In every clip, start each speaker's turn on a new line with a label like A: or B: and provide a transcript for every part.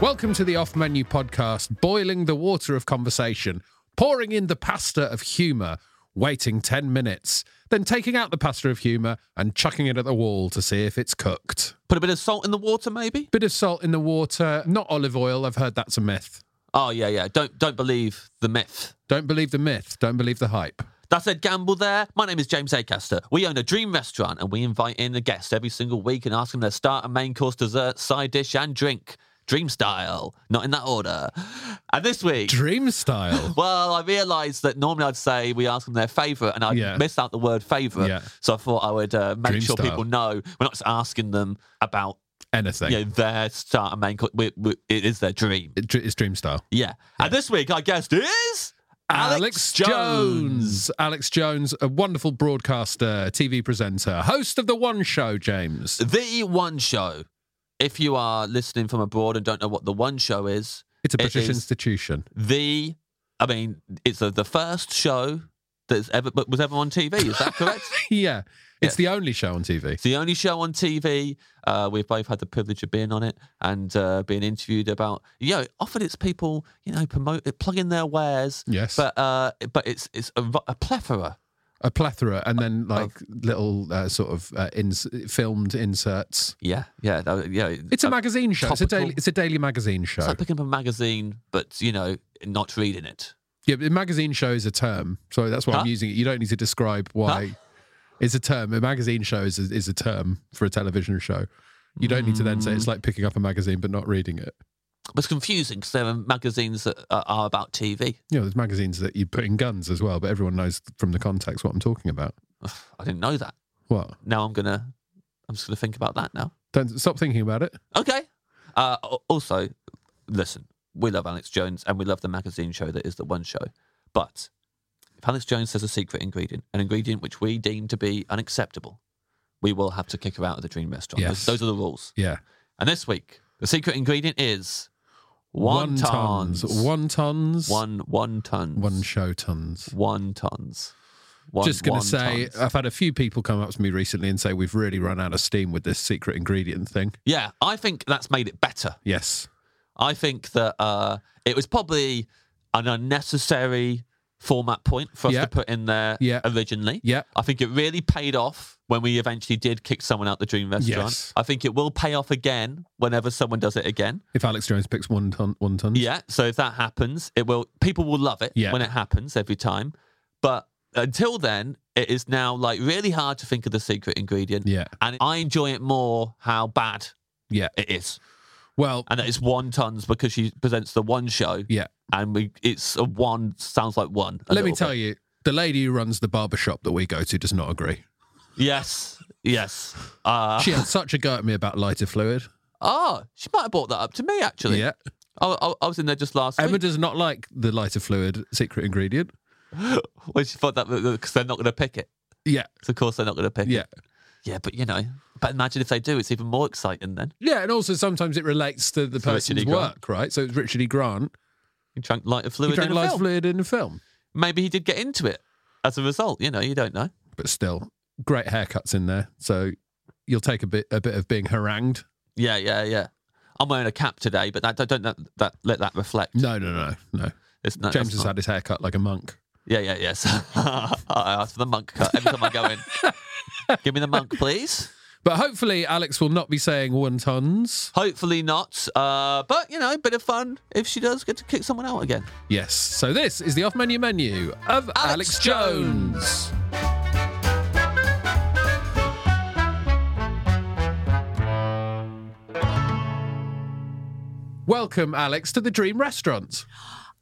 A: Welcome to the Off Menu Podcast, boiling the water of conversation, pouring in the pasta of humour, waiting 10 minutes, then taking out the pasta of humour and chucking it at the wall to see if it's cooked.
B: Put a bit of salt in the water, maybe.
A: Bit of salt in the water, not olive oil. I've heard that's a myth.
B: Oh yeah, yeah. Don't don't believe the myth.
A: Don't believe the myth, don't believe the hype.
B: That's Ed Gamble there. My name is James Acaster. We own a dream restaurant and we invite in a guest every single week and ask them their starter, main course, dessert, side dish, and drink. Dream style, not in that order. And this week,
A: Dream style.
B: well, I realised that normally I'd say we ask them their favourite, and I
A: Yeah.
B: missed out the word favourite.
A: Yeah.
B: So I thought I would uh, make
A: Dream
B: sure
A: style.
B: people know we're not just asking them about
A: Anything.
B: you know, their starter, main course. We, we, it is their dream.
A: It- It's dream style.
B: Yeah. And this week, our guest is Alex, Jones.
A: Alex Jones, a wonderful broadcaster, TV presenter, host of The One Show, James.
B: The One Show. If you are listening from abroad and don't know what The One Show is,
A: It's a
B: It
A: British
B: is-
A: institution.
B: the, I mean, it's the the first show that's ever but was ever on TV. Is that correct?
A: yeah. It's the only show on TV.
B: It's the only show on TV. Uh, we've both had the privilege of being on it and uh, being interviewed about. You know, often it's people you know promote plug in their wares.
A: Yes.
B: But uh, but it's it's a, vo- a plethora.
A: a plethora and then like little uh, sort of uh, ins- filmed inserts.
B: Yeah, yeah, that- yeah.
A: It's a
B: Uh,
A: magazine show. It's a
B: topical.
A: daily. It's a daily magazine show.
B: It's like picking up a magazine, but you know, not reading it.
A: yeah, but magazine show is a term, so that's why
B: Huh?
A: I'm using it. You don't need to describe why. It's a term. A magazine show is a, is a term for a television show. You don't need to then say it's like picking up a magazine but not reading it.
B: But It's confusing because there are magazines that are, are about TV.
A: You know, there's magazines that you put in guns as well, but everyone knows from the context what I'm talking about.
B: Ugh, I didn't know that.
A: What?
B: Now I'm gonna, I'm just gonna think about that now.
A: Don't stop thinking about it.
B: Okay. Uh, al- also, listen, we love Alex Jones and we love the magazine show that is the one show. But if Alex Jones says a secret ingredient, an ingredient which we deem to be unacceptable, we will have to kick her out of the Dream Restaurant.
A: Yes.
B: Those, those are the rules.
A: Yeah.
B: And this week, the secret ingredient is one tons.
A: One tons.
B: One one tons.
A: One show tons.
B: one tons. One,
A: Just going
B: one
A: to say, uh,
B: tons.
A: I've had a few people come up to me recently and say we've really run out of steam with this secret ingredient thing.
B: yeah, I think that's made it better.
A: Yes,
B: I think that uh, it was probably an unnecessary format point for us
A: Yeah.
B: to put in there
A: Yeah.
B: originally.
A: Yeah.
B: I think it really paid off when we eventually did kick someone out the dream restaurant.
A: Yes.
B: I think it will pay off again whenever someone does it again.
A: if Alex Jones picks one ton, one ton.
B: Yeah. So if that happens, it will people will love it
A: Yeah.
B: when it happens every time. But until then, it is now like really hard to think of the secret ingredient.
A: Yeah.
B: And I enjoy it more how bad
A: yeah.
B: it is.
A: Well,
B: And that it's one tons because she presents the one show.
A: yeah.
B: And we it's a one sounds like one. a
A: Let me
B: little
A: tell
B: bit.
A: you, the lady who runs the barber shop that we go to does not agree.
B: Yes. Yes. Uh
A: She had such a go at me about lighter fluid.
B: Ah, she might have brought that up to me actually.
A: Yeah.
B: I, I, I was in there just last
A: Emma
B: week
A: does not like the lighter fluid secret ingredient.
B: when she thought that because they're not going to pick it.
A: Yeah.
B: 'Cause of course they're not going to pick
A: Yeah.
B: it. Yeah, but you know, but imagine if they do, it's even more exciting then.
A: Yeah. And also sometimes it relates to the
B: So Richard
A: person's
B: E. Grant.
A: work, right? So it's Richard E. Grant.
B: He drank lighter
A: He
B: fluid.
A: drank
B: in a
A: lighter
B: film.
A: fluid in a film.
B: Maybe he did get into it as a result. You know, you don't know.
A: But still, great haircuts in there. So you'll take a bit a bit of being harangued.
B: Yeah, yeah, yeah. I'm wearing a cap today, but that don't that, that let that reflect.
A: No, no, no, no.
B: It's not-
A: James
B: that's
A: has
B: not-
A: had his haircut like a monk.
B: Yeah, yeah, yeah. So I asked for the monk cut every time I go in. Give me the monk, please.
A: But hopefully Alex will not be saying wontons.
B: Hopefully not. Uh, but you know, a bit of fun if she does get to kick someone out again.
A: Yes. So this is the off menu menu of Alex,
B: Alex
A: Jones. Welcome, Alex, to the Dream Restaurant.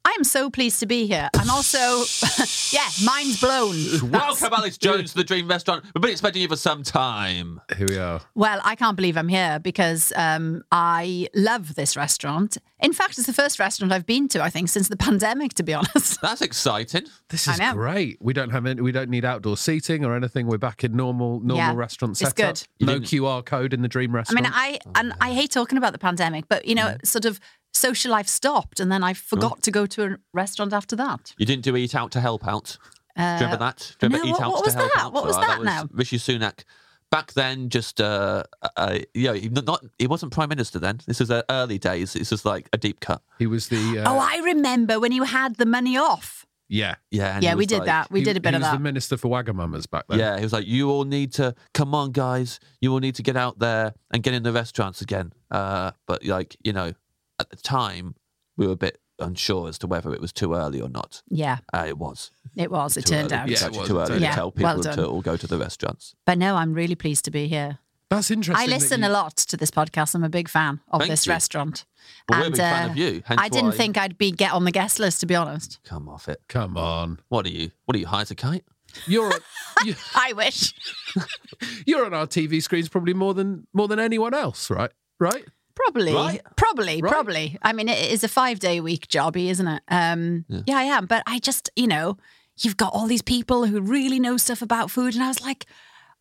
C: I am so pleased to be here. I'm also, yeah, mind's blown. That's-
B: Welcome, Alex Jones, to the Dream Restaurant. We've been expecting you for some time.
A: Here we are.
C: Well, I can't believe I'm here because um, I love this restaurant. In fact, it's the first restaurant I've been to, I think, since the pandemic, to be honest.
B: That's exciting.
A: This
C: I
A: is
C: know.
A: great. We don't have any, we don't need outdoor seating or anything. We're back in normal normal
C: Yeah,
A: restaurant
C: it's
A: setup.
C: good.
B: You
A: No
B: didn't-
A: QR code in the Dream
C: I mean,
A: Restaurant.
C: I and I hate talking about the pandemic, but you know, sort of social life stopped, and then I forgot to go to a restaurant after that.
B: You didn't do Eat Out to Help Out.
C: Uh,
B: Do you remember that? Do you remember
C: no,
B: Eat
C: what-
B: Out
C: what
B: to
C: was
B: Help
C: that?
B: Out?
C: What was
B: Uh,
C: that now?
B: Rishi Sunak. Back then, just uh, uh, you know, he not he wasn't prime minister then. This is uh, early days. This is like a deep cut.
A: he was the uh,
C: oh, I remember when you had the money off.
A: yeah.
B: Yeah, and
C: yeah,
B: he
C: we
B: was
C: did
B: like-
C: that. We
A: He-
C: did a bit
A: he
C: of
A: was
C: that.
A: the minister for Wagamamas back then.
B: Yeah, he was like, "You all need to come on, guys. You all need to get out there and get in the restaurants again." Uh, but like, you know, at the time, we were a bit unsure as to whether it was too early or not.
C: yeah,
B: Uh, it was.
C: it was. It
B: too
C: turned
B: early.
C: out.
A: Yeah,
B: It's
A: it
B: actually
A: was,
B: too
A: it
B: early
A: turned
B: to
C: out.
B: tell
C: Yeah, well
B: people to
C: done.
B: all go to the restaurants.
C: But no, I'm really pleased to be here.
A: That's interesting.
C: I
A: that
C: listen
A: you-
C: a lot to this podcast. I'm a big fan of
B: Thank
C: this
B: you.
C: restaurant.
B: Well, we're a big fan of you, hence
C: uh, I didn't
B: why-
C: think I'd be get on the guest list, to be honest.
B: Come off it.
A: Come on.
B: What are you? What are you? High as a kite?
A: You're you-
C: I wish.
A: you're on our TV screens probably more than more than anyone else, right? Right?
C: Probably,
B: Right.
C: probably,
A: Right.
C: probably. I mean, it is a five day week jobby, isn't it? Um, yeah. I am. But I just, you know, you've got all these people who really know stuff about food, and I was like,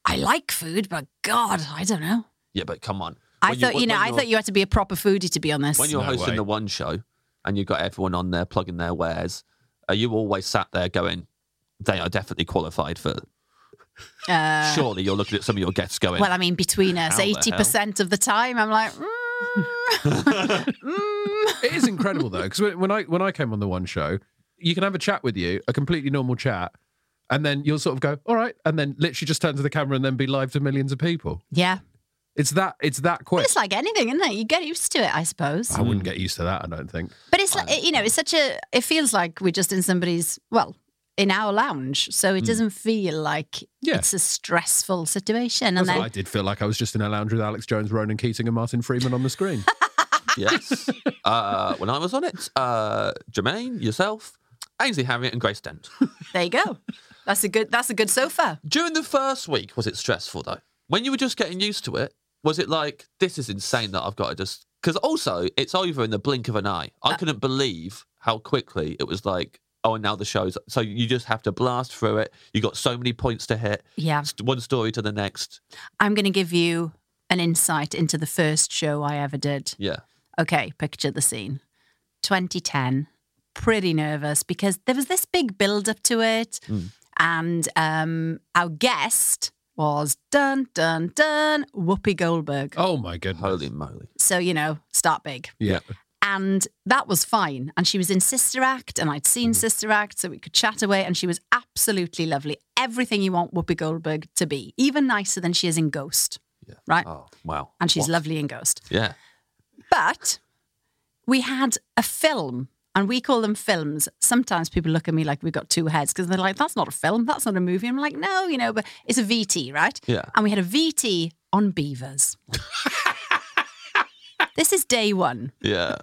C: I like food, but God, I don't know.
B: Yeah, but come on.
C: I
B: When
C: thought, you
B: when
C: know, I
B: you're-
C: thought you had to be a proper foodie to be on this.
B: when you're
A: No
B: hosting
A: way.
B: the one show and you've got everyone on there plugging their wares, are you always sat there going, "They are definitely qualified for"?
C: Uh,
B: Surely you're looking at some of your guests going.
C: Well, I mean, between us,
B: How the hell?
C: eighty percent of the time, I'm like, mm, mm.
A: It is incredible though, because when when I when I came on the one show, you can have a chat with you, a completely normal chat, and then you'll sort of go, all right, and then literally just turn to the camera and then be live to millions of people.
C: yeah.
A: It's that it's that
C: But
A: quick.
C: it's like anything, isn't it? You get used to it, I suppose.
A: I
B: Mm.
A: wouldn't get used to that, I don't think.
C: But it's like you know, it's such a. It feels like we're just in somebody's well, in our lounge, so it doesn't feel like
A: Hmm. Yeah.
C: it's a stressful situation.
A: That's
C: And
A: what
C: then
A: I did feel like I was just in a lounge with Alex Jones, Ronan Keating, and Martin Freeman on the screen.
B: Yes. uh, when I was on it, uh, Jermaine, yourself, Ainsley Harriet, and Grace Dent.
C: there you go. That's a good. That's a good sofa.
B: During the first week, was it stressful though? When you were just getting used to it, was it like, this is insane that I've got to just. Because also, it's over in the blink of an eye. I couldn't believe how quickly it was like, oh, and now the show's. So you just have to blast through it. You got so many points to hit,
C: Yeah,
B: st- one story to the next.
C: I'm going to give you an insight into the first show I ever did.
B: Yeah.
C: Okay, picture the scene. 2010, pretty nervous because there was this big build up to it.
B: Hmm.
C: And um, our guest was dun, dun, dun, Whoopi Goldberg.
A: oh my goodness.
B: Holy moly.
C: So, you know, start big.
A: Yeah.
C: And that was fine. And she was in Sister Act, and I'd
B: Hmm.
C: seen Sister Act, so we could chat away. And she was absolutely lovely. Everything you want Whoopi Goldberg to be, even nicer than she is in Ghost.
B: Yeah.
C: Right?
B: Oh, wow.
C: and she's
B: What?
C: lovely in Ghost.
B: Yeah.
C: But we had a film, and we call them films. Sometimes people look at me like we've got two heads because they're like, that's not a film, that's not a movie. I'm like, no, you know, but it's a VT, right?
B: Yeah.
C: And we had a VT on beavers. this is day one.
B: Yeah.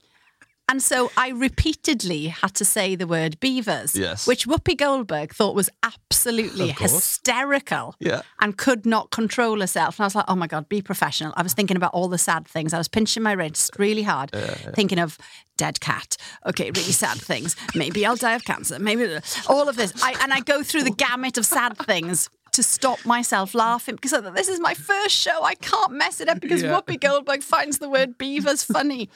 C: And so I repeatedly had to say the word beavers,
B: Yes.
C: which Whoopi Goldberg thought was absolutely hysterical
B: Yeah.
C: and could not control herself. And I was like, oh my God, be professional. I was thinking about all the sad things. I was pinching my wrist really hard, thinking of dead cat. Okay, really sad things. Maybe I'll die of cancer. Maybe all of this. I, and I go through the gamut of sad things. To stop myself laughing because I thought, this is my first show. I can't mess it up because
A: Yeah.
C: Whoopi Goldberg finds the word beavers funny.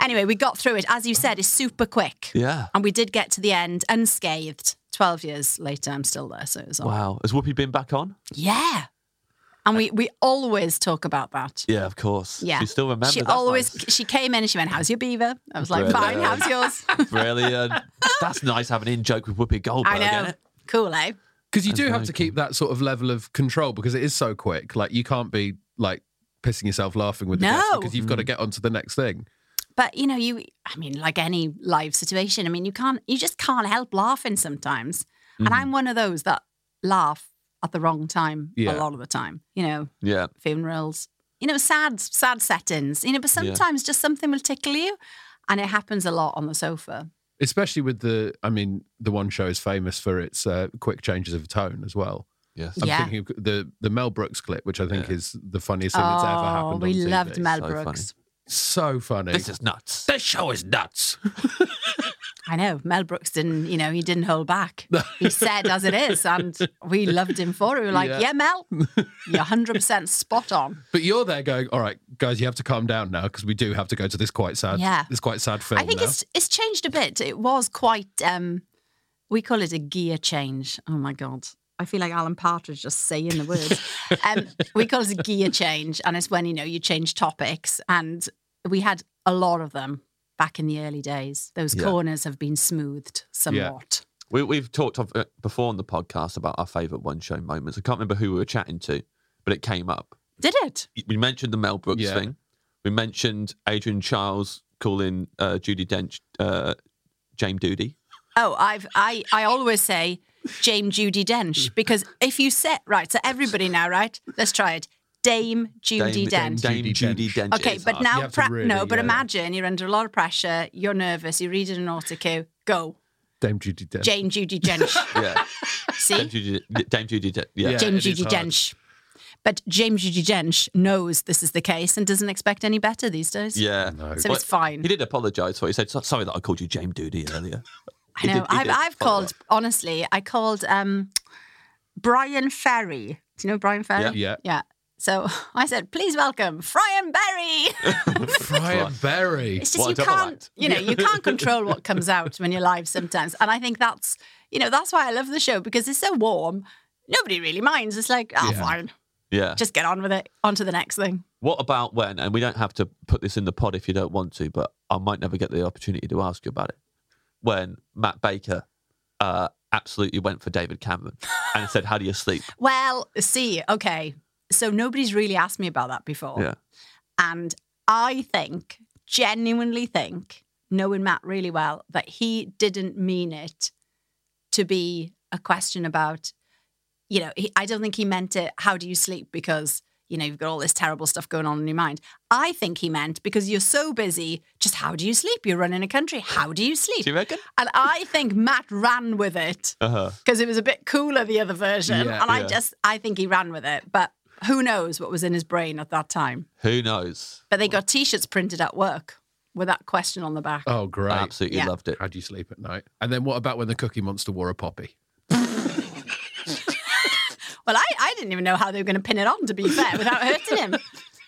C: anyway, we got through it. As you said, it's super quick.
B: Yeah.
C: And we did get to the end unscathed. 12 years later, I'm still there. So it was all right.
B: Wow. Has Whoopi been back on?
C: Yeah. And we, we always talk about that.
B: Yeah, of course.
C: Yeah.
B: She still remembers.
C: She
B: That's
C: always
B: nice.
C: she came in and she went, How's your beaver? I was like,
B: Brilliant.
C: Fine, how's yours?
B: Brilliant. That's nice having an in joke with Whoopi Goldberg.
C: I know.
B: isn't it?
C: Cool, eh?
A: Because you do
B: That's
A: have
B: very
A: to keep that sort of level of control because it is so quick. Like you can't be like pissing yourself laughing with the guests
C: No.
A: because you've got to get onto the next thing.
C: But you know, you I mean, like any live situation, I mean, you can't you just can't help laughing sometimes. And
B: Mm.
C: I'm one of those that laugh at the wrong time
A: Yeah.
C: a lot of the time. You know,
B: Yeah.
C: funerals, you know, sad, sad settings. You know, but
B: Yeah.
C: sometimes just something will tickle you. And it happens a lot on the sofa.
A: Especially with the, I mean, the one show is famous for its uh, quick changes of tone as well.
B: Yes.
C: Yeah.
A: I'm thinking of the the Mel Brooks clip, which I think
B: Yeah.
A: is the funniest thing that's ever happened.
C: Oh, we
A: on
C: loved
A: TV.
C: Mel
B: So funny.
C: Brooks.
A: So funny.
B: This is nuts. This show is nuts.
C: I know Mel Brooks didn't, you know, he didn't hold back. He said as it is, and we loved him for it. We were like,
A: Yeah.
C: yeah, Mel, you're hundred percent spot on.
A: But you're there going, all right, guys, you have to calm down now because we do have to go to this quite sad,
C: Yeah.
A: this quite sad film.
C: I think
A: now.
C: it's it's changed a bit. It was quite. um We call it a gear change. Oh my god. I feel like Alan Partridge just saying the words. um, we call it a gear change, and it's when you know you change topics, and we had a lot of them back in the early days. Those
B: Yeah.
C: corners have been smoothed somewhat.
B: We, we've talked of, uh, before on the podcast about our favourite one show moments. I can't remember who we were chatting to, but it came up.
C: Did it?
B: We mentioned the Mel Brooks
A: Yeah.
B: thing. We mentioned Adrian Charles calling uh, Judy Dench uh, Jame Doody.
C: Oh, I've I, I always say Jame Judy Dench because if you set right, so everybody now, right? Let's try it. Dame Judy
B: Dame,
C: Dench.
B: Dame
A: Judi
B: Judy
A: Dench.
B: Dench.
C: okay,
B: is
C: but
B: hard.
C: now
A: Ah, have to
C: pra-
A: really,
C: no, but
A: yeah.
C: imagine you're under a lot of pressure. You're nervous. You're reading an autocue. Go,
A: Dame Judy Dench.
C: Jane Judy Dench.
B: Yeah. Dame
C: See,
B: Judy, Dame Judy Dench. Yeah.
A: Yeah.
C: Jame
A: it is
C: Judy
A: hard.
C: Dench. But James Judy Dench knows this is the case and doesn't expect any better these days.
B: Yeah.
C: So
B: Well,
C: it's fine.
B: He did apologise for it. He said, "So- sorry that I called you Jame Doody earlier.
C: I
B: He
C: know.
B: did- he
C: I've,
B: did
C: I've
B: follow
C: called, honestly, I called um, Brian Ferry. Do you know Brian Ferry?
A: Yeah.
C: Yeah. So I said, please welcome Brian Berry.
A: Brian Berry.
C: It's
B: What
C: just
B: a
C: you
B: double
C: can't,
B: act.
C: you know, you can't control what comes out when you're live sometimes. And I think that's, you know, that's why I love the show because it's so warm. Nobody really minds. It's like, oh,
A: Yeah.
C: fine.
B: Yeah.
C: Just get on with it. On to the next thing.
B: What about when? And we don't have to put this in the pod if you don't want to, but I might never get the opportunity to ask you about it. When Matt Baker uh, absolutely went for David Cameron and said, "How do you sleep?"
C: Well, see, okay. So nobody's really asked me about that before.
B: Yeah,
C: And I think, genuinely think, knowing Matt really well, that he didn't mean it to be a question about, you know, he, I don't think he meant it, how do you sleep? Because, you know, you've got all this terrible stuff going on in your mind. I think he meant because you're so busy, just how do you sleep? You're running a country. How do you sleep?
B: do you reckon?
C: and I think Matt ran with it
B: Uh huh.
C: because it was a bit cooler the other version.
A: Yeah,
C: and I
B: yeah.
C: just, I think he ran with it. But who knows what was in his brain at that time?
B: Who knows?
C: But they got T-shirts printed at work with that question on the back.
A: Oh, great.
B: I absolutely
C: Yeah.
B: loved it.
A: How do you sleep at night? And then what about when the Cookie Monster wore a poppy?
C: Well, I, I didn't even know how they were going to pin it on, to be fair, without hurting him.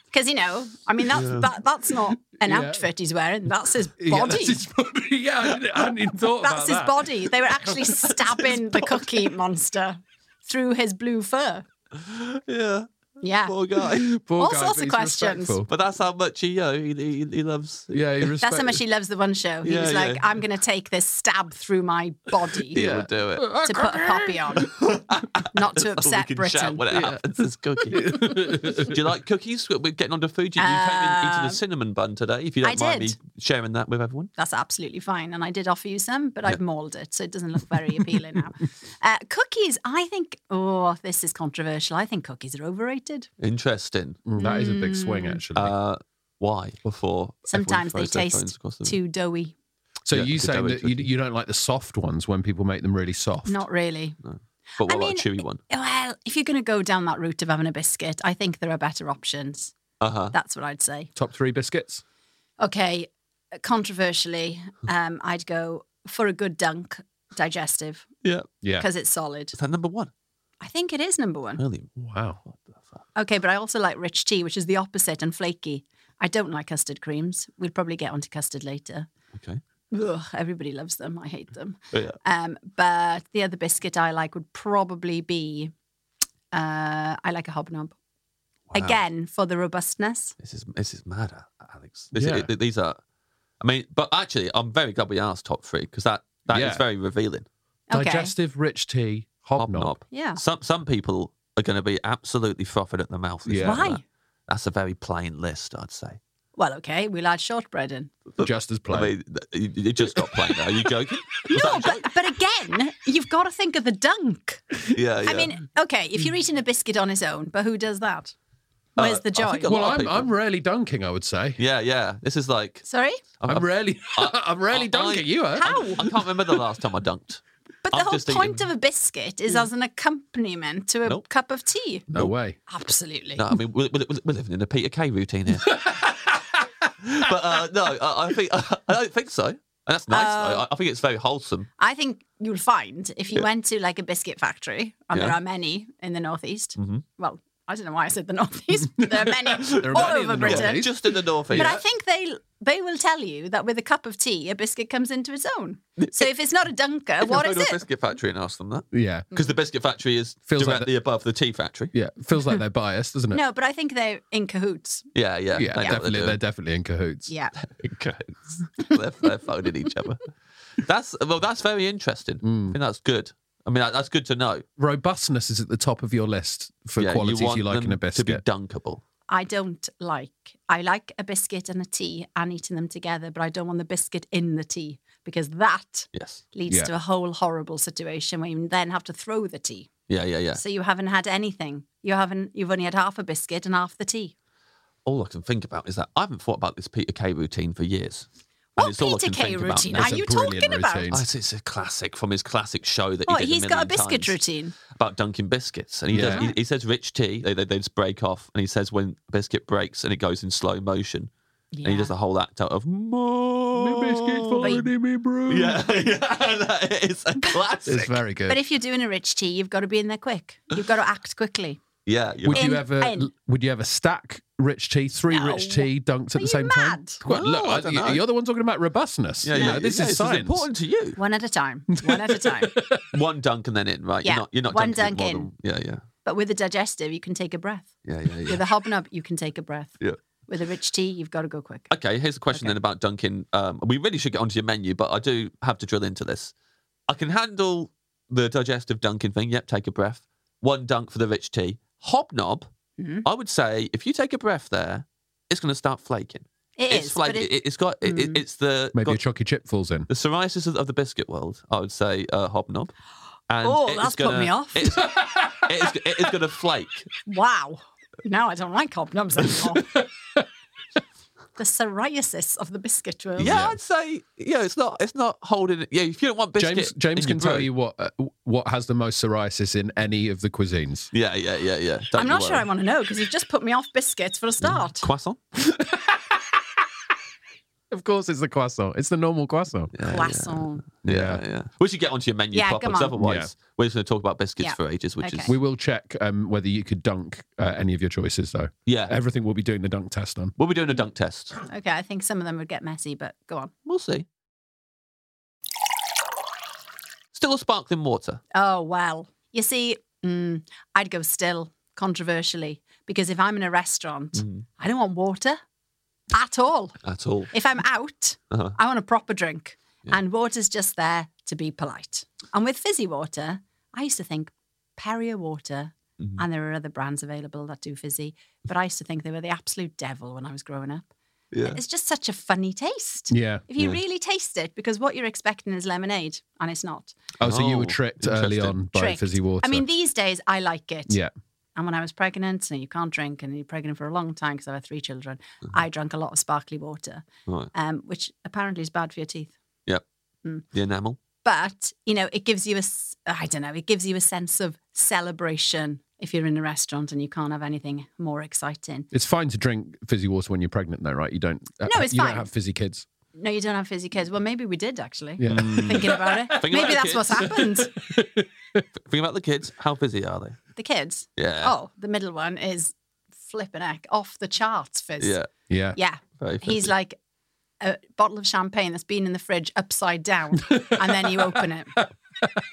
C: Because, you know, I mean, that's, that, that's not an
A: Yeah.
C: outfit he's wearing. That's his body.
A: Yeah, that's his body. Yeah, I, didn't, I hadn't even thought about
C: That's his
A: that.
C: body. They were actually stabbing the cookie monster through his blue fur.
B: Yeah,
C: Yeah.
B: poor guy.
A: Poor
C: All
A: guy,
C: sorts
A: but
C: of
A: he's
C: questions.
A: respectful.
B: but that's how much he, you know, he, he, he loves.
A: Yeah, he
C: That's how much
A: respected-
C: he loves the one show. He
B: Yeah,
C: was like,
B: yeah.
C: I'm going to take this stab through my body
B: He would do it.
C: to put a poppy on, not to
B: That's all
C: upset
B: we can Shout
C: Britain.
B: when it happens is cookie. do you like cookies? We're getting onto food. You, you came in eating a cinnamon bun today. If you don't
C: I
B: mind
C: did.
B: me sharing that with everyone.
C: That's absolutely fine. And I did offer you some, but I've mauled it, so it doesn't look very appealing now. Uh, cookies, I think, oh, this is controversial. I think cookies are overrated.
B: Interesting.
A: Mm, That is a big swing, actually.
B: Uh, why before. everyone
C: Sometimes they
B: throws their phones
C: taste
B: across the room.
C: too doughy.
A: So
B: Yeah,
A: you
B: the
A: saying
B: doughy
A: that you,
B: cookie.
A: you don't like the soft ones when people make them really soft?
C: Not really.
B: But what about
C: I
B: a
C: mean,
B: chewy one?
C: Well, if you're going to go down that route of having a biscuit, I think there are better options.
B: Uh huh.
C: That's what I'd say.
A: Top three biscuits.
C: Okay, controversially, um, I'd go for a good dunk digestive
B: Yeah.
A: Yeah.
C: because it's solid.
B: Is that number one?
C: I think it is number one.
B: Really?
A: Wow.
B: What the fuck?
C: Okay, but I also like rich tea, which is the opposite and flaky. I don't like custard creams. We'll probably get onto custard later.
B: Okay.
C: Ugh, everybody loves them. I hate them.
B: But yeah.
C: Um, but the other biscuit I like would probably be uh, I like a hobnob.
B: Wow.
C: Again, for the robustness.
B: This is this is mad, A- Alex. This,
A: Yeah.
B: it- these are. I mean, but actually, I'm very glad we asked top three because that that is
A: Yeah.
B: very revealing.
C: Okay.
A: Digestive rich tea hobnob.
C: Yeah.
B: Some some people are going to be absolutely frothing at the mouth. if
A: Yeah.
B: you have
C: Why?
B: that. That's a very plain list, I'd say.
C: Well, okay, we'll add shortbread in.
A: Just as
B: I
A: plain.
B: mean, you, you just got plain. Are you joking? Was
C: No,
B: that a
C: but, but again, you've got to think of the dunk.
B: joke? yeah, yeah.
C: I mean, okay, if you're eating a biscuit on its own, but who does that? Where's
B: Uh,
C: the
B: I
C: joy?
B: think a lot
A: well,
B: of
A: I'm,
B: people-
A: I'm rarely dunking, I would say.
B: yeah, yeah. This is like
C: Sorry?
A: I'm rarely, I'm rarely
B: I-
A: dunking. You are.
C: How?
B: I can't remember the last time I dunked.
C: But the
B: I've
C: whole
B: just
C: point
B: eaten-
C: of a biscuit is as an accompaniment to a
B: Nope.
C: cup of tea.
A: No way.
C: Absolutely.
B: No, I mean we're, we're, we're living in a Peter Kay routine here. but uh, no, I, I think I don't think so. And that's nice.
C: Oh.
B: though. I, I think it's very wholesome.
C: I think you'll find if you went to like a biscuit factory, and there
B: Yeah.
C: are many in the northeast.
B: Mhm.
C: Well, I don't know why I said the northeast. but there are many
A: There are
C: all
A: many in
C: over
A: the
C: Britain.
A: Northeast.
B: Just in the northeast.
C: But I think they they will tell you that with a cup of tea, a biscuit comes into its own. So if it's not a dunker,
B: If you
C: what
B: go
C: is
B: to a
C: it? Hmm.
B: biscuit factory and ask them that
A: Yeah.
B: because the biscuit factory is
A: Feels like
B: directly above the tea factory.
A: Yeah. Feels like they're biased, doesn't it?
C: No, but I think they're in cahoots.
B: Yeah,
A: Yeah,
B: yeah, they know what
A: definitely. They're
B: They're,
A: definitely in cahoots.
C: Yeah.
B: doing. they're, they're phoning each other. That's well, that's very interesting.
A: Hmm.
B: I think that's good. I mean, that, that's good to know.
A: Robustness is at the top of your list for
B: Yeah,
A: qualities
B: you,
A: you,
B: want
A: like in
B: them
A: a
B: to be
A: biscuit.
B: dunkable.
C: I don't like. I like a biscuit and a tea and eating them together, but I don't want the biscuit in the tea because that
B: Yes.
C: leads
A: Yeah.
C: to a whole horrible situation where you then have to throw the tea.
B: Yeah, yeah, yeah.
C: So you haven't had anything. You haven't. You've only had half a biscuit and half the tea.
B: all I can think about is that I haven't thought about this Peter Kay routine for years. And
C: What
B: it's all I
C: Peter
B: can
C: Kay
B: think about
C: routine
B: now.
C: are
A: It's a
C: you
A: brilliant
C: talking about?
A: routine.
B: Oh, it's, it's a classic from his classic show that he
C: Oh,
B: did.
C: he's
B: a
C: got a
B: million
C: biscuit
B: times
C: routine.
B: about dunking biscuits, and he
A: Yeah.
B: does. He, he says rich tea. They, they, they just break off, and he says when biscuit breaks, and it goes in slow motion, and he does the whole act out of more Oh, Yeah, yeah, that is a classic.
A: It's very good.
C: But if you're doing a rich tea, you've got to be in there quick. You've got to act quickly.
B: yeah, you're
A: would
B: right.
A: you
C: In-
A: ever
C: in.
A: would you ever stack rich tea, three rich
C: No.
A: tea dunked at
C: Are
A: the
C: you
A: same time?
C: mad?
A: Well,
B: No,
A: look,
B: I don't know.
A: you're the one talking about robustness.
B: yeah,
A: you
B: yeah,
A: know, this
B: yeah,
A: is science.
B: important to you.
C: One at a time. One at a time.
B: One dunk and then in, right?
C: Yeah,
B: You're not, you're not
C: one
B: dunking it
C: dunk
B: more than- Yeah,
C: But with a digestive, you can take a breath.
B: yeah, yeah, yeah, yeah.
C: With a hobnob, you can take a breath.
B: Yeah.
C: With a rich tea, you've got to go quick.
B: Okay, here's a question then about Duncan. Um, we really should get onto your menu, but I do have to drill into this. I can handle the digestive dunking thing. Yep, take a breath. One dunk for the rich tea. Hobnob,
C: Mhm.
B: I would say if you take a breath there, it's going to start flaking.
C: It
B: it's
C: is, but
B: flaking.
C: it-
B: It, has got, it, it-
C: Mm.
B: it's the,
A: Maybe
B: got
A: a chalky chip falls in.
B: the psoriasis of, of the biscuit world, I would say uh, Hobnob. And
C: Oh,
B: it is
C: that's put
B: gonna-
C: me off.
B: It's, it is, it is going to flake.
C: wow. Now I don't like hobnobs anymore. the psoriasis of the biscuit world.
B: Yeah, I'd say, yeah, it's not, it's not holding it. Yeah, if you don't want biscuit.
A: James
B: in
A: James
B: your
A: can tell
B: brew-
A: you what uh, what has the most psoriasis in any of the cuisines.
B: Yeah, yeah, yeah, yeah. Don't
C: I'm
B: you
C: not sure
B: worry. Mm,
C: I want to know because you've just put me off biscuits for a start.
B: Croissant?
A: Of course, it's the croissant. It's the normal croissant.
C: Croissant.
B: Yeah, yeah. We should get onto your menu
C: Yeah,
B: proper,
C: come
B: 'cause
C: on.
B: otherwise we're just going to talk about biscuits
C: Yeah.
B: for ages, which
C: Okay.
B: is
A: We will check um, whether you could dunk uh, any of your choices, though.
B: yeah.
A: Everything we'll be doing the dunk test on.
B: we'll be doing a dunk test.
C: Okay, I think some of them would get messy, but go on.
B: We'll see. Still a sparkling water.
C: Oh, well. You see, mm, I'd go still, controversially, because if I'm in a restaurant,
B: Mm.
C: I don't want water at all.
B: At all.
C: If I'm out,
B: Uh-huh.
C: I want a proper drink.
B: Yeah.
C: And water's just there to be polite. And with fizzy water, I used to think Perrier water,
B: Mhm.
C: and there are other brands available that do fizzy, but I used to think they were the absolute devil when I was growing up.
B: Yeah.
C: It's just such a funny taste.
A: Yeah.
C: If you
B: Yeah.
C: really taste it, because what you're expecting is lemonade, and it's not.
A: Oh, so you were
B: Oh,
A: tricked early
B: interesting.
A: on by
C: Tricked.
A: fizzy water.
C: I mean, these days I like it.
A: yeah.
C: And when I was pregnant, and you can't drink, and you're pregnant for a long time because I had three children, I drank a lot of sparkly water,
B: Uh-huh. Right.
C: um, which apparently is bad for your teeth.
B: Yep.
C: Mm.
B: The enamel.
C: But you know, it gives you a s- I don't know, it gives you a sense of celebration if you're in a restaurant and you can't have anything more exciting.
A: It's fine to drink fizzy water when you're pregnant, though, right? You don't. uh,
C: No, it's
A: you
C: fine.
A: don't have fizzy kids.
C: No, you don't have fizzy kids. Well, maybe we did actually.
A: Yeah.
C: Thinking about it,
B: Mm. Thinking
C: maybe
B: about
C: that's
B: the
C: what's
B: kids.
C: happened.
B: Think about the kids. How busy are they?
C: The kids.
B: Yeah.
C: Oh, the middle one is flipping heck off the charts, Fizz.
B: Yeah.
A: Yeah.
C: Yeah.
B: Very
C: He's
B: fizzy.
C: like a bottle of champagne that's been in the fridge upside down, and then you open it.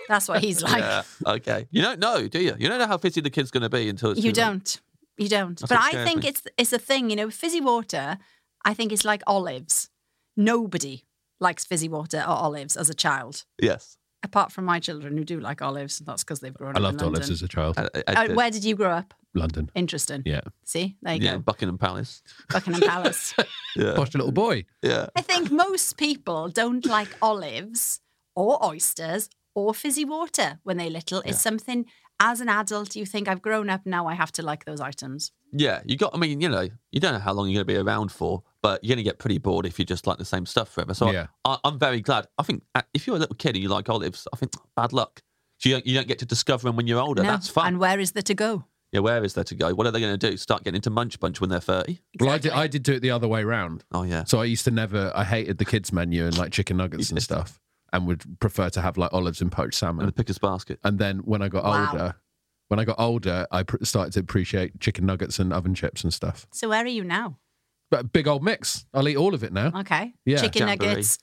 C: That's what he's like.
B: Yeah. Okay. You don't know, do you? You don't know how fizzy the kid's going to be until it's
C: You
B: too late.
C: don't. You don't.
B: That's
C: but
B: what
C: I
B: scares
C: think
B: me.
C: it's it's a thing, you know, fizzy water, I think it's like olives. Nobody likes fizzy water or olives as a child,
B: Yes.
C: apart from my children who do like olives. and That's because they've grown
A: I
C: up.
A: loved
C: in
A: olives
C: London.
A: as a child.
B: I- I- I
C: Uh,
B: did.
C: where did you grow up?
A: London.
C: Interesting.
A: Yeah.
C: See, there you
B: yeah.
C: go.
B: Buckingham Palace.
C: Buckingham Palace.
B: Yeah.
A: Posh little boy.
B: Yeah.
C: I think most people don't like olives or oysters or fizzy water when they're little. It's something as an adult you think I've grown up now I have to like those items.
B: Yeah. You got, I mean, you know, you don't know how long you're going to be around for, but you're going to get pretty bored if you just like the same stuff forever. So
A: Yeah.
B: I, I'm very glad. I think uh, if you're a little kid and you like olives, I think bad luck. So you don't, you don't get to discover them when you're older.
C: No.
B: That's fun.
C: And where is there to go?
B: yeah. Where is there to go? What are they going to do? Start getting into munch bunch when they're 30?
A: Well, I did. I did do it the other way round.
B: Oh, yeah.
A: So I used to never. I hated the kids' menu and like chicken nuggets and stuff, and would prefer to have like olives and poached
B: And the
A: salmon.
B: picker's basket.
A: And then when I got
C: Wow.
A: older, when I got older, I pr- started to appreciate chicken nuggets and oven chips and stuff.
C: So where are you now?
A: But a big old mix. I'll eat all of it now.
C: Okay.
A: Yeah.
C: Chicken
B: Jamboree.
C: nuggets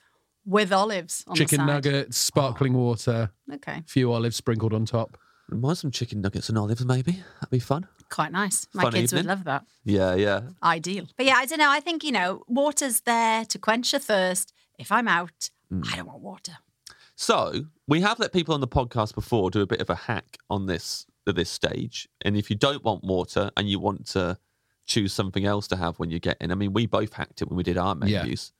C: with olives on
A: Chicken
C: the side.
A: nuggets, sparkling water,
C: Okay.
A: few olives sprinkled on top.
B: Mind some chicken nuggets and olives, maybe. That'd be fun.
C: Quite nice. My
B: Fun
C: kids
B: evening.
C: would love that.
B: Yeah, yeah.
C: Ideal. But yeah, I don't know. I think, you know, water's there to quench your thirst. If I'm out,
B: Mm.
C: I don't want water.
B: So we have let people on the podcast before do a bit of a hack on this at this stage. And if you don't want water and you want to choose something else to have when you get in, I mean, we both hacked it when we did our
A: Yeah.
B: menus.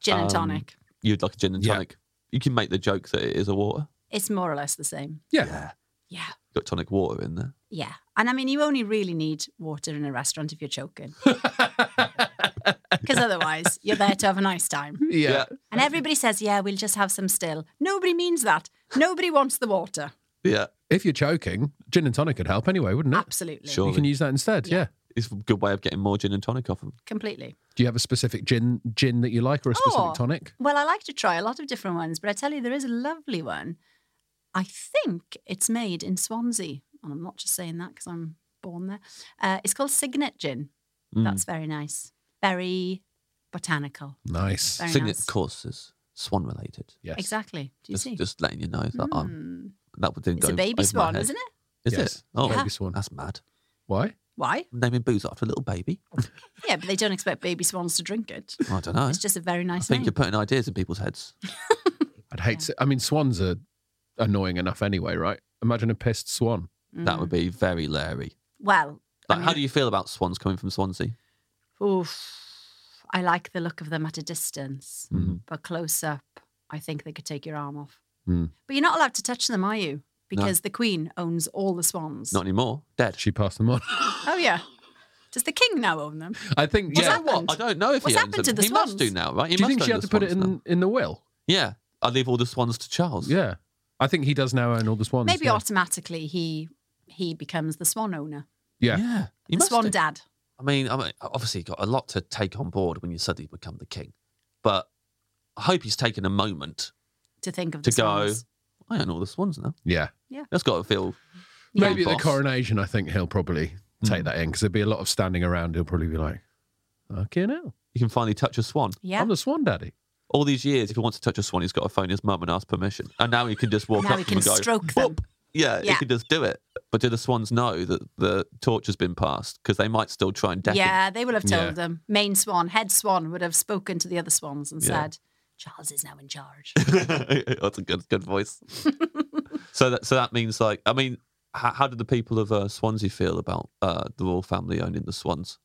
C: Gin and
B: Um,
C: tonic.
B: You'd like a gin and
A: Yeah.
B: tonic. You can make the joke that it is a water.
C: It's more or less the same.
A: Yeah.
C: Yeah.
B: Got tonic water in there.
C: Yeah. And I mean, you only really need water in a restaurant if you're choking. Because otherwise, you're there to have a nice time.
A: Yeah.
C: And everybody says, yeah, we'll just have some still. Nobody means that. Nobody wants the water.
B: Yeah.
A: If you're choking, gin and tonic could help anyway, wouldn't it?
C: Absolutely.
B: Sure.
A: You can use that instead. Yeah.
B: It's a good way of getting more gin and tonic off them.
C: Completely.
A: Do you have a specific gin gin that you like or a specific
C: Oh.
A: tonic?
C: Well, I like to try a lot of different ones, but I tell you, there is a lovely one. I think it's made in Swansea, and I'm not just saying that because I'm born there. Uh, it's called Signet Gin.
B: Hmm. Mm.
C: That's very nice, very botanical.
A: Nice.
C: Very
B: Signet
C: nice.
B: courses, swan related.
A: Yes.
C: Exactly. Do you
B: Just,
C: see?
B: just letting you know that I'm,
C: Mm.
B: that didn't
C: It's
B: go
C: a baby
B: over my
C: swan,
B: head.
C: isn't it?
B: Is
A: Yes.
B: it? Oh,
A: Baby swan.
B: That's mad.
A: Why?
C: Why?
B: Naming booze after a little baby.
C: Yeah, but they don't expect baby swans to drink it.
B: I don't know.
C: It's just a very
B: I
C: nice
B: think
C: name.
B: you're putting ideas in people's heads.
A: I'd hate to. I mean, swans are annoying enough anyway, right? Imagine a pissed swan.
B: That would be very Larry.
C: Hmm. Well, Mm. I
B: Like, how do you feel about swans coming from Swansea?
C: Oof. I like the look of them at a distance,
B: Mm-hmm.
C: but close up, I think they could take your arm off.
A: Mm.
C: But you're not allowed to touch them, are you? Because the Queen owns all the swans.
B: Not anymore. Dead.
A: She passed them on.
C: oh, yeah. Does the King now own them?
A: I think.
C: What's
A: yeah.
C: that? happened?
B: I don't know if
C: What's
B: he owns
C: happened to
B: them.
C: the
B: He
C: swans?
B: must do now, right? He
A: Do you
B: must
A: think she
B: own
A: had
B: the
A: to put it
B: swans
A: in
B: now.
A: in the will?
B: Yeah, I leave all the swans to Charles.
A: Yeah. I think he does now own all the swans.
C: Maybe
A: yeah.
C: automatically he he becomes the swan owner,
A: Yeah.
B: yeah. He
C: the
B: must
C: swan
B: do.
C: dad.
B: I mean, I mean, obviously, you've got a lot to take on board when you suddenly become the king. But I hope he's taken a moment
C: To think of
B: to
C: the
B: go.
C: swans.
B: I own all the swans now.
A: Yeah.
B: That's got to feel.
C: Yeah.
A: Maybe at
B: boss. Hmm.
A: the coronation, I think he'll probably take that in because there'd be a lot of standing around. He'll probably be like, okay, now
B: You can finally touch a swan.
C: Yeah.
A: I'm the swan daddy.
B: All these years, if he wants to touch a swan, he's got to phone his mum and ask permission. And now he can just walk
C: Now
B: up
C: he
B: to them
C: can
B: and go,
C: stroke
B: "Boop."
C: them.
B: Yeah, he
C: Yeah.
B: can just do it. But do the swans know that the torch has been passed? Because they might still try and deck him.
C: Yeah, they will have told
A: Yeah.
C: them. Main swan, head swan would have spoken to the other swans and
B: Yeah.
C: said, Charles is now in charge.
B: That's a good good voice. so that so that means like I mean, how, how do the people of uh, Swansea feel about uh, the royal family owning the swans?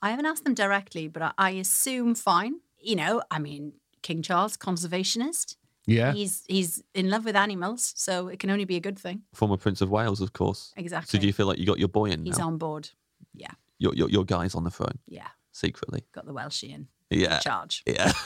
C: I haven't asked them directly, but I, I assume fine. You know, I mean, King Charles, conservationist.
A: Yeah.
C: He's he's in love with animals, so it can only be a good thing.
B: Former Prince of Wales, of course.
C: Exactly.
B: So do you feel like you got your boy in
C: he's
B: now?
C: on board. Yeah,
B: Your, your your guy's on the throne
C: yeah.
B: secretly.
C: Got the Welshie in
B: Yeah,
C: charge.
B: yeah.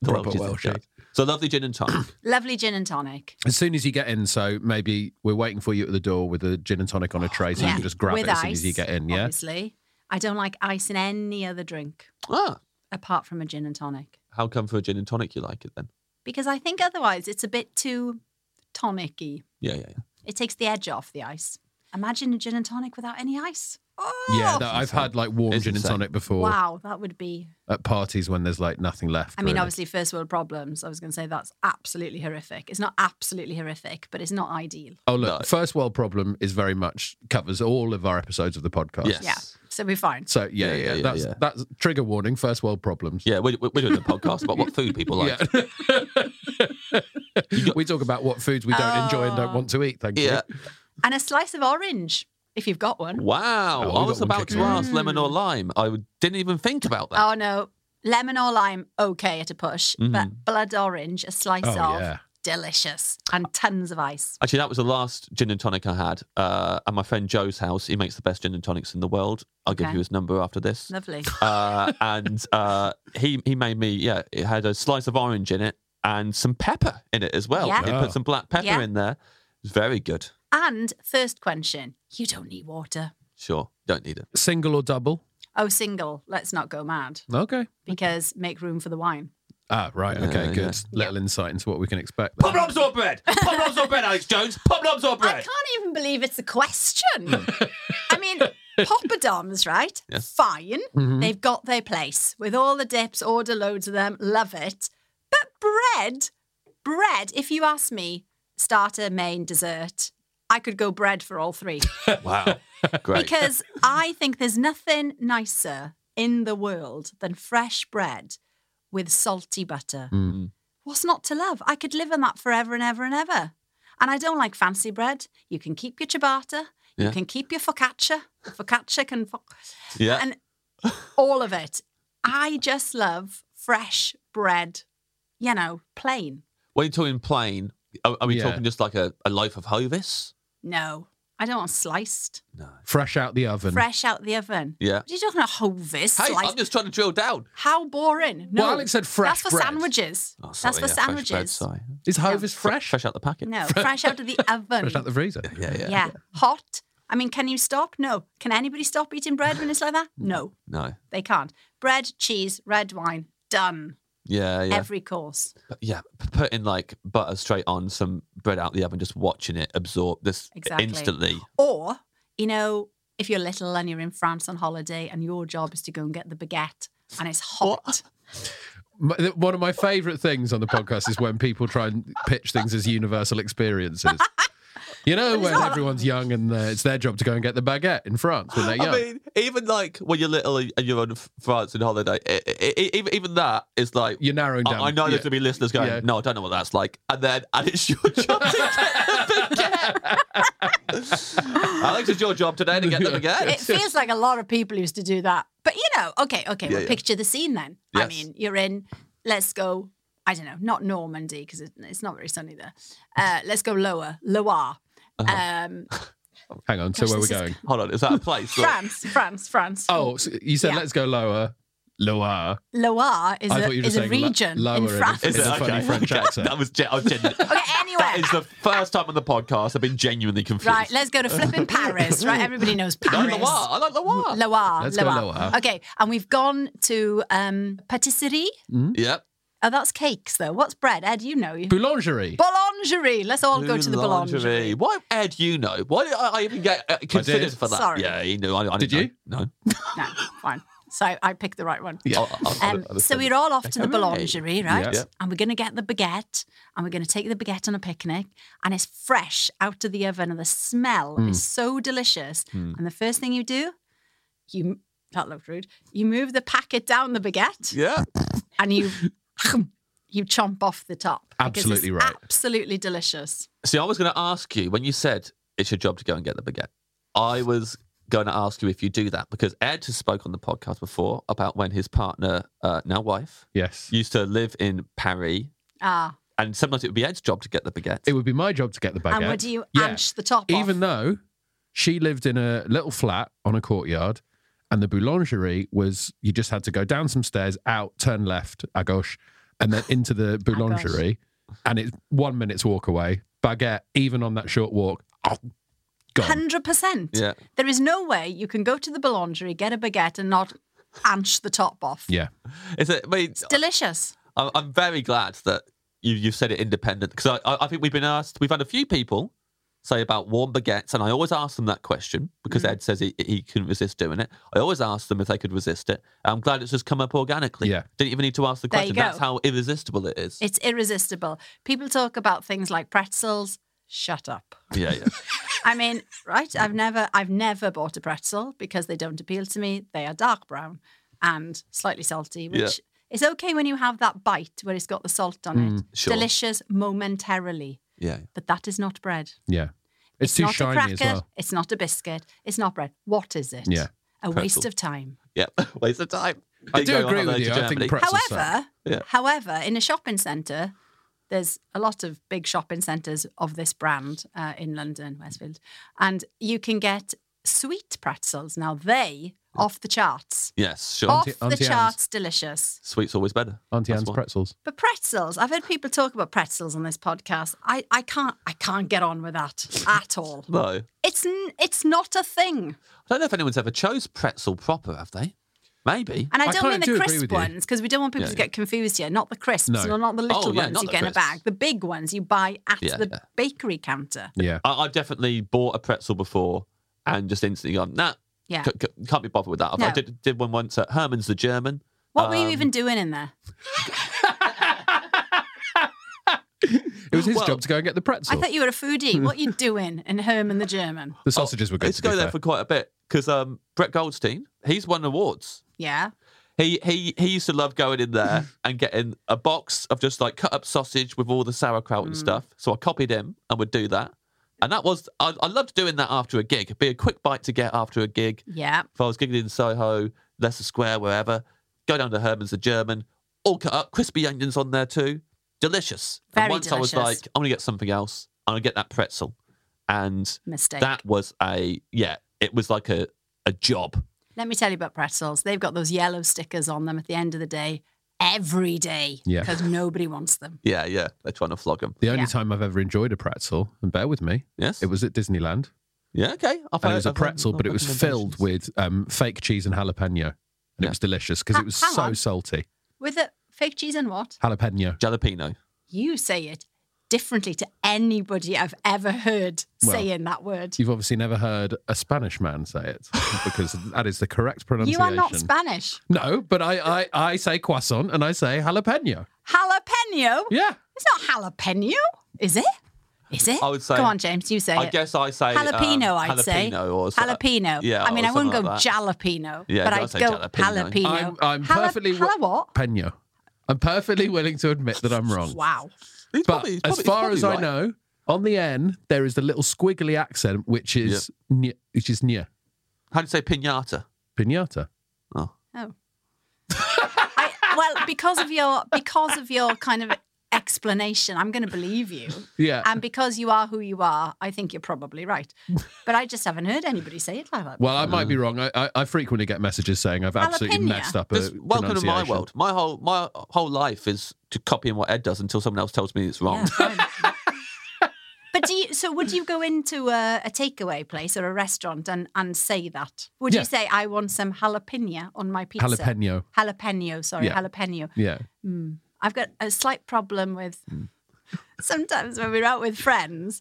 B: The
A: Proper
B: Welsh is in
A: Welshie.
B: charge. So lovely gin and tonic.
C: Lovely gin and tonic.
A: As soon as you get in, so maybe we're waiting for you at the door with a gin and tonic on a tray, so you
C: Yeah.
A: can just grab
C: With
A: it as soon as
C: ice,
A: you get in. Yeah.
C: Obviously, I don't like ice in any other drink
B: ah,
C: apart from a gin and tonic
B: how come for a gin and tonic you like it then?
C: because I think otherwise it's a bit too tonicky.
B: Yeah, yeah, yeah.
C: It takes the edge off the ice. Imagine a gin and tonic without any ice. Oh,
A: Yeah, that, I've
B: Insane.
A: had like warm
B: It's
A: gin and
B: insane.
A: tonic before
C: wow, that would be.
A: at parties when there's like nothing left.
C: I mean,
A: really.
C: obviously, first world problems. I was going to say that's absolutely horrific. It's not absolutely horrific, but it's not ideal.
A: Oh look,
B: No.
A: first world problem is very much covers all of our episodes of the podcast.
B: Yes.
C: Yeah, so we're fine.
A: So yeah, yeah,
B: Yeah, yeah, yeah,
A: that's
B: yeah.
A: that's trigger warning. First world problems.
B: Yeah, we're, we're we're doing a podcast about what food people like.
A: Yeah. we talk about what foods we don't enjoy and don't want to eat. Thank
B: Yeah.
A: you.
C: And a slice of orange, if you've got one.
B: Wow,
A: Oh, we
B: I was
A: got one
B: about to
A: kicking around.
B: ask lemon or lime. I would- didn't even think about that.
C: Oh no, lemon or lime, okay at a push, but blood orange, a slice
A: Mm-hmm. Oh,
C: of,
A: yeah.
C: delicious, and tons of ice.
B: Actually, that was the last gin and tonic I had uh, at my friend Joe's house. He makes the best gin and tonics in the world. I'll give
C: Okay.
B: you his number after this.
C: Lovely.
B: Uh, and uh, he he made me yeah. It had a slice of orange in it and some pepper in it as well.
C: Yeah.
B: He
A: Yeah.
B: put some black pepper
C: Yeah.
B: in there. It's very good.
C: and thirst quenching. You don't need water.
B: Sure, don't need it.
A: Single or double?
C: Oh, single. Let's not go mad
A: Okay.
C: because make room for the wine.
A: Ah, right. Okay,
B: Yeah,
A: good.
B: yeah.
A: Little insight into what we can expect.
B: Pop knobs or bread? Pop knobs or bread, Alex Jones? Pop knobs or
C: I
B: bread?
C: can't even believe it's a question. I mean, poppadoms, right? Fine. They've got their place with all the dips, order loads of them, love it. But bread, bread, if you ask me, starter, main, dessert, I could go bread for all three
B: Wow, great.
C: because I think there's nothing nicer in the world than fresh bread with salty butter.
B: Mm.
C: What's not to love? I could live on that forever and ever and ever. And I don't like fancy bread. You can keep your ciabatta. You
B: Yeah.
C: can keep your focaccia. The Focaccia can, fo-
B: yeah,
C: and all of it. I just love fresh bread. You know, plain.
B: When you're talking plain, are, are we
A: Yeah.
B: talking just like a, a loaf of hovis?
C: No, I don't want sliced.
A: Fresh out the oven.
C: Fresh out the oven.
B: Mm. Yeah.
C: What are you talking about? Hovis.
B: Hey,
C: sliced
B: I'm just trying to drill down.
C: How boring. No.
A: Well, Alex said fresh
C: That's for
A: bread.
C: sandwiches.
B: Oh,
C: That's
B: sorry, yeah,
C: for
B: fresh bread,
C: sandwiches.
B: sorry.
A: Is Hovis fresh?
B: Fresh out the packet.
C: no, fresh out of the oven.
A: Fresh out the freezer.
B: Yeah, yeah.
C: yeah. Hot. I mean, can you stop? No. Can anybody stop eating bread when it's like that?
B: Mm.
C: No,
B: No.
C: they can't. Bread, cheese, red wine, done.
B: Yeah, yeah.
C: Every course.
B: But yeah, p- putting like butter straight on some bread out the oven, just watching it absorb this
C: Exactly.
B: instantly.
C: Or, you know, if you're little and you're in France on holiday and your job is to go and get the baguette and it's hot.
A: My- th- One of my favourite things on the podcast is when people try and pitch things as universal experiences. You know, when
C: not.
A: everyone's young and uh, it's their job to go and get the baguette in France when they're young.
B: I mean, even like when you're little and you're on F- France on holiday, e, i i i- even, even that is like.
A: You're narrowing down.
B: I, I know there's
A: yeah.
B: going to be listeners going,
A: Yeah.
B: no, I don't know what that's like. And then, and it's your job to get them again. Alex, it's your job today to get them again.
C: it feels like a lot of people used to do that. But you know, okay, okay, well,
B: yeah.
C: picture the scene then. I
B: Yes.
C: mean, you're in, let's go, I don't know, not Normandy because it, it's not very sunny there. Uh, let's go lower, Loire.
B: Uh-huh.
C: Um,
A: Hang on. So
C: Gosh,
A: where are we
C: this is
A: going?
B: Hold on, is that a place? Look.
C: France, France, France.
A: Oh, so you said
C: Yeah.
A: let's go lower. Loire.
C: Loire is
A: I
C: a,
A: thought you were
C: is a
A: saying lo-
C: region
A: lower in
C: in France.
A: It's a funny French
B: Okay,
A: accent.
B: That was gen- I was genuine.
C: okay,
B: that is
C: anyway.
B: the first time on the podcast I've been genuinely confused.
C: Right, let's go to flipping Paris. Right, everybody knows
B: I
C: Paris.
B: like Loire. I like Loire.
C: Loire,
A: Let's go
C: Loire.
A: Loire.
C: Okay, and we've gone to um, patisserie.
B: Hmm? Yep.
C: Oh, that's cakes though. What's bread? Ed, you know.
A: Boulangerie.
C: Boulangerie. Let's all go to the
B: Boulangerie.
C: boulangerie.
B: Why, Ed, you know? Why did I, I even get uh, considered
A: did.
B: for that?
C: Sorry.
B: Yeah, he knew. I, I didn't
A: Did
B: know.
A: you?
B: No.
C: No, fine. So I picked the right one.
A: Yeah.
B: I'll- I'll- I'll-
C: Um,
B: I'll
C: so
B: understand.
C: we're all off to the
B: Hooray.
C: boulangerie, right?
A: Yeah.
C: And we're going to get the baguette and we're going to take the baguette on a picnic and it's fresh out of the oven and the smell
A: Hmm.
C: is so delicious. And the first thing you do, you, that looked rude, you move the packet down the baguette
B: Yeah.
C: and you, you chomp off the top. because it's
A: Absolutely right.
C: Absolutely delicious.
B: See, I was going to ask you when you said it's your job to go and get the baguette. I was going to ask you if you do that because Ed has spoke on the podcast before about when his partner, uh, now wife,
A: Yes.
B: used to live in Paris
C: Ah,
B: And sometimes it would be Ed's job to get the baguette.
A: It would be my job to get the baguette.
C: And would you
A: Yeah.
C: anch the top
A: Even
C: off?
A: though she lived in a little flat on a courtyard and the boulangerie was you just had to go down some stairs, out, turn left, à gauche, and then into the boulangerie. and it's one minute's walk away. Baguette, even on that short walk, oh, gone.
C: 100%.
B: Yeah.
C: There is no way you can go to the boulangerie, get a baguette, and not anch the top off.
A: Yeah.
B: Is it, I mean,
C: It's delicious.
B: I'm, I'm very glad that you, you've said it independent because I, I, I think we've been asked, we've had a few people say about warm baguettes, and I always ask them that question because
A: Mm.
B: Ed says he, he couldn't resist doing it. I always ask them if they could resist it. I'm glad it's just come up organically.
A: Yeah.
B: Didn't even need to ask the
C: There you
B: question.
C: go.
B: That's how irresistible it is.
C: It's irresistible. People talk about things like pretzels. Shut up.
B: yeah, yeah.
C: I mean, right? I've never, I've never bought a pretzel because they don't appeal to me. They are dark brown and slightly salty, which
B: Yeah.
C: is okay when you have that bite where it's got the salt on
A: Mm,
C: it.
B: sure.
C: Delicious momentarily,
B: Yeah.
C: but that is not bread.
A: Yeah. It's, too
C: not a
A: shiny
C: cracker.
A: as well.
C: It's not a biscuit. It's not bread. What is it?
A: Yeah.
C: A waste
B: Pretzel.
C: of time.
B: Yeah. Waste of time.
A: I
B: Didn't
A: do
B: go on
A: agree
B: holiday
A: with you.
B: to
A: I think
B: Germany.
A: pretzels suck.
C: However,
B: Yeah.
C: however, in a shopping centre, there's a lot of big shopping centres of this brand uh, in London, Westfield, and you can get sweet pretzels. Now they off the charts,
B: Yes, sure.
C: off
A: Auntie-
C: the
A: Auntie Anne's.
C: charts, delicious.
B: Sweet's always better.
A: Auntie
B: That's
A: Anne's
B: why.
A: pretzels.
C: But pretzels, I've heard people talk about pretzels on this podcast. I, I can't I can't get on with that at all.
B: No.
C: It's n- it's not a thing,
B: I don't know if anyone's ever chose pretzel proper, have they? Maybe.
C: and I
A: I
C: don't
A: kinda
C: mean the
A: do agree
C: crisp
A: with you.
C: ones because we don't want people
B: Yeah,
C: to
B: yeah.
C: get confused here. Not the crisps,
A: No.
C: no. not the little
B: Oh, yeah,
C: ones
B: not
C: you
B: the
C: get in a
B: crisps.
C: bag. The big ones you buy at
B: Yeah,
C: the
B: yeah.
C: bakery counter.
A: Yeah.
B: I, I've definitely bought a pretzel before and just instantly gone, nah,
C: Yeah.
B: c- c- can't be bothered with that. I
C: No.
B: did, did one once at Herman's the German.
C: What were you even doing in there?
A: It was his
B: Well-
A: job to go and get the pretzel.
C: I thought you were a foodie. what you doing in Herman the German?
A: the sausages were
B: I
A: good.
B: used
A: To
B: to go
A: be
B: there
A: fair.
B: for quite a bit because um, Brett Goldstein, he's won awards.
C: Yeah.
B: He, he he used to love going in there and getting a box of just like cut up sausage with all the sauerkraut
C: Mm.
B: and stuff. So I copied him and would do that. And that was, I, I loved doing that after a gig. It'd be a quick bite to get after a gig.
C: Yeah.
B: if I was gigging in Soho, Leicester Square, wherever, go down to Herman's the German, all cut up, crispy onions on there too. Delicious.
C: Very
B: and once I was
C: delicious.
B: like, I'm going to get something else. I'm going to get that pretzel. And
C: Mistake.
B: that was a, yeah, it was like a, a job.
C: Let me tell you about pretzels. They've got those yellow stickers on them at the end of the day, every day,
A: Yeah.
C: because nobody wants them.
B: Yeah, yeah. They're trying to flog him.
A: The only
C: Yeah.
A: time I've ever enjoyed a pretzel, and bear with me,
B: Yes.
A: it was at Disneyland.
B: yeah, okay. I've
A: and
B: heard-
A: it was a
C: um,
B: I've heard-
A: pretzel,
B: I've
A: but it
B: heard
A: was filled
B: recommendations.
A: with um, fake cheese and jalapeno, and it
B: Yeah.
A: was delicious because
C: Ha-
A: it was
C: hang
A: so
C: on.
A: salty.
C: With a fake cheese and what?
A: Jalapeno.
B: jalapeno.
C: You say it differently to anybody I've ever heard
A: Well,
C: saying that word.
A: You've obviously never heard a Spanish man say it because that is the correct
C: You
A: pronunciation.
C: are not Spanish.
A: No, but I, I, I say croissant and I say jalapeno.
C: Jalapeno?
A: Yeah.
C: It's not jalapeno, is it? Is it?
B: I would say-
C: Come on, James, you say
B: I
C: it.
B: guess I say um,
C: Uh, jalapeno, I'd say.
B: jalapeno or so-
C: jalapeno.
B: Yeah,
C: I mean,
B: or
C: I wouldn't go
B: something like that.
C: jalapeno,
B: Yeah,
C: but
B: I'd
C: I'd
B: say
C: go
B: jalapeno.
C: jalapeno.
A: I'm, I'm
C: Jala-
A: perfectly.
C: jala what?
A: Jalapeno. I'm perfectly willing to admit that I'm wrong.
C: Wow.
A: But
B: He's probably-
A: as
B: he's probably- he's
A: far
B: probably
A: as I
B: right.
A: know, on the N there is the little squiggly accent, which is nye, which is nye,
B: How do you say pinata?
A: pinata.
B: Oh.
C: Oh. I, well, because of your because of your kind of explanation, I'm going to believe you.
A: Yeah,
C: And because you are who you are, I think you're probably right. But I just haven't heard anybody say it like that.
A: Well, I might be wrong. I, I, I frequently get messages saying I've absolutely
C: Um, Jalapeno.
A: messed up. A
B: Just welcome to my
A: pronunciation.
B: world. My whole my whole life is to copying what Ed does until someone else tells me it's
D: 嗯
B: wrong.
C: Yeah, fine. but do you? So would you go into a, a takeaway place or a restaurant and and say that? Would
A: Yeah.
C: you say I want some jalapeno on my pizza?
A: Jalapeno.
C: Jalapeno. Sorry,
A: Yeah.
C: jalapeno.
A: Yeah.
C: I've got a slight problem with
A: Hmm.
C: sometimes when we're out with friends,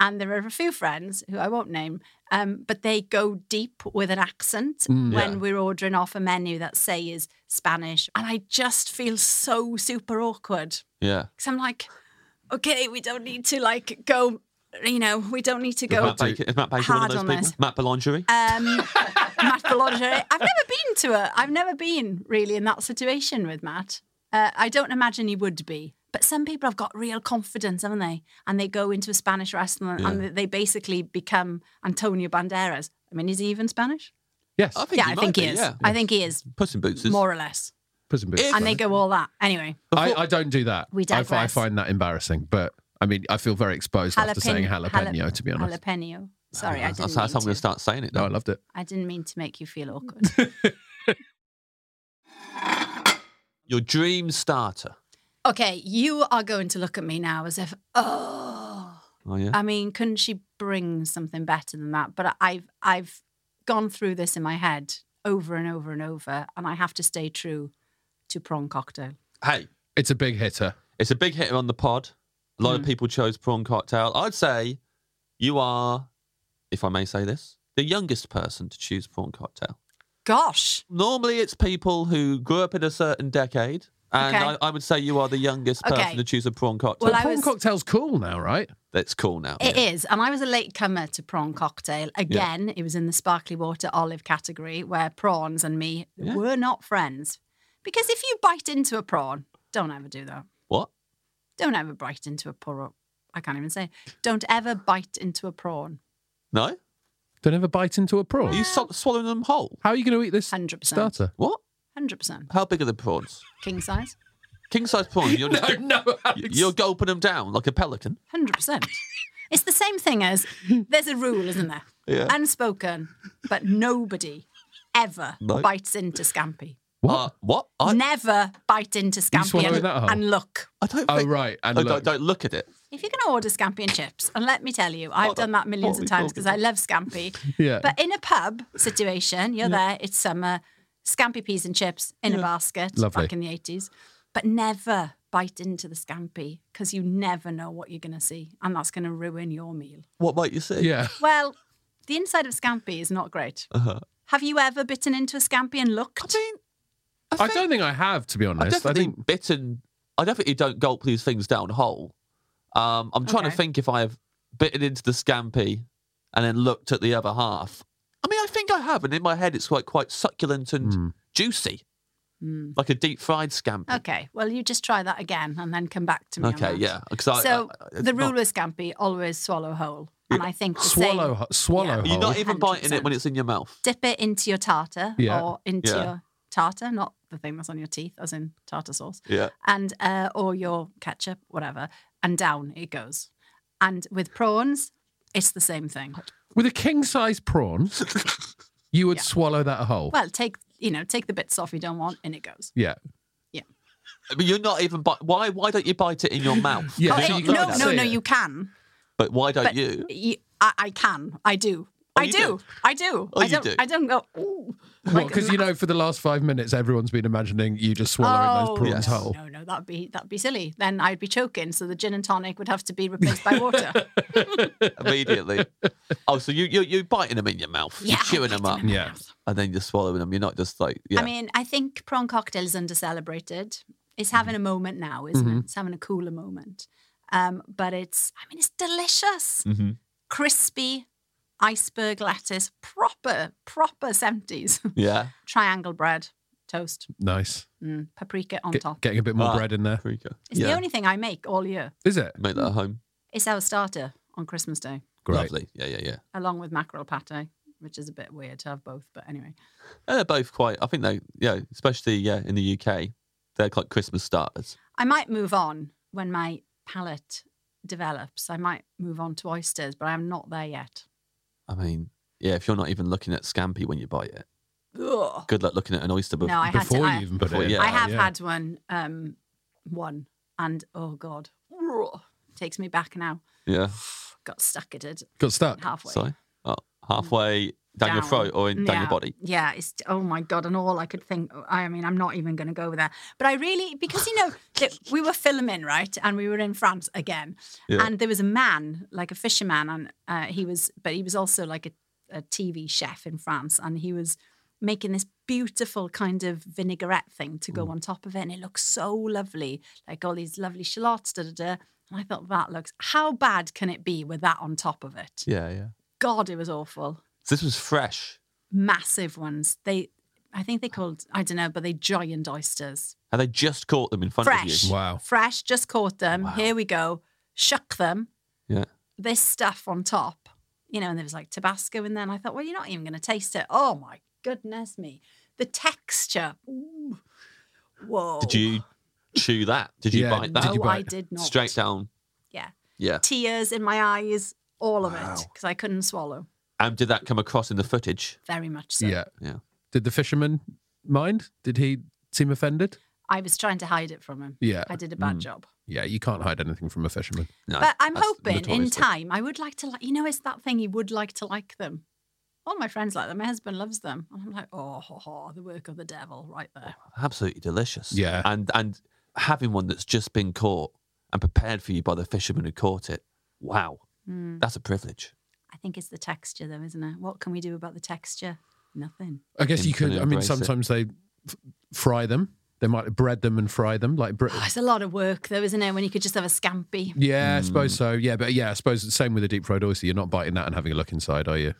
C: and there are a few friends who I won't name, um, but they go deep with an accent when
A: Hmm.
B: Yeah.
C: we're ordering off a menu that say is Spanish, and I just feel so super awkward
B: Yeah.
C: because I'm like, okay, we don't need to like go, you know, we don't need to go.
B: Matt Baker, is Matt Baker one of
C: hard
B: those
C: on
B: people?
C: this.
B: Matt Boulangerie?
C: Um, Matt Boulangerie. I've never been to a. I've never been really in that situation with Matt. Uh, I don't imagine he would be. But some people have got real confidence, haven't they? And they go into a Spanish restaurant and they basically become Antonio Banderas. I mean, is he even Spanish?
A: Yes.
B: I think
C: yeah,
B: he
C: I
B: might
C: think
B: be,
C: he is.
B: yeah.
C: I think he is,
B: Puss in Boots is
C: more or less.
A: Puss in Boots.
B: If-
C: and they go all that. Anyway,
A: I, I don't do that.
C: We
A: I fi- I,
C: digress.
A: find that embarrassing, but I mean, I feel very exposed after saying
C: Jalapen-
A: jalapeno. to be honest,
C: Jalapeno. Sorry, I
B: That's- That's
C: didn't.
B: how I'm
C: mean
B: going
C: to.
B: to start saying it.
A: no, I
B: Now.
A: loved it.
C: I didn't mean to make you feel awkward.
B: Your dream starter.
C: okay, you are going to look at me now as if, oh,
B: Oh yeah.
C: I mean, couldn't she bring something better than that? But I've I've gone through this in my head over and over and over, and I have to stay true to prawn cocktail.
B: hey,
A: It's a big hitter.
B: it's a big hitter on the pod. A lot of people chose prawn cocktail. I'd say you are, if I may say this, the youngest person to choose prawn cocktail.
C: Gosh,
B: Normally, it's people who grew up in a certain decade, and
C: Okay.
B: I, I would say you are the youngest
C: Okay.
B: person to choose a prawn cocktail.
C: Well, I
A: Prawn
C: was-
A: cocktail's cool now, right?
B: That's cool now.
C: it is, and I was a late comer to prawn cocktail. Again, it was in the sparkly water olive category, where prawns and me
B: Yeah.
C: were not friends. Because if you bite into a prawn, don't ever do that.
B: What?
C: Don't ever bite into a prawn. I can't even say. it. Don't ever bite into a prawn.
B: No?
A: Don't ever bite into a prawn.
B: Are you so- swallowing them whole?
A: How are you going to eat this
C: 100%.
A: starter?
B: What?
C: Hundred percent.
B: How big are the prawns?
C: King size.
B: King size prawns. You're just
A: no, Alex.
B: you're gulping them down like a pelican.
C: Hundred percent. It's the same thing as there's a rule, isn't there?
B: Yeah.
C: Unspoken, but nobody ever
B: No.
C: bites into scampi.
A: What?
B: Uh, what? I,
C: Never bite into scampi
A: swallowing
C: and,
A: that whole?
C: and look.
B: I don't.
A: Oh,
B: think-
A: right, and
B: I don't-
A: look.
B: don't look at it.
C: If you're going to order scampi and chips, and let me tell you, I've
B: Hold
C: done
B: on.
C: that millions
B: What
C: of
B: are we
C: times because I
B: talking
C: love scampi.
A: Yeah.
C: But in a pub situation, you're there, it's summer, scampi peas and chips in a basket
A: Lovely.
C: back in the 80s. But never bite into the scampi because you never know what you're going to see. And that's going to ruin your meal.
B: What might you see?
A: yeah.
C: Well, the inside of scampi is not great.
B: Uh-huh.
C: Have you ever bitten into a scampi and looked?
B: I mean,
A: I don't think I have, to be
B: I
A: honest. I
B: definitely
A: think
B: bitten. I definitely don't gulp these things down whole. Um, I'm trying
C: Okay.
B: to think if I have bitten into the scampi and then looked at the other half. I mean, I think I have, and in my head, it's quite quite succulent and juicy,
C: Mm.
B: like a deep fried scampi.
C: Hmm. Okay, well, you just try that again and then come back to me. on
B: Okay,
C: that.
B: yeah. 'cause I-
C: So
B: I- I- uh, it's
C: the
B: not-
C: rule with scampi always swallow whole. And I think the
A: swallow,
C: same,
A: ho- swallow.
C: Yeah.
B: You're
A: whole.
B: not even biting it when
C: 100%.
B: it's in your mouth.
C: dip it into your tartar
A: Yeah.
C: or into
B: Yeah.
C: your tartar, not the thing that's on your teeth, as in tartar sauce,
B: Yeah.
C: and uh, or your ketchup, whatever, and down it goes. And with prawns, it's the same thing.
A: With a king size prawn, you would
C: Yeah.
A: swallow that whole.
C: Well, take you know, take the bits off you don't want, and it goes.
A: yeah.
B: I mean, you're not even. Bi- why? Why don't you bite it in your mouth?
A: Yeah,
C: Oh,
A: so
C: it-
A: you
C: no,
A: can't
C: no,
A: see
C: no,
A: it.
C: you can.
B: But why don't
C: But
B: you?
C: you- I, I can. I do. I
B: you
C: do.
B: do?
C: I do.
B: Oh,
C: I
B: you
C: don't.
B: do.
C: I don't go. Ooh.
A: Well, because you know, for the last five minutes, everyone's been imagining you just swallowing those prawns Oh,
B: Yes.
C: no,
A: whole.
C: Oh, no, no, that'd be that'd be silly. Then I'd be choking, so the gin and tonic would have to be replaced by water.
B: immediately. oh, so you you you biting them in your mouth,
C: Yeah,
B: you're chewing them up,
A: in my Yeah.
C: mouth.
B: and then you're swallowing them. You're not just like yeah.
C: I mean, I think prawn cocktail is under celebrated. It's
B: Mm-hmm.
C: having a moment now, isn't it? It's having a cooler moment. Um, but it's, I mean, it's delicious,
B: Mhm.
C: crispy iceberg lettuce, proper proper seventies
B: yeah.
C: triangle bread, toast,
A: Nice.
C: mm, paprika on
A: Get,
C: top.
A: getting a bit more
B: Ah.
A: bread in there.
B: Paprika.
C: It's
B: yeah.
C: the only thing I make all year.
A: Is it?
B: Make that at home.
C: It's our starter on Christmas Day,
A: Great.
B: Lovely. Yeah, yeah, yeah.
C: along with mackerel pate, which is a bit weird to have both. But anyway,
B: And they're both quite. I think they yeah, especially yeah in the UK, they're like Christmas starters.
C: I might move on when my palate develops. I might move on to oysters, but I'm not there yet.
B: I mean, yeah, if you're not even looking at scampi when you bite it,
C: Ugh.
B: good luck looking at an oyster. bef-
C: No, I had to.
A: Before
C: I,
A: you even put
B: Before-
A: it in.
B: yeah.
C: I have
A: yeah.
C: had one, um, one, and oh god, Ugh. takes me back now.
B: yeah.
C: Got stuck at it
A: Got stuck.
C: halfway.
B: Sorry. Oh, halfway down, your throat or in, down
C: Yeah.
B: your body.
C: Yeah, it's oh my god, and all I could think. I mean, I'm not even going to go there. But I really because you know that we were filming right, and we were in France again,
B: Yeah.
C: and there was a man like a fisherman, and uh, he was, but he was also like a, a TV chef in France, and he was making this beautiful kind of vinaigrette thing to
B: Mm.
C: go on top of it, and it looks so lovely, like all these lovely shallots, da da da. And I thought that looks how bad can it be with that on top of it?
B: Yeah, yeah.
C: God, it was awful
B: So this was fresh.
C: massive ones. They, I think they called, I don't know, but they giant oysters,
B: And they just caught them in front
C: fresh,
B: of
A: Wow.
C: fresh. Just caught them. Here we go. Shuck them.
B: you. Yeah.
C: This stuff on top, you know, and there was like Tabasco in there. And I thought, well, you're not even going to taste it. Oh my goodness me, the texture. Ooh. Whoa.
B: Did you chew that? Did you
A: Yeah,
B: bite
C: No,
B: that?
A: Did you bite
C: I
A: it?
C: Oh. did not.
B: Straight down.
C: Yeah.
B: Yeah.
C: Tears in my eyes, all of
A: Wow.
C: it, because I couldn't swallow.
B: And did that come across in the footage?
C: Very much so.
A: Yeah.
B: Yeah.
A: Did the fisherman mind? Did he seem offended?
C: I was trying to hide it from him.
A: Yeah.
C: I did a
B: Mm.
C: bad job.
A: Yeah, you can't hide anything from a fisherman.
B: No,
C: but I'm
B: that's
C: hoping in
B: notoriously-
C: time I would like to like you know it's that thing you would like to like them. All my friends like them. My husband loves them. And I'm like, oh, ho, ho, the work of the devil, right there.
B: Absolutely delicious.
A: Yeah.
B: And and having one that's just been caught and prepared for you by the fisherman who caught it. Wow.
C: Mm.
B: That's a privilege.
C: I think it's the texture, though, isn't it? What can we do about the texture? Nothing.
A: I guess you
B: Can- can
A: could. I mean,
B: embrace it.
A: sometimes they f- fry them. They might bread them and fry them, like Brit-
C: Oh, it's a lot of work, though, isn't it? When you could just have a scampi.
A: Yeah, I
B: Hmm.
A: suppose so. Yeah, but yeah, I suppose it's the same with a deep fried oyster. You're not biting that and having a look inside, are you?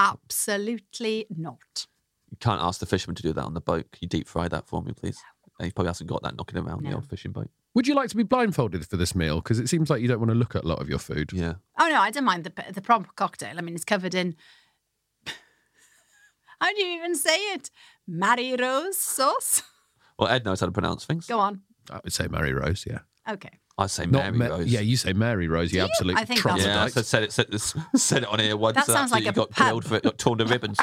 C: Absolutely not.
B: You can't ask the fisherman to do that on the boat. Can you deep fry that for me, please? And he probably hasn't got that knocking around the
C: No.
B: old fishing boat.
A: Would you like to be blindfolded for this meal? Because it seems like you don't want to look at a lot of your food.
B: Yeah.
C: Oh no, I don't mind the the prompt cocktail. I mean, it's covered in. How do you even say it? Mary Rose sauce.
B: Well, Ed knows how to pronounce things.
C: Go on.
A: I would say Mary Rose. Yeah,
C: Okay.
B: I say
A: Not
B: Mary
A: Ma-
B: Rose.
A: Yeah, you say Mary Rose. You
C: Do you?
A: absolute
C: I think that's-
B: Yeah, I
A: troglodyte.
B: said, said it, said, this- said it on here once.
C: That
B: and
C: sounds like
B: absolutely
C: a
B: got grilled
C: pub.
B: for it, got torn to ribbons.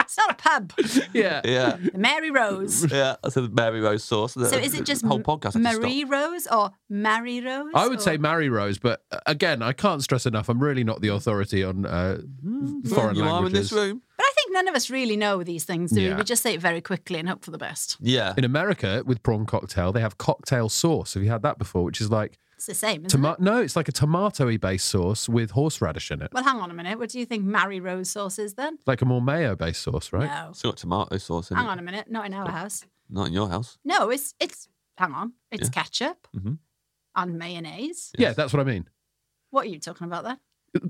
C: It's not a pub.
A: yeah.
B: yeah,
C: The Mary Rose.
B: yeah. I said Mary Rose sauce.
C: So is it just
B: whole
C: M-
B: podcast? I could stop.
C: Marie Rose or Mary Rose?
A: I would say
C: or-
A: Mary Rose, but uh, again, I can't stress enough. I'm really not the authority on uh, foreign
B: Mm, you are in
A: languages.
B: this room.
C: But I think none of us really know these things, do
A: Yeah.
C: we? We just say it very quickly and hope for the best.
B: Yeah,
A: In America, with prawn cocktail, they have cocktail sauce. Have you had that before? Which is like
C: It's the same, isn't
A: tomato.
C: it?
A: No, it's like a tomatoey based sauce with horseradish in it,
C: Well, hang on a minute. What do you think Mary Rose sauce is then?
A: like a more mayo based sauce, right?
C: No.
B: it's got tomato sauce in
C: Hang
B: it.
C: on a minute. Not in our house.
B: Not in your house.
C: No, it's it's. Hang on. It's
B: Yeah.
C: ketchup
B: Mhm.
C: and mayonnaise.
A: Mm-hmm. Yeah,
B: Yes.
A: that's what I mean.
C: What are you talking about then?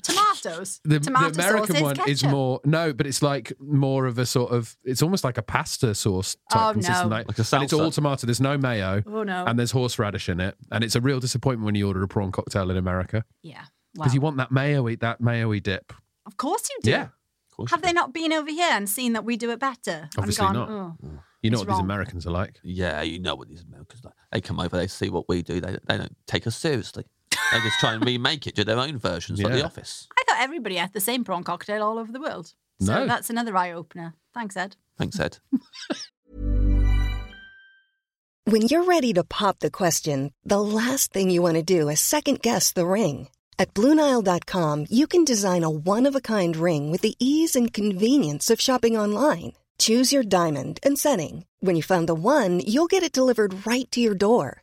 C: Tomatoes.
A: The, the
C: Tomato
A: American
C: sauce
A: one
C: is,
A: is
C: ketchup.
A: more no, but it's like more of a sort of it's almost like a pasta sauce type
C: Oh, no.
A: consistency. Like,
B: Like a
A: and it's
B: salsa.
A: all tomato. There's no mayo,
C: Oh no.
A: and there's horseradish in it, and it's a real disappointment when you order a prawn cocktail in America
C: yeah. Wow.
A: because you want that mayo-y, that mayo-y dip.
C: of course you do.
A: Yeah,
B: Of course.
C: Have
B: you
C: they not been over here and seen that we do it better? and
A: Obviously
C: gone,
A: not.
C: "Oh."
A: you know
C: It's
A: what these
C: wrong.
A: Americans are like.
B: do. Yeah, you know what these Americans like. They come over, they see what we do. They they don't take us seriously. They just try and remake it, do their own versions, like
A: Yeah.
B: The Office.
C: I thought everybody had the same prawn cocktail all over the world. So
A: No.
C: that's another eye opener. Thanks, Ed.
B: Thanks, Ed.
E: When you're ready to pop the question, the last thing you want to do is second guess the ring. At Bluenile.com, you can design a one of a kind ring with the ease and convenience of shopping online. Choose your diamond and setting. When you find the one, you'll get it delivered right to your door.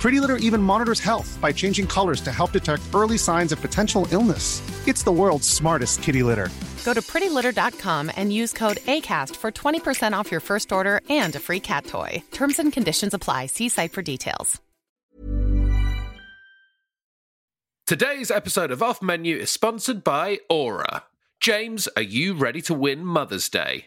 F: Pretty Litter even monitors health by changing colors to help detect early signs of potential illness. It's the world's smartest kitty litter.
G: Go to prettylitter.com and use code ACAST for 20% off your first order and a free cat toy. Terms and conditions apply. See site for details.
A: Today's episode of Off Menu is sponsored by Aura. James, are you ready to win Mother's Day?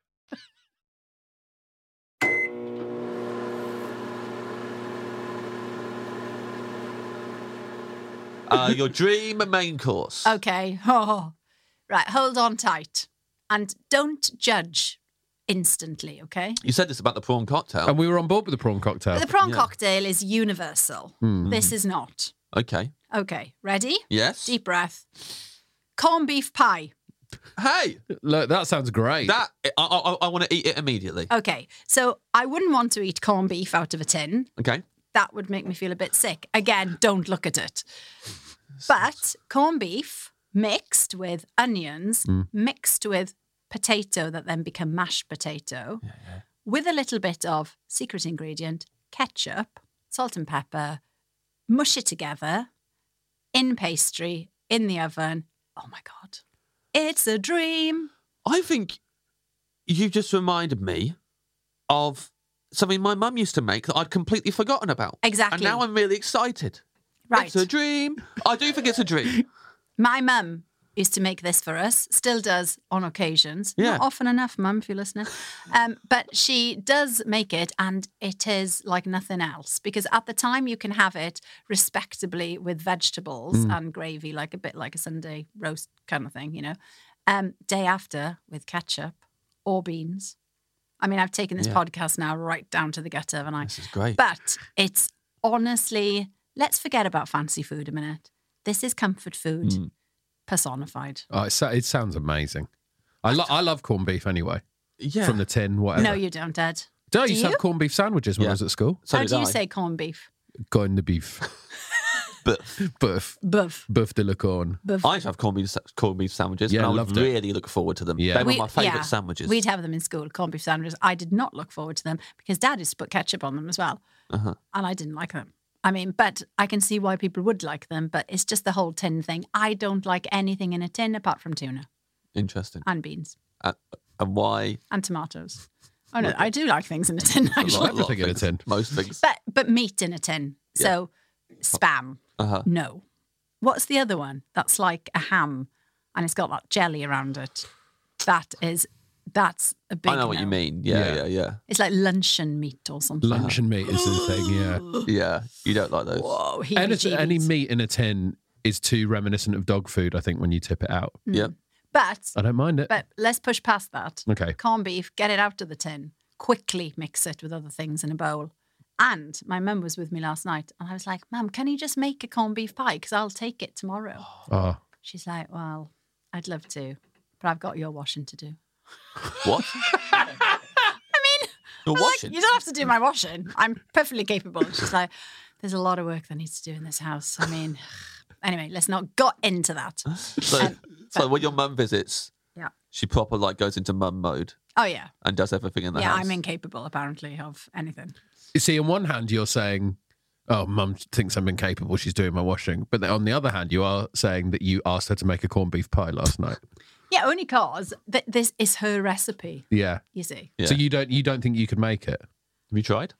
B: Uh, your dream main course.
C: Okay. Oh. Right. Hold on tight. And don't judge instantly, okay?
B: You said this about the prawn cocktail.
A: And we were on board with the prawn cocktail.
C: The prawn
B: yeah.
C: cocktail is universal. This is not.
B: okay.
C: Okay. Ready?
B: Yes.
C: Deep breath. Corned beef pie.
B: Hey,
A: Look, that sounds great.
B: that I, I, I want to eat it immediately.
C: Okay. So I wouldn't want to eat corned beef out of a tin.
B: Okay.
C: That would make me feel a bit sick. Again, don't look at it. But corned beef mixed with onions,
B: Hmm.
C: mixed with potato that then become mashed potato, with a little bit of secret ingredient, ketchup, salt and pepper, mush it together in pastry, in the oven. Oh my God. It's a dream.
B: I think you just reminded me of something my mum used to make that I'd completely forgotten about. And
C: Exactly.
B: now I'm really excited.
C: Right.
B: It's a dream. I do think it's a dream.
C: My mum used to make this for us, still does on occasions.
B: Yeah.
C: Not often enough, mum, if you're listening. Um, but she does make it, and it is like nothing else because at the time you can have it respectably with vegetables
B: Mm.
C: and gravy, like a bit like a Sunday roast kind of thing, you know. Um, day after with ketchup or beans. I mean, I've taken this
B: Yeah.
C: podcast now right down to the gutter, haven't I?
B: This is great.
C: But it's honestly, let's forget about fancy food a minute. This is comfort food
B: Hmm.
C: personified.
A: Oh, it, so- it sounds amazing. I, lo- I love corned beef anyway.
B: yeah.
A: From the tin, whatever.
C: No, you don't, Ed.
A: Do I
C: do
A: used to
C: you?
A: have corned beef sandwiches when
B: Yeah.
A: I was at school?
B: so
C: How
B: did
C: do you
B: I.
C: say corned beef?
A: Corned the beef.
B: But
A: Buff.
C: Buff.
A: Buff de la corn.
C: Buff.
B: I used to have corned beef, corned beef sandwiches,
A: Yeah,
B: and I
A: loved
B: would
A: it.
B: really look forward to them.
A: Yeah.
B: They were
C: We-
B: my favourite
C: yeah,
B: sandwiches.
C: We'd have them in school, corned beef sandwiches. I did not look forward to them because Dad used to put ketchup on them as well,
B: Uh-huh.
C: and I didn't like them. I mean, but I can see why people would like them. But it's just the whole tin thing. I don't like anything in a tin apart from tuna
B: Interesting.
C: and beans
B: And, and why?
C: and tomatoes. Oh no, I do like things in a tin.
B: a
C: Actually,
B: lot- lot of
A: everything in a
B: things.
A: tin.
B: Most things.
C: But but meat in a tin. So spam.
B: Uh-huh.
C: No. What's the other one? That's like a ham and it's got that jelly around it. That is that's a big
B: I know what
C: no.
B: you mean. Yeah, yeah,
A: Yeah.
B: yeah.
C: It's like luncheon meat or something.
A: Luncheon meat is the thing, yeah.
B: Yeah. You don't like those.
C: Whoa, Oh, he
A: Any, any meat in a tin is too reminiscent of dog food, I think, when you tip it out.
B: Yeah.
C: But
A: I don't mind it.
C: but let's push past that.
A: Okay.
C: Corned beef, get it out of the tin. Quickly mix it with other things in a bowl. And my mum was with me last night and I was like, Mum, can you just make a corned beef pie? Because I'll take it tomorrow.
A: Oh,
C: She's like, Well, I'd love to, but I've got your washing to do.
B: What?
C: I mean,
B: You're
C: I was
B: washing.
C: Like, you don't have to do my washing. I'm perfectly capable. She's like, there's a lot of work that needs to do in this house. I mean, anyway, let's not got into that.
B: so, so when your mum visits,
C: Yeah.
B: she proper like goes into mum mode
C: Oh yeah,
B: and does everything in the
C: yeah.
B: house.
C: I'm incapable apparently of anything.
A: You see, on one hand, you're saying, oh, mum thinks I'm incapable. She's doing my washing. But then on the other hand, you are saying that you asked her to make a corned beef pie last night.
C: Yeah, only cause that this is her recipe.
A: Yeah.
C: You see,
B: Yeah.
A: So you don't you don't think you could make it?
B: Have you tried?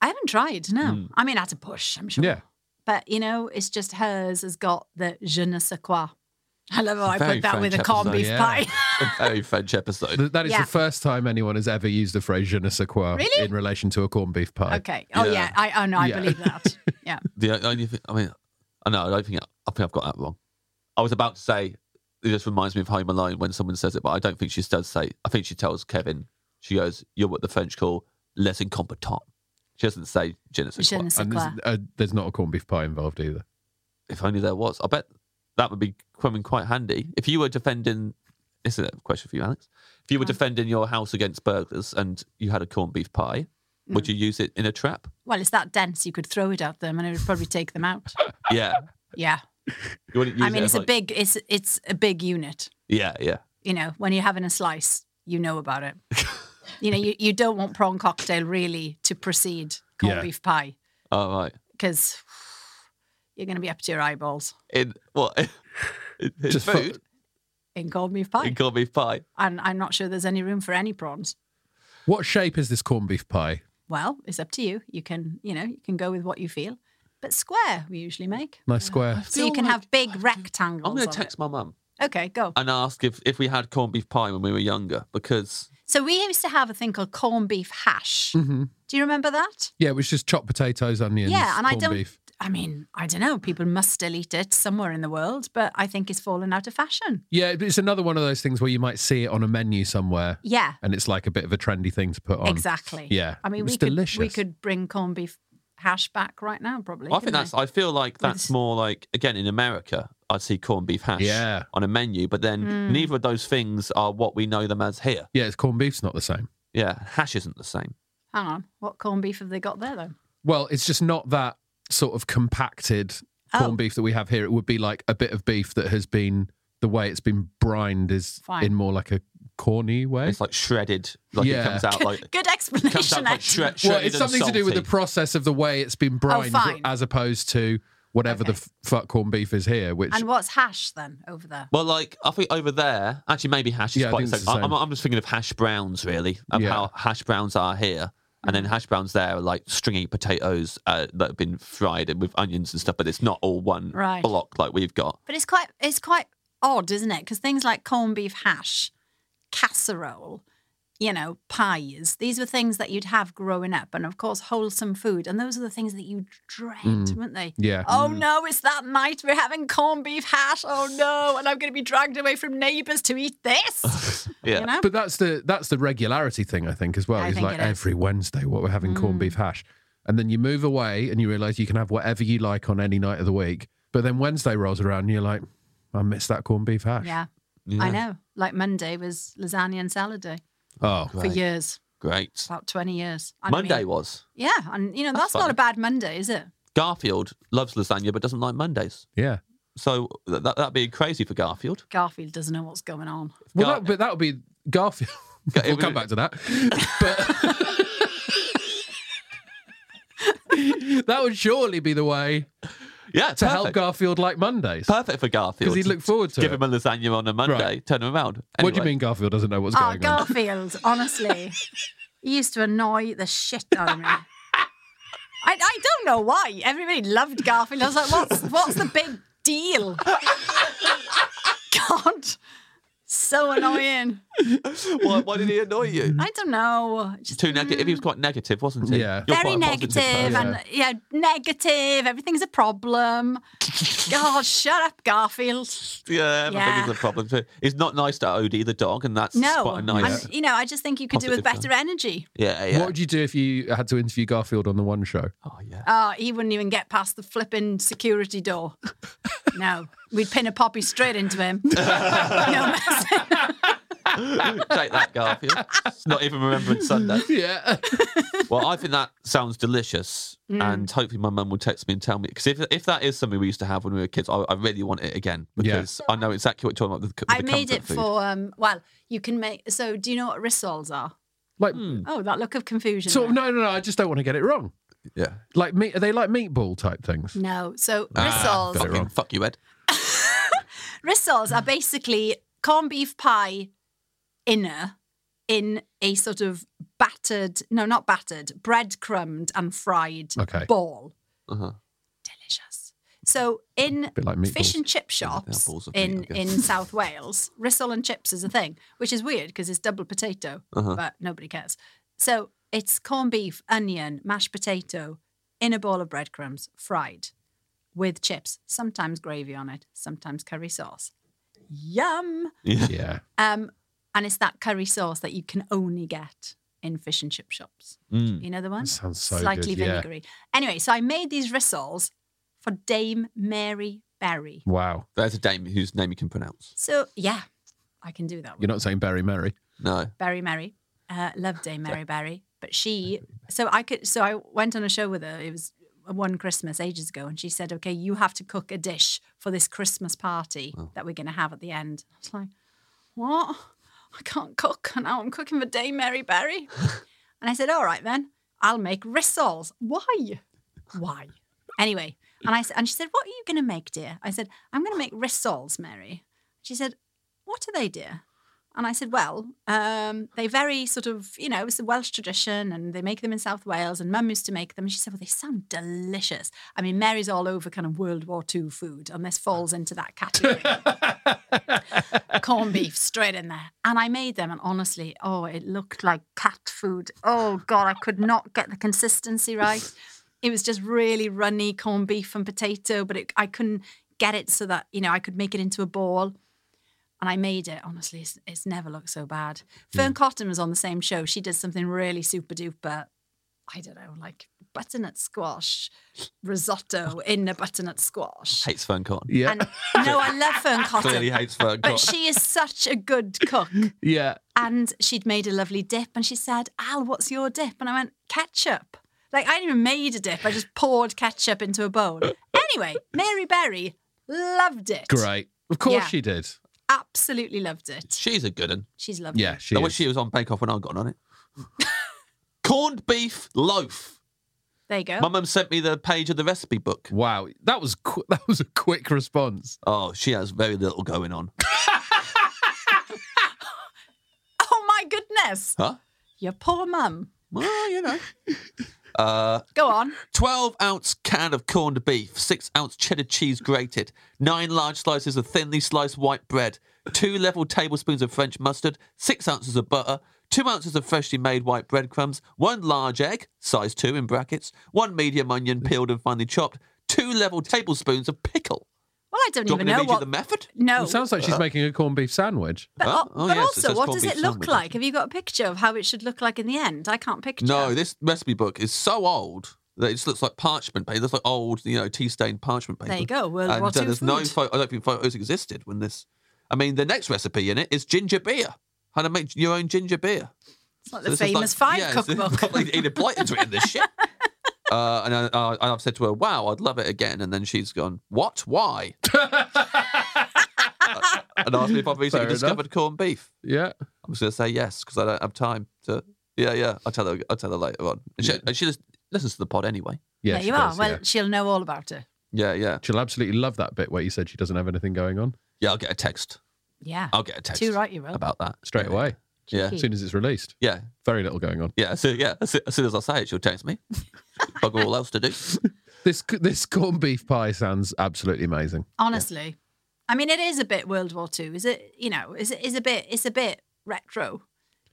C: I haven't tried. No,
B: Hmm.
C: I mean, I had to push. I'm sure.
A: Yeah.
C: But you know, it's just hers has got the je ne sais quoi. I love how I
B: Very
C: put that with a
B: French
C: corned
B: episode,
C: beef
A: yeah.
C: pie.
B: A very French episode.
A: Th- That is
C: Yeah.
A: the first time anyone has ever used the phrase je ne sais quoi
C: Really?
A: in relation to a corned beef pie.
C: okay. Oh yeah.
B: Yeah.
C: I oh no, I
A: Yeah.
C: believe that. Yeah.
B: The only thing, I mean, I know, I don't think, I think I've got that wrong. I was about to say, it just reminds me of Home Alone when someone says it, but I don't think she does say, I think she tells Kevin, she goes, you're what the French call les incompetents. She doesn't say je ne sais
C: Je
B: quoi.
C: ne sais
A: And
C: quoi.
A: there's, uh, there's not a corned beef pie involved either.
B: If only there was. I bet that would be coming quite handy. If you were defending, this is a question for you, Alex. If you were defending your house against burglars and you had a corned beef pie,
C: Mm.
B: would you use it in a trap?
C: Well, it's that dense you could throw it at them and it would probably take them out.
B: Yeah.
C: Yeah.
B: You wouldn't
C: I
B: use
C: mean,
B: it
C: it's
B: as
C: a
B: like-
C: big it's it's a big unit.
B: Yeah, yeah.
C: You know, when you're having a slice, you know about it. you know, you, you don't want prawn cocktail really to precede corned
A: Yeah.
C: beef pie
B: All right.
C: because you're going to be up to your eyeballs
B: In what? In, in
A: Just for-
B: food?
C: in corned beef pie,
B: In corned beef pie.
C: and I'm not sure there's any room for any prawns.
A: What shape is this corned beef pie?
C: Well, it's up to you. You can you know you can go with what you feel, but square we usually make,
A: Nice square.
C: so you
B: feel
C: can
B: like-
C: have big rectangles.
B: I'm going to
C: of
B: text my mum
C: it. Okay, go.
B: and ask if, if we had corned beef pie when we were younger because
C: So we used to have a thing called corned beef hash.
B: Mm-hmm.
C: Do you remember that?
A: Yeah, it was just chopped potatoes, onions,
C: yeah, and I
A: corned
C: don't.
A: beef.
C: I mean, I don't know. People must still eat it somewhere in the world, but I think it's fallen out of fashion.
A: Yeah, but it's another one of those things where you might see it on a menu somewhere
C: Yeah,
A: and it's like a bit of a trendy thing to
B: Um,
A: put on.
C: exactly.
A: Yeah,
C: I mean,
A: it's
C: we could we
A: delicious.
C: could bring corned beef hash back right now, probably.
B: I think
C: couldn't
B: that's,
C: we?
B: I feel like that's more like, again, in America, I'd see corned beef hash
A: Yeah.
B: on a menu, but then neither of those things are what we know them as here.
A: Yeah, it's corned beef's not the same.
B: Yeah, hash isn't the same.
C: Hang on, what corned beef have they got there though?
A: Well, it's just not that sort of compacted corned
C: Oh.
A: beef that we have here. It would be like a bit of beef that has been the way it's been brined is
C: Fine.
A: in more like a corny way.
B: It's like shredded, like
A: Yeah.
B: it comes out like
C: Good
B: it comes
C: explanation.
B: out like
C: Ed.
B: shred, shredded.
A: well, it's
B: and
A: something to do with the
B: salty.
A: process of the way it's been brined
C: Oh, fine.
A: as opposed to whatever the
C: Okay.
A: f- fuck corned beef is here, which
C: and what's hash then over there?
B: Well, like I think over there, actually, maybe hash is
A: Yeah, I
B: quite.
A: think it's
B: same.
A: the
B: I- I'm,
A: same.
B: I'm just thinking of hash browns really, of
A: Yeah.
B: how hash browns are here, and then hash browns there are like stringy potatoes uh, that have been fried and with onions and stuff, but it's not all one
C: Right.
B: block like we've got.
C: But it's quite it's quite odd, isn't it? Because things like corned beef hash, casserole, you know, pies. These were things that you'd have growing up, and of course, wholesome food. And those are the things that you dread,
B: Mm.
C: weren't they?
A: yeah.
C: Oh no, it's that night we're having corned beef hash. Oh no, and I'm going to be dragged away from neighbours to eat this.
B: Yeah.
C: You know?
A: But that's the that's the regularity thing, I think, as well.
C: I
A: It's
C: think
A: like
C: it is. Mm.
A: every Wednesday, what we're having corned beef hash, and then you move away and you realise you can have whatever you like on any night of the week. But then Wednesday rolls around and you're like, I miss that corned beef hash.
C: yeah,
B: Yeah.
C: I know. Like Monday was lasagna and salad day
A: Oh,
C: for years,
B: Great.
C: about 20 years. And I mean-
B: Monday was
C: Yeah, and you know
B: That's
C: that's, not
B: funny.
C: a bad Monday, is it?
B: Garfield loves lasagna but doesn't like Mondays,
A: yeah.
B: so th- that that'd be crazy for Garfield.
C: Garfield doesn't know what's going on.
A: Well,
B: Gar-
A: that, but that would be Garfield. we'll come back to that. But that would surely be the way
B: Yeah,
A: to help
B: perfect.
A: Garfield like Mondays.
B: Perfect for Garfield
A: 'Cause he'd look forward to
B: Give
A: it.
B: him a lasagna on a Monday,
A: Right.
B: turn him around.
A: What do you
B: Anyway.
A: mean Garfield doesn't know what's
C: Ah,
A: going on?
C: Garfield, honestly, he used to annoy the shit out of me. I, I don't know why. Everybody loved Garfield. I was like, what's what's the big deal? God, so annoying.
B: Why, why did he annoy you?
C: I don't know. Just
B: Too negative. He was quite negative, wasn't he?
A: Yeah.
B: You're
C: very
B: quite a positive
C: negative and yeah, negative. Everything's a problem. God, shut up, Garfield.
B: person. Yeah, I
C: Yeah.
B: think it's a problem too. It's not nice to Odie the dog, and that's
C: No,
B: quite a nice.
C: And, you know, I just think you could do with
B: Positive
C: better energy.
B: Yeah, yeah.
A: What would you do if you had to interview Garfield on the one show?
B: Oh yeah.
C: Oh, he wouldn't even get past the flipping security door. No, we'd pin a poppy straight into him. no,
B: Take that, Garfield. Not even remembering Sunday.
A: Yeah.
B: Well, I think that sounds delicious,
C: Mm.
B: and hopefully my mum will text me and tell me because if if that is something we used to have when we were kids, I, I really want it again because I know exactly what you're talking about. With, the- with
C: I
B: the
C: made
B: comfort
C: it
B: food.
C: for um. Well, you can make. So, do you know what rissoles are?
A: Like,
B: Mm.
C: Oh, that look of confusion.
A: sort of,
C: there.
A: no, no, no. I just don't want to get it wrong.
B: yeah.
A: Like meat, are they like meatball type things?
C: No, so
A: Ah,
C: rissoles.
A: got it wrong.
B: Fucking fuck you, Ed.
C: rissoles are basically corned beef pie inner in a sort of battered, no, not battered, breadcrumbed and fried
A: Okay.
C: ball.
B: Uh-huh.
C: Delicious. So in
A: Bit like
C: fish
A: meatballs.
C: and chip
B: they are
C: shops
B: balls of meat,
C: in,
B: I
C: in
B: guess.
C: South Wales, rissole and chips is a thing, which is weird because it's double potato,
A: Uh-huh.
C: but nobody cares. So it's corned beef, onion, mashed potato in a bowl of breadcrumbs, fried with chips, sometimes gravy on it, sometimes curry sauce. Yum!
A: Yeah.
C: Um, and it's that curry sauce that you can only get in fish and chip shops.
B: Mm.
C: You know the one?
A: Hmm. sounds so
C: Slightly
A: good, yeah.
C: vinegary. Anyway, so I made these rissoles for Dame Mary Berry.
A: Wow.
B: There's a dame whose name you can pronounce.
C: So yeah, I can do that one.
A: You're not saying Barry Mary.
B: No.
C: Berry Mary. Uh, love Dame Mary Berry. But she so I could so I went on a show with her. It was one Christmas ages ago, and she said, "Okay, you have to cook a dish for this Christmas party that we're going to have at the end." I was like, "What? I can't cook, and now I'm cooking for Dame Mary Berry." and I said, "All right then, I'll make rissoles." Why? Why? Anyway, and I s- and she said, "What are you going to make, dear?" I said, "I'm going to make rissoles, Mary." She said, "What are they, dear?" And I said, well, um, they very sort of, you know, it's a Welsh tradition and they make them in South Wales and mum used to make them. And she said, well, they sound delicious. I mean, Mary's all over kind of World War II food and this falls into that category. Corned beef straight in there. And I made them and honestly, oh, it looked like cat food. Oh, God, I could not get the consistency right. It was just really runny corned beef and potato, but it, I couldn't get it so that, you know, I could make it into a ball and I made it. Honestly, it's, it's never looked so bad. Fern Cotton was on the same show. She did something really super duper. I don't know, like butternut squash risotto in a butternut squash.
B: Hates phone cotton.
A: Yeah.
C: And no, I love Fern
B: Clearly
C: Cotton,
B: hates phone
C: but
B: cotton.
C: she is such a good cook.
A: yeah.
C: And she'd made a lovely dip, and she said, "Al, what's your dip?" And I went, "Ketchup." Like I didn't even made a dip. I just poured ketchup into a bowl. Anyway, Mary Berry loved it.
A: Great. Of course
C: Yeah.
A: she did.
C: Absolutely loved it.
B: She's a good one.
C: She's lovely.
A: Yeah, she
B: I wish
A: is.
B: she was on Bake Off when I got on it. Corned beef loaf.
C: There you go.
B: My mum sent me the page of the recipe book.
A: Wow, that was qu- that was a quick response.
B: Oh, she has very little going on.
C: Oh my goodness.
B: Huh?
C: Your poor mum.
B: Well, you know. Uh,
C: Go on.
B: 12 ounce can of corned beef, 6 ounce cheddar cheese grated, 9 large slices of thinly sliced white bread, 2 level tablespoons of French mustard, 6 ounces of butter, 2 ounces of freshly made white breadcrumbs, 1 large egg, size 2 in brackets, 1 medium onion peeled and finely chopped, 2 level tablespoons of pickle.
C: Well, I don't
B: Do you want
C: even
B: me to
C: know
B: read you
C: what.
B: the method?
C: no.
A: It sounds like she's
B: uh-huh.
A: making a corned beef sandwich.
C: but
B: Oh, oh, yes,
C: but
B: it
C: also,
B: says
C: what
B: corned
C: does
B: beef
C: it look
B: sandwich.
C: like? Have you got a picture of how it should look like in the end? I can't picture.
B: No, this recipe book is so old that it just looks like parchment paper. It looks like old, you know, tea-stained parchment paper.
C: There you go, World
B: and
C: War
B: uh,
C: II
B: there's no
C: food.
B: photo. I don't think photos existed when this. I mean, the next recipe in it is ginger beer. How to make your own ginger beer.
C: It's not
B: So
C: the
B: this is
C: famous
B: like-
C: five
B: yeah, it's-
C: cookbook.
B: Probably Edith Blyton's written this shit. Uh, and I, uh, I've said to her, "Wow, I'd love it again." And then she's gone, "What? Why?" Uh, and asked me if I've recently
A: Fair enough.
B: discovered corned beef.
A: Yeah.
B: I'm just going to say yes because I don't have time to. Yeah, yeah. I'll tell her. I'll tell her later on. And she, and she just listens to the pod anyway.
A: Yeah.
C: there
A: she
C: you
A: does,
C: are. Well,
A: yeah.
C: she'll know all about it.
B: Yeah, yeah.
A: she'll absolutely love that bit where you said she doesn't have anything going on
B: Yeah, I'll get a text.
C: Yeah.
B: I'll get a text.
C: Too right, you will.
B: about that
A: straight
B: Yeah.
A: away
B: Yeah,
A: as soon as it's released.
B: yeah,
A: Very little going on.
B: yeah. So yeah, as, soo- as soon as I say it, she'll text me. Bugger all else to do.
A: This c- this corned beef pie sounds absolutely amazing.
C: Honestly, I mean, it is a bit World War Two. Is it? You know, is it? Is a bit. It's a bit retro,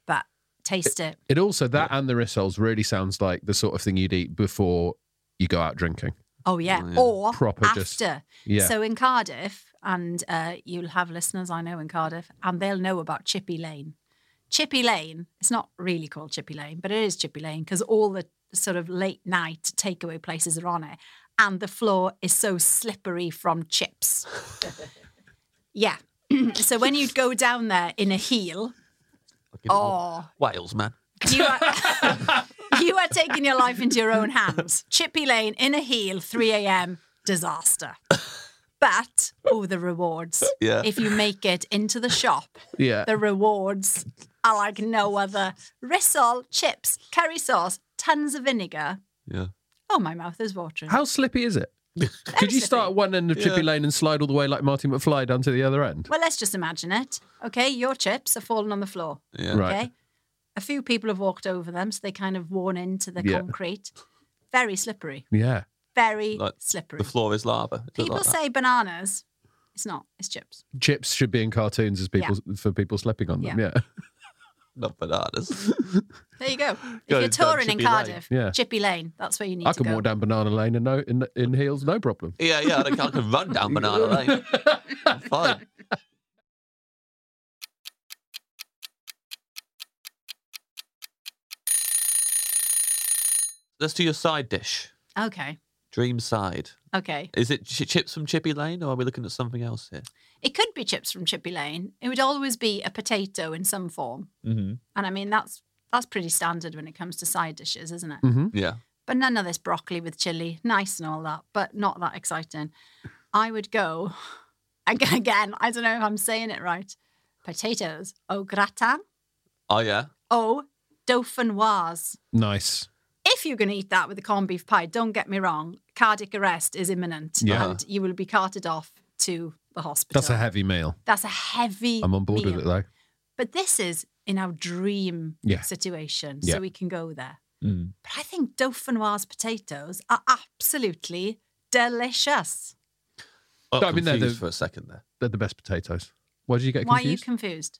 C: but taste it.
A: It also that and the rissoles really sounds like the sort of thing you'd eat before you go out drinking.
C: Oh yeah,
B: Oh, yeah.
C: or
A: Uh, Proper
C: after.
A: just- Yeah.
C: So in Cardiff, and uh, you'll have listeners I know in Cardiff, and they'll know about Chippy Lane. Chippy Lane. It's not really called Chippy Lane, but it is Chippy Lane because all the sort of late night takeaway places are on it, and the floor is so slippery from chips. yeah. so when you'd go down there in a heel,
A: Mm.
C: oh,
B: Wales, man.
C: you are, you are taking your life into your own hands. Chippy Lane in a heel, 3 a.m. disaster. But oh, the rewards!
B: Yeah.
C: If you make it into the shop,
A: yeah.
C: the rewards are like no other. Rissol, chips, curry sauce, tons of vinegar.
B: Yeah.
C: Oh, my mouth is watering.
A: How slippy is it? Could you start at one end of Chippy Lane and slide all the way like Marty McFly down to the other end?
C: Well, let's just imagine it. Okay, your chips are falling on the floor.
B: Yeah.
A: Right.
C: Okay. A few people have walked over them, so they kind of worn into the
A: Yeah.
C: concrete. Very slippery.
A: Yeah.
C: very
B: Like,
C: slippery.
B: The floor is lava. It does
C: People
B: like that.
C: say bananas. It's not. It's chips.
A: Chips should be in cartoons as people for people slipping on them. Yeah.
B: not bananas.
C: There you go.
B: Go
C: if you're
B: down
C: touring in
B: Chippy Lane.
C: Cardiff,
A: Yeah.
C: Chippy Lane. That's where you need
A: I
C: to
A: can
C: go.
A: walk down Banana Lane and no in, in heels, no problem.
B: yeah, yeah. I, don't, I can run down banana lane. I'm fine. Let's do your side dish.
C: Okay.
B: Dream side.
C: Okay.
B: Is it ch- chips from Chippy Lane, or are we looking at something else here?
C: It could be chips from Chippy Lane. It would always be a potato in some form.
B: Mm-hmm.
C: And I mean that's that's pretty standard when it comes to side dishes, isn't it?
A: hmm
B: Yeah.
C: But none of this broccoli with chili, nice and all that, but not that exciting. I would go, ag- again, I don't know if I'm saying it right, potatoes au gratin
B: Oh yeah.
C: au dauphinoise.
A: Nice.
C: If you're going to eat that with a corned beef pie, don't get me wrong, cardiac arrest is imminent
A: Yeah.
C: and you will be carted off to the hospital.
A: That's a heavy meal.
C: That's a heavy
A: I'm on board
C: meal.
A: with it though.
C: But this is in our dream
A: Yeah.
C: situation,
A: Yeah.
C: so we can go there.
B: Mm.
C: But I think Dauphinoise potatoes are absolutely delicious.
B: Oh,
A: No, I mean, they're
B: confused
A: the-
B: for a second there.
A: They're the best potatoes. Why did you get
C: Why are you
A: confused?
C: confused?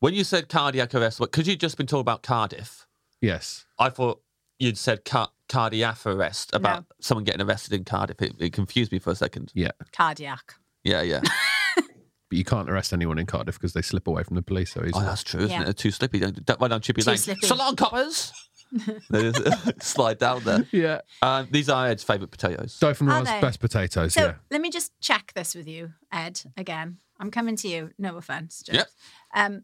B: When you said cardiac arrest, because you'd just been talking about Cardiff,
A: yes.
B: I thought you'd said car- cardiac arrest about
C: No.
B: someone getting arrested in Cardiff. It, it confused me for a second.
A: Yeah.
C: Cardiac.
B: Yeah, yeah.
A: But you can't arrest anyone in Cardiff because they slip away from the police so
B: Oh,
A: easily.
B: that's true, isn't
C: Yeah.
B: it? They're too slippy. Don't, don't, why don't you be
C: Too
B: like,
C: slippy.
B: salon coppers? They just slide down there.
A: yeah.
B: Um, these are Ed's favourite potatoes.
C: Are
A: Dauphinoise,
C: they?
A: best potatoes.
C: So
A: yeah.
C: let me just check this with you, Ed, again. I'm coming to you. No offense, James.
B: Yep.
C: Um,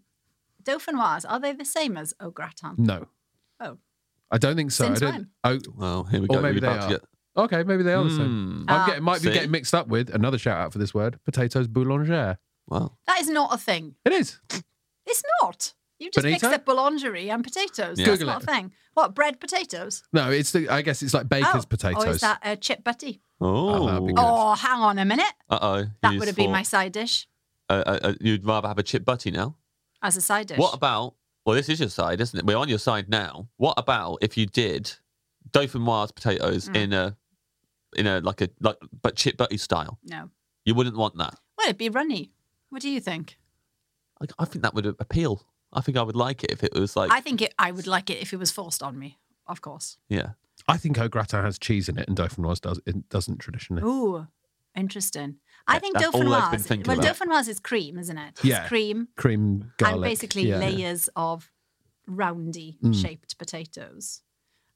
C: Dauphinoise, are they the same as au gratin?
A: No.
C: Oh.
A: I don't think so.
C: Since
A: I don't.
C: when?
A: Oh,
B: Well, here we
A: Or
B: go.
A: maybe
B: We're
A: they
B: about
A: are.
B: to get-
A: okay. Maybe they are the same.
B: Mm.
A: I'm
C: Ah.
A: getting might be
B: See?
A: getting mixed up with another shout out for this word: potatoes boulangère.
B: Well,
C: That is not a thing.
A: It is.
C: It's not. You just mixed
A: Bonito?
C: up boulangerie and potatoes.
B: Yeah.
C: That's
A: Google
C: not
A: it.
C: a thing. What, bread potatoes?
A: No, it's the. I guess it's like
C: Oh,
A: baker's potatoes.
C: Or is that a chip butty?
B: oh,
A: that'd be good.
C: Oh, hang on a minute.
B: Uh oh.
C: That would have been my side dish
B: Uh, uh, uh, you'd rather have a chip butty now.
C: as a side dish.
B: What about? Well, this is your side, isn't it? We're on your side now. What about if you did dauphinoise
C: Hmm.
B: potatoes in a in a like a like but chip butty style?
C: no.
B: You wouldn't want that.
C: Well, it'd be runny. What do you think?
B: I, I think that would appeal. I think I would like it if it was like
C: I think it, I would like it if it was forced on me, of course.
B: yeah.
A: I think au gratin has cheese in it, and dauphinoise does. It doesn't traditionally.
C: Ooh, interesting. I
B: Yeah,
C: think
B: that's all I've been
C: dauphinoise.
B: thinking
C: Well,
B: about.
C: dauphinoise is cream, isn't it? It's
A: Yeah.
C: cream
A: Cream garlic.
C: and basically
A: yeah. Mm.
C: layers of roundy shaped potatoes.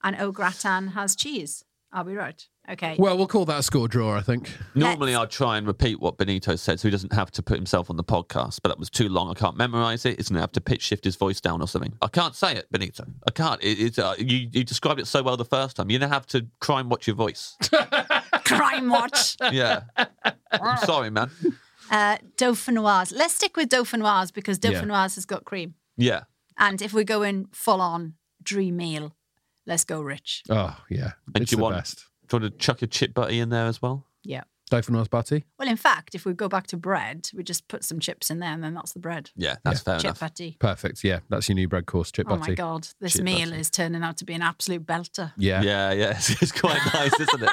C: And au gratin has cheese. Are we right? Okay.
A: Well, we'll call that a score draw. I think.
B: Normally, I try and repeat what Benito said so he doesn't have to put himself on the podcast, but that was too long. I can't memorize it. It's going to have to pitch shift his voice down or something. I can't say it, Benito. I can't. It, it's, uh, you, you described it so well the first time. You're going to have to crime watch your voice.
C: Crime watch.
B: Yeah. I'm sorry, man.
C: Uh, dauphinoise. Let's stick with dauphinoise because
A: Yeah.
C: dauphinoise has got cream.
B: Yeah.
C: And if we're going full on dream meal, let's go rich.
A: Oh yeah.
B: And
A: it's
B: do you
A: the
B: want-
A: best.
B: Do you want to chuck a chip butty in there as well?
C: Yeah.
A: Dauphinoise butty.
C: Well, in fact, if we go back to bread, we just put some chips in there and then that's the bread.
B: Yeah, that's fair
C: Chip
B: enough.
C: patty.
A: Perfect. Yeah, that's your new bread course. Chip
C: Oh
A: butty.
C: my God. This
B: Chip
C: meal
B: patty.
C: is turning out to be an absolute belter.
A: Yeah.
B: Yeah, yeah. It's, it's quite nice, isn't it?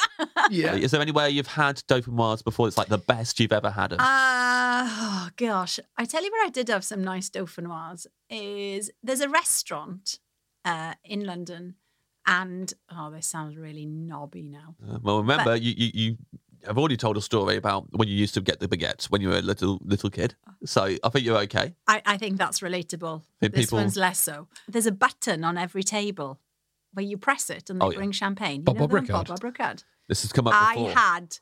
A: Yeah.
B: Is there anywhere you've had Dauphinoise before that's like the best you've ever had? 'em?
C: Uh, oh gosh. I tell you where I did have some nice dauphinoise is there's a restaurant uh, in London and oh, this sounds really knobby now.
B: Uh, Well, remember,
C: But-
B: you, you you have already told a story about when you used to get the baguettes when you were a little little kid. So I think you're okay.
C: I, I think that's relatable.
B: Think
C: this
B: people-
C: one's less so. There's a button on every table where you press it and they
B: Oh, yeah.
C: bring champagne. You
A: Bob
C: know the one,
A: Brocard.
C: Bob Brocard.
B: This has come up
C: I
B: before.
C: had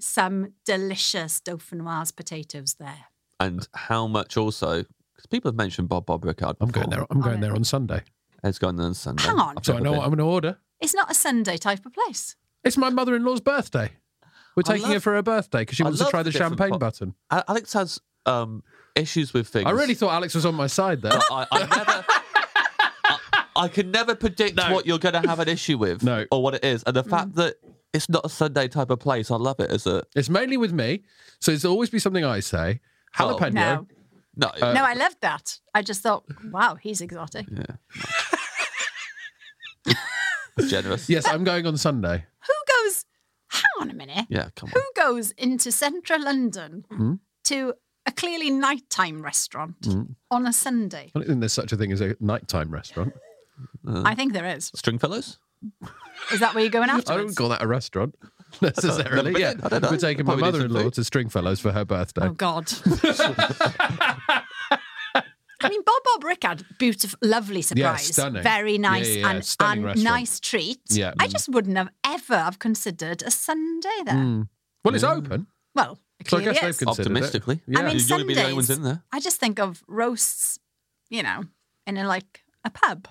C: some delicious dauphinoise potatoes there.
B: And how much also? Because people have mentioned Bob Bob Ricard.
A: I'm going there. I'm going
C: Oh,
A: there on Sunday,
B: It's going on Sunday.
C: Hang on.
B: I've
A: so I
B: never
A: know
B: been.
A: what I'm going to order.
C: It's not a Sunday type of place.
A: It's my mother-in-law's birthday. We're
B: I
A: taking
B: love-
A: her for her birthday because she
B: I
A: wants to
B: love
A: try the
B: the different
A: champagne
B: po-
A: button.
B: A- Alex has um, issues with things.
A: I really thought Alex was on my side there.
B: I, I never. I, I can never predict
A: No.
B: what you're going to have an issue with,
A: No.
B: or what it is,
C: Mm.
B: and the fact that it's not a Sunday type of place, I love it. Is it?
A: It's mainly with me, so it's always be something I say.
B: Oh.
A: Jalapeno.
C: No.
B: No, Uh,
A: Uh,
C: no, I loved that. I just thought, wow, he's exotic.
B: it's generous.
A: Yes, I'm going on Sunday.
C: Who goes, hang on a minute,
B: yeah, come on.
C: who goes into central London
A: Hmm?
C: to a clearly nighttime restaurant on a Sunday?
A: I don't think there's such a thing as a nighttime restaurant. Uh.
C: I think there is.
B: Stringfellows.
C: Is that where you're going
A: I don't
C: afterwards?
A: call that a restaurant necessarily.
B: been
A: Yeah,
B: in. I don't know.
A: we're taking my
B: Probably decent
A: mother-in-law
B: food.
A: to Stringfellows for her birthday.
C: Oh God. I mean, Bob Bob Rickard, beautiful, lovely surprise,
A: stunning.
C: very
A: Yeah,
C: nice
A: yeah, yeah.
C: and,
A: Stunning
C: and
A: restaurant.
C: nice treat.
A: Yeah. mm.
C: I just wouldn't have ever have considered a Sunday there.
A: Well, it's
B: Mm.
A: open.
C: Well, it
A: Hmm. So I
C: clearly
A: guess they've
C: is.
A: considered it.
B: Optimistically.
A: Yeah.
C: I mean,
B: You're gonna be the only
C: Sundays-
B: ones in there.
C: I just think of roasts, you know, in a like a pub.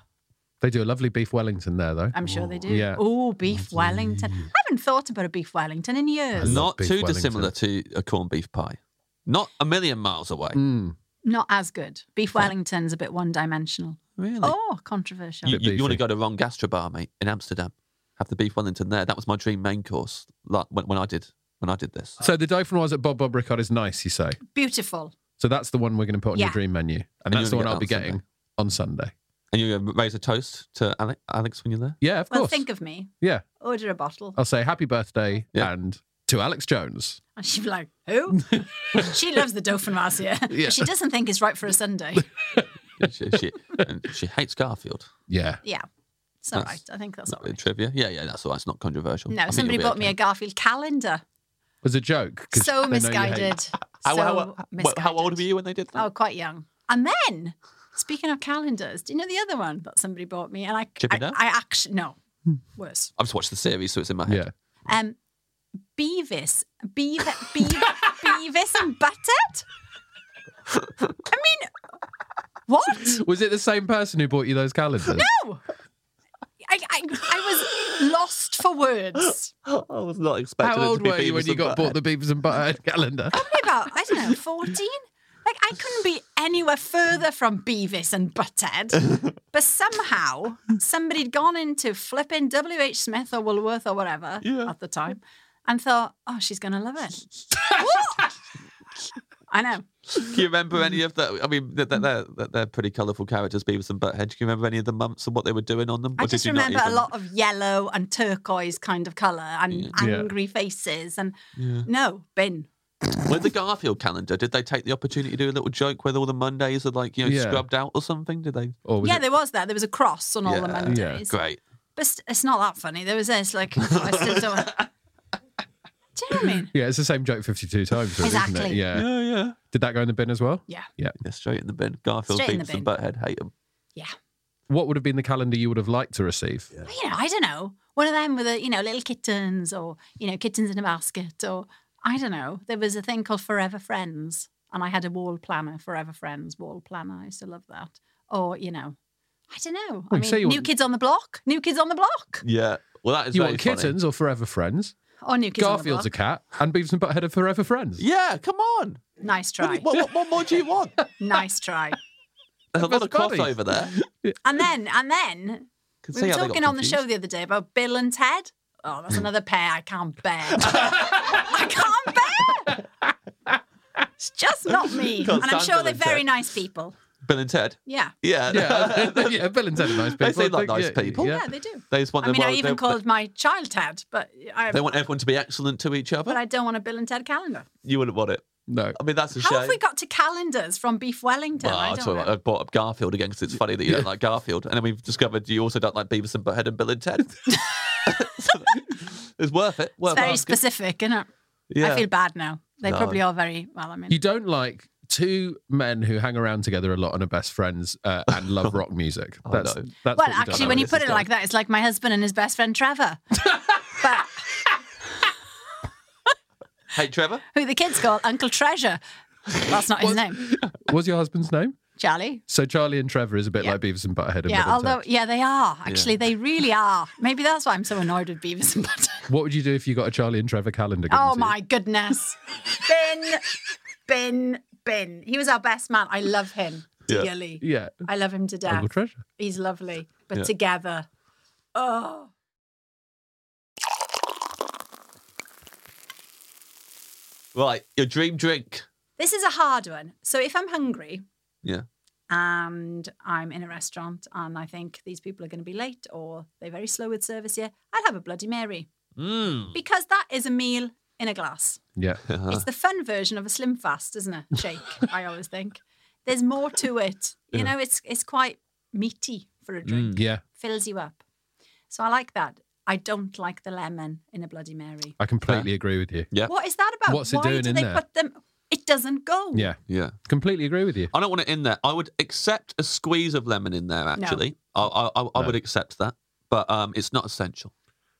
A: They do a lovely beef Wellington there, though.
C: I'm sure they do.
A: Yeah.
C: Oh, beef
B: Mm-hmm.
C: Wellington. I haven't thought about a beef Wellington in years.
A: love
B: Not
A: beef
B: too
A: Wellington.
B: dissimilar to a corned beef pie. Not a million miles away.
A: Mm.
C: Not as good. Beef Wellington's a bit one dimensional.
B: Really?
C: Oh, controversial.
B: You,
A: Bit
B: you, want
A: beefy.
B: to go to Ron Gastrobar, mate, in Amsterdam. Have the beef Wellington there. That was my dream main course like, when, when I did when I did this.
A: So the Dauphinoise at Bob Bob Ricard is nice, you say.
C: Beautiful.
A: So that's the one we're going to put on your
C: Yeah.
A: dream menu, and,
B: And
A: that's
B: you're
A: the one
B: gonna
A: I'll be
B: get that on
A: getting on Sunday.
B: And you raise a toast to Ale- Alex when you're there.
A: Yeah, of
C: Well,
A: course.
C: think of me.
A: yeah,
C: Order a
B: Oh.
C: bottle.
A: I'll say happy birthday
B: Yeah.
A: and to Alex Jones.
C: And she'd be like, who? she loves the Dauphinoise here.
A: Yeah.
C: She doesn't think it's right for a Sunday.
B: she, she, and she hates Garfield.
A: Yeah,
C: Yeah. It's all right.
B: That's
C: I think that's all
B: Bit of
C: right.
B: Trivia. Yeah, yeah, that's all right. It's not controversial. I
C: No,
B: think
C: somebody
B: you'll be
C: bought me
B: okay.
C: a Garfield calendar.
A: was a joke. 'cause
C: So
A: they know you hate-
C: misguided. So
B: How, how, how,
C: misguided.
B: how old were you when they did that?
C: Oh, quite young. And then, speaking of calendars, do you know the other one that somebody bought me? And I,
B: Chip
C: I,
B: and Dale?
C: I actually no, worse.
B: I've just watched the series, so it's in my head.
A: Yeah.
C: Um, Beavis, Beavis, Beavis, Beavis and Butthead. I mean, what?
A: Was it the same person who bought you those calendars?
C: No. I, I, I was lost for words.
B: I was not expecting
A: How old were you when you got bought the Beavers and Butthead calendar?
C: Probably about I don't know, fourteen. Like I couldn't be anywhere further from Beavis and Butthead. But somehow somebody'd gone into flipping W. H. Smith or Woolworth or whatever
B: Yeah.
C: at the time, and thought, "Oh, she's gonna love it." What? I know.
B: Do you remember any of the? I mean, they're, they're, they're- they're pretty colourful characters, Beavis and Butthead. Do you remember any of the months and what they were doing on them?
C: I
B: Or did
C: just
B: you not
C: remember a
B: even-
C: lot of yellow and turquoise kind of colour and angry faces and no bin.
B: With the Garfield calendar, did they take the opportunity to do a little joke where all the Mondays are like, you know,
A: Yeah.
B: scrubbed out or something? Did they?
A: Or was
C: Yeah,
A: it
C: there was that. There was a cross on all the
B: Yeah.
C: Mondays.
A: Yeah.
B: Great.
C: But st- it's not that funny. There was this like I still don't. Do you know what I mean?
A: Yeah, it's the same joke 52 times, really, isn't it?
C: Exactly.
A: Yeah.
B: Yeah, yeah.
A: Did that go in the bin as well?
C: Yeah,
B: Yeah, straight in the bin. Garfield,
C: Straight in
B: Beavis
C: the
B: and Butthead hate them.
C: yeah.
A: What would have been the calendar you would have liked to receive?
C: Well, you know, I don't know. One of them with a you know little kittens or you know kittens in a basket or I don't know. There was a thing called Forever Friends, and I had a wall planner, Forever Friends wall planner. I used to love that. Or you know, I don't know.
A: Well,
C: I
A: you say
C: mean,
A: you
C: new
A: want-
C: kids on the block, new kids on the block,
B: Yeah. Well, that is
A: You
B: very
A: want
B: funny.
A: kittens or forever friends?
C: or new kids on
A: Garfield's
C: the
A: a
C: block.
A: cat and Beavis and Butthead are forever friends.
B: Yeah, come on.
C: nice
B: What,
C: try,
B: what, what, what more do you want?
C: nice try.
B: There's a lot of
A: Best buddies.
B: crossover there.
C: And then and then
B: Can
C: We
B: see
C: were
B: how they got
C: talking on the show
B: confused. Hmm.
C: the other day about Bill and Ted. Oh, that's another pair I can't bear. I can't bear. It's just not me.
B: Can't
C: and I'm
B: stand
C: sure
B: Bill
C: they're
B: and
C: very
B: Ted.
C: nice people.
B: Bill and Ted.
C: Yeah.
B: Yeah.
A: Yeah, yeah, Bill and Ted are nice people.
B: They seem like
A: I
B: nice
A: think, yeah,
B: people.
A: yeah.
C: Yeah, they do.
B: They just want
C: I
B: the
C: mean, I
B: world-
C: even
B: they-
C: called my child Ted, but I,
B: They want everyone to be excellent to each other.
C: but I don't want a Bill and Ted calendar.
B: You wouldn't want it.
A: No.
B: I mean, that's a
C: How
B: shame.
C: have we got to calendars from Beef Wellington?
B: Well,
C: I
B: it's
C: don't
B: all
C: know.
B: right. I've brought up Garfield again because it's funny that you don't like Garfield, and then we've discovered you also don't like Beavis and Butthead and Bill and Ted. So, it's worth it. Worth
C: It's very
B: asking.
C: specific, isn't it?
B: Yeah.
C: I feel bad now. They
B: No.
C: probably are very, well, I mean,
A: You don't like two men who hang around together a lot and are best friends uh, and love rock music.
B: I
A: That's,
B: know.
A: that's
C: Well,
A: what you
C: actually,
A: don't
C: when
A: like.
B: this
C: you
B: is
C: put it like that, it's like my husband and his best friend Trevor. but
B: Hey, Trevor.
C: who the kids call Uncle Treasure. That's not his name.
A: What's your husband's name?
C: Charlie.
A: So Charlie and Trevor is a bit
C: Yeah.
A: like Beavis and Butthead and Bill
C: Yeah,
A: and Ted.
C: although yeah, they are. Actually, they really are. Maybe that's why I'm so annoyed with Beavis and Butthead.
A: What would you do if you got a Charlie and Trevor calendar? given
C: Oh
A: to you?
C: my goodness. Bin, bin, bin. He was our best man. I love him
B: Yeah.
C: dearly.
A: Yeah.
C: I love him to death.
A: Uncle Treasure.
C: He's lovely. But
B: Yeah.
C: together. Oh.
B: Right, your dream drink.
C: This is a hard one. So if I'm hungry,
B: Yeah.
C: and I'm in a restaurant and I think these people are going to be late or they're very slow with service here, I'd have a Bloody Mary
B: Mm.
C: because that is a meal in a glass.
A: Yeah.
C: It's the fun version of a slim fast, isn't it? Shake, I always think. There's more to it. You know, it's it's quite meaty for a drink.
A: Yeah.
C: Fills you up. So I like that. I don't like the lemon in a Bloody Mary.
A: I completely agree with you.
B: Yeah.
C: What is that about?
A: What's it
C: Why
A: doing
C: do
A: in
C: they
A: there?
C: put them? It doesn't go.
A: Yeah.
B: Yeah.
A: Completely agree with you.
B: I don't want it in there. I would accept a squeeze of lemon in there. Actually, I, I, I, I
A: No.
B: would accept that, but um, it's not essential.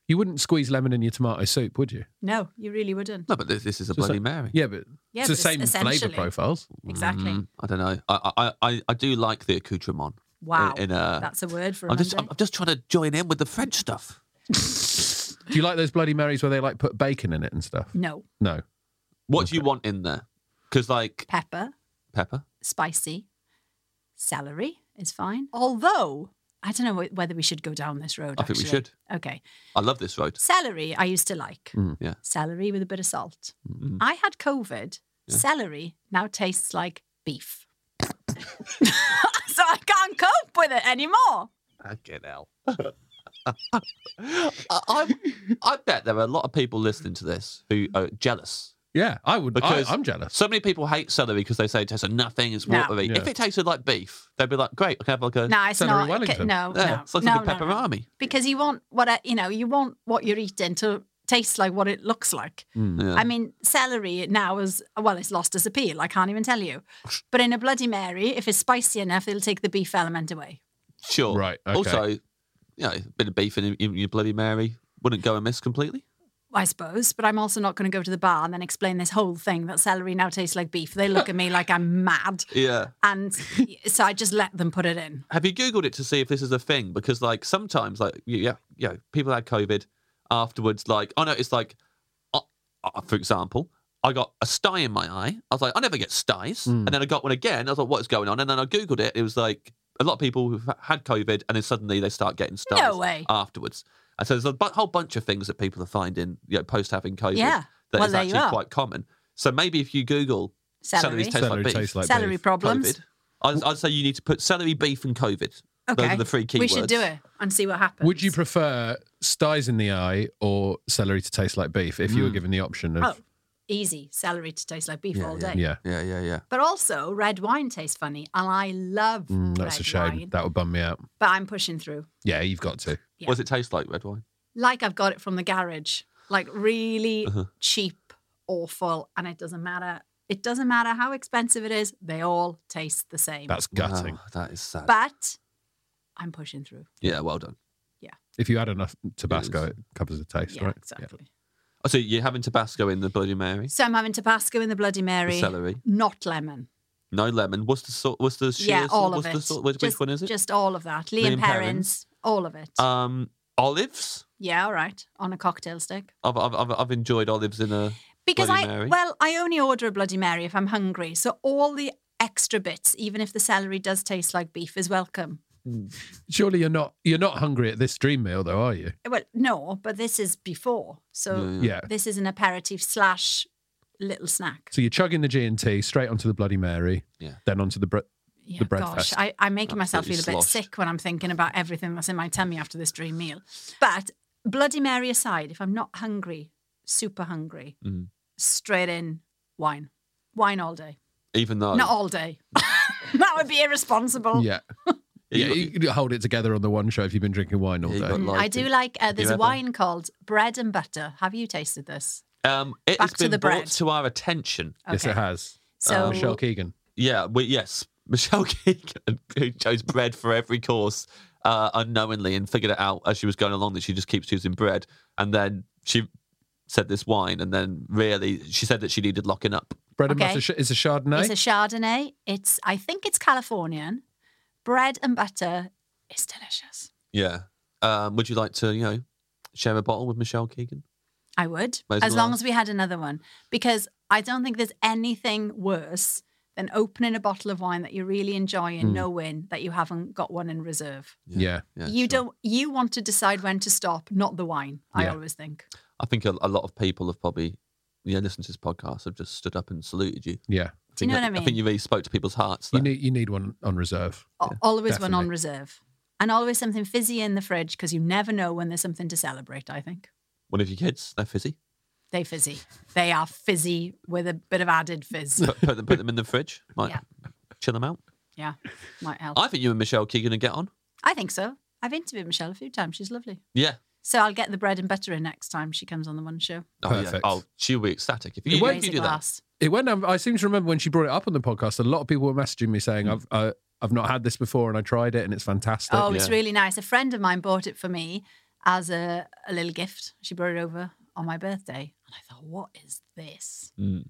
A: You wouldn't squeeze lemon in your tomato soup, would you?
C: No, you really wouldn't.
B: No, but this, this is a
A: Just
B: Bloody
A: like-
B: Mary.
A: Yeah, but
C: Yeah,
A: it's
C: but
A: the same flavour
C: essentially-
A: profiles.
C: Exactly.
B: Mm, I don't know. I, I, I, I do like the accoutrement.
C: Wow.
B: In, in a,
C: That's a word for
B: I'm just,
C: Monday.
B: I'm, I'm just trying to join in with the French stuff.
A: Do you like those Bloody Marys where they like put bacon in it and stuff?
C: No.
A: No.
B: What do you want in there? Because like
C: Pepper,
B: pepper,
C: spicy, celery is fine. Although, I don't know wh- whether we should go down this road.
B: I think we
C: actually.
B: should.
C: Okay.
B: I love this road.
C: Celery, I used to like.
B: Mm, Yeah. Mm.
C: Celery with a bit of salt. I had COVID. Celery now tastes like beef. so I can't cope with it anymore.
B: Fucking hell. I, I, I bet there are a lot of people listening to this who are jealous.
A: Yeah, I would.
B: Because
A: I, I'm jealous.
B: So many people hate celery because they say it tastes like nothing, it's
C: No.
B: watery.
A: Yeah.
B: If it tasted like beef, they'd be like, great, I can have like a.
C: No, it's
A: Celery
C: not. okay,
A: Wellington.
C: No,
B: Yeah,
C: no,
B: it's like
C: no,
B: a
C: no, no.
B: pepperami.
C: Because you want what I, you know, you want what you're eating to taste like what it looks like.
B: Yeah.
C: I mean, celery now is well, it's lost its appeal. I can't even tell you. But in a Bloody Mary, if it's spicy enough, it'll take the beef element away.
B: Sure.
A: Right, okay.
B: Also, you know, a bit of beef in, in your Bloody Mary wouldn't go amiss completely.
C: I suppose, but I'm also not going to go to the bar and then explain this whole thing that celery now tastes like beef. They look at me like I'm mad.
B: Yeah.
C: And so I just let them put it in.
B: Have you Googled it to see if this is a thing? Because, like, sometimes, like, you- yeah, you know, people had COVID afterwards. Like, I know it's like, uh, uh, for example, I got a sty in my eye. I was like, I never get styes.
C: Hmm.
B: And then I got one again. I was like, what's going on? And then I Googled it. It was like a lot of people who've had COVID and then suddenly they start getting styes
C: No way.
B: afterwards. And so there's a bu- whole bunch of things that people are finding, you know, post having COVID
C: Yeah.
B: that
C: Well,
B: is
C: there you
B: actually
C: are.
B: quite common. So maybe if you Google celery
C: Celery.
B: tastes
A: Celery
B: like beef,
A: tastes like
C: celery
A: beef.
C: problems.
B: COVID. I'd, I'd say you need to put celery, beef, and COVID. Those
C: Okay.
B: are the three keywords.
C: We should do it and see what happens.
A: Would you prefer styes in the eye or celery to taste like beef if you
B: Mm.
A: were given the option of?
C: Oh, easy. Celery to taste like beef all day.
A: Yeah,
B: Yeah, yeah, yeah.
C: But also, red wine tastes funny, and I love
A: Mm, that's
C: red
A: a shame.
C: wine.
A: That would bum me out.
C: But I'm pushing through,
A: Yeah, you've got to.
C: Yeah.
B: What does it taste like, red wine?
C: like I've got it from the garage, like really
B: Uh-huh.
C: cheap, awful, and it doesn't matter. It doesn't matter how expensive it is; they all taste the same.
A: That's gutting.
B: Wow, Oh, that is sad.
C: but I'm pushing through.
B: yeah, well done.
A: If you add enough Tabasco, it covers the taste,
C: Yeah,
A: right?
C: exactly.
B: Oh, so you're having Tabasco in the Bloody Mary,
C: So I'm having Tabasco in the Bloody Mary,
B: celery.
C: not lemon.
B: no lemon. What's the sort? What's the sheer
C: yeah,
B: salt?
C: all
B: What's
C: of it.
B: the salt? Which, which
C: just,
B: one is it?
C: Just all of that. Liam,
B: Liam
C: Perrins,
B: Perrins.
C: all of it.
B: um, olives.
C: yeah, all right. On a cocktail stick.
B: I've, I've I've I've enjoyed olives in a
C: Because
B: Bloody
C: I
B: Mary.
C: well, I only order a Bloody Mary if I'm hungry. So all the extra bits, even if the celery does taste like beef, is welcome.
A: Surely you're not you're not hungry at this dream meal, though, are you?
C: Well, no, but this is before, so
A: Yeah.
C: this is an aperitif slash little snack.
A: So you're chugging the G and T straight onto the Bloody Mary,
B: Yeah.
A: then onto the bre-
C: Yeah,
A: the
C: gosh,
A: breakfast.
C: I, I'm making myself feel a
B: Absolutely
C: bit
B: sloshed.
C: sick when I'm thinking about everything that's in my tummy after this dream meal. But Bloody Mary aside, if I'm not hungry, super hungry,
A: Mm-hmm.
B: Mm.
C: straight in wine, wine all day,
B: even though
C: not all day. that would be irresponsible.
A: yeah, yeah. You could hold it together on the one show if you've been drinking wine all
B: Yeah, you
A: day.
B: got
C: Mm,
B: like
C: I do
B: it.
C: like. Uh, there's a
B: ever?
C: wine called bread and butter. Have you tasted this?
B: um, it
C: Back
B: has
C: to
B: been
C: the
B: brought
C: bread.
B: to our attention.
A: Yes, it has.
C: So
A: Michelle Keegan.
B: Yeah, we, yes. Michelle Keegan, who chose bread for every course uh, unknowingly and figured it out as she was going along that she just keeps choosing bread. And then she said this wine, and then really, she said that she needed locking up.
A: Bread and
C: Okay.
A: butter sh- is a Chardonnay.
C: it's a Chardonnay. It's I think it's Californian. Bread and butter is delicious.
B: Yeah. Um, would you like to, you know, share a bottle with Michelle Keegan?
C: I would,
B: Might as
C: as long
B: well.
C: as we had another one, because I don't think there's anything worse than opening a bottle of wine that you're really enjoying, knowing that you haven't got one in reserve.
A: yeah.
B: Hmm. Yeah,
C: you
B: sure.
C: don't. You want to decide when to stop, not the wine. I
A: Yeah.
C: always think.
B: I think a, a lot of people have probably, you know, listened to this podcast, have just stood up and saluted you.
A: Yeah.
C: Do you
B: think
C: know what I
B: that-
C: mean?
B: I think you really spoke to people's hearts.
A: You
B: there.
A: need you need one on reserve.
C: Al- always one on
A: definitely.
C: reserve and always something fizzy in the fridge because you never know when there's something to celebrate i think
B: One of your kids, they're fizzy.
C: they fizzy they are fizzy with a bit of added fizz
B: Put, put, them, put them in the fridge. Might
C: Yeah.
B: chill them out.
C: yeah might help
B: I think you and Michelle Keegan would get on.
C: i think so i've interviewed michelle a few times she's lovely
B: Yeah.
C: so i'll get the bread and butter in next time she comes on the one show
B: Oh,
A: Perfect.
B: Yeah. Oh, she'll be ecstatic. If you,
C: Raise
B: if you
C: a
B: do that,
C: glass.
A: It went. down- I seem to remember when she brought it up on the podcast. A lot of people were messaging me saying, "I've uh, I've not had this before, and I tried it, and it's fantastic."
C: oh it's
B: yeah.
C: really nice a friend of mine bought it for me as a, a little gift she brought it over on my birthday and i thought what is this
B: Mm.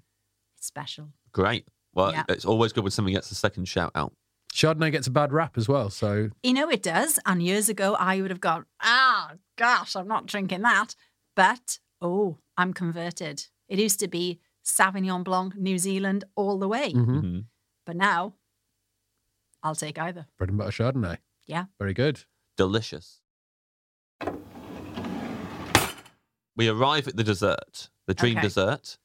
C: it's special
B: great. Well,
C: Yeah.
B: it's always good when someone gets a second shout out.
A: Chardonnay gets a bad rap as well. So
C: You know it does. And years ago, I would have gone, ah, gosh, I'm not drinking that. But oh, I'm converted. It used to be Sauvignon Blanc, New Zealand, all the way.
A: Mm-hmm.
B: Mhm.
C: But now, I'll take either.
A: bread and butter Chardonnay.
C: Yeah.
A: Very good.
B: Delicious. We arrive at the dessert, the dream
C: Okay.
B: dessert.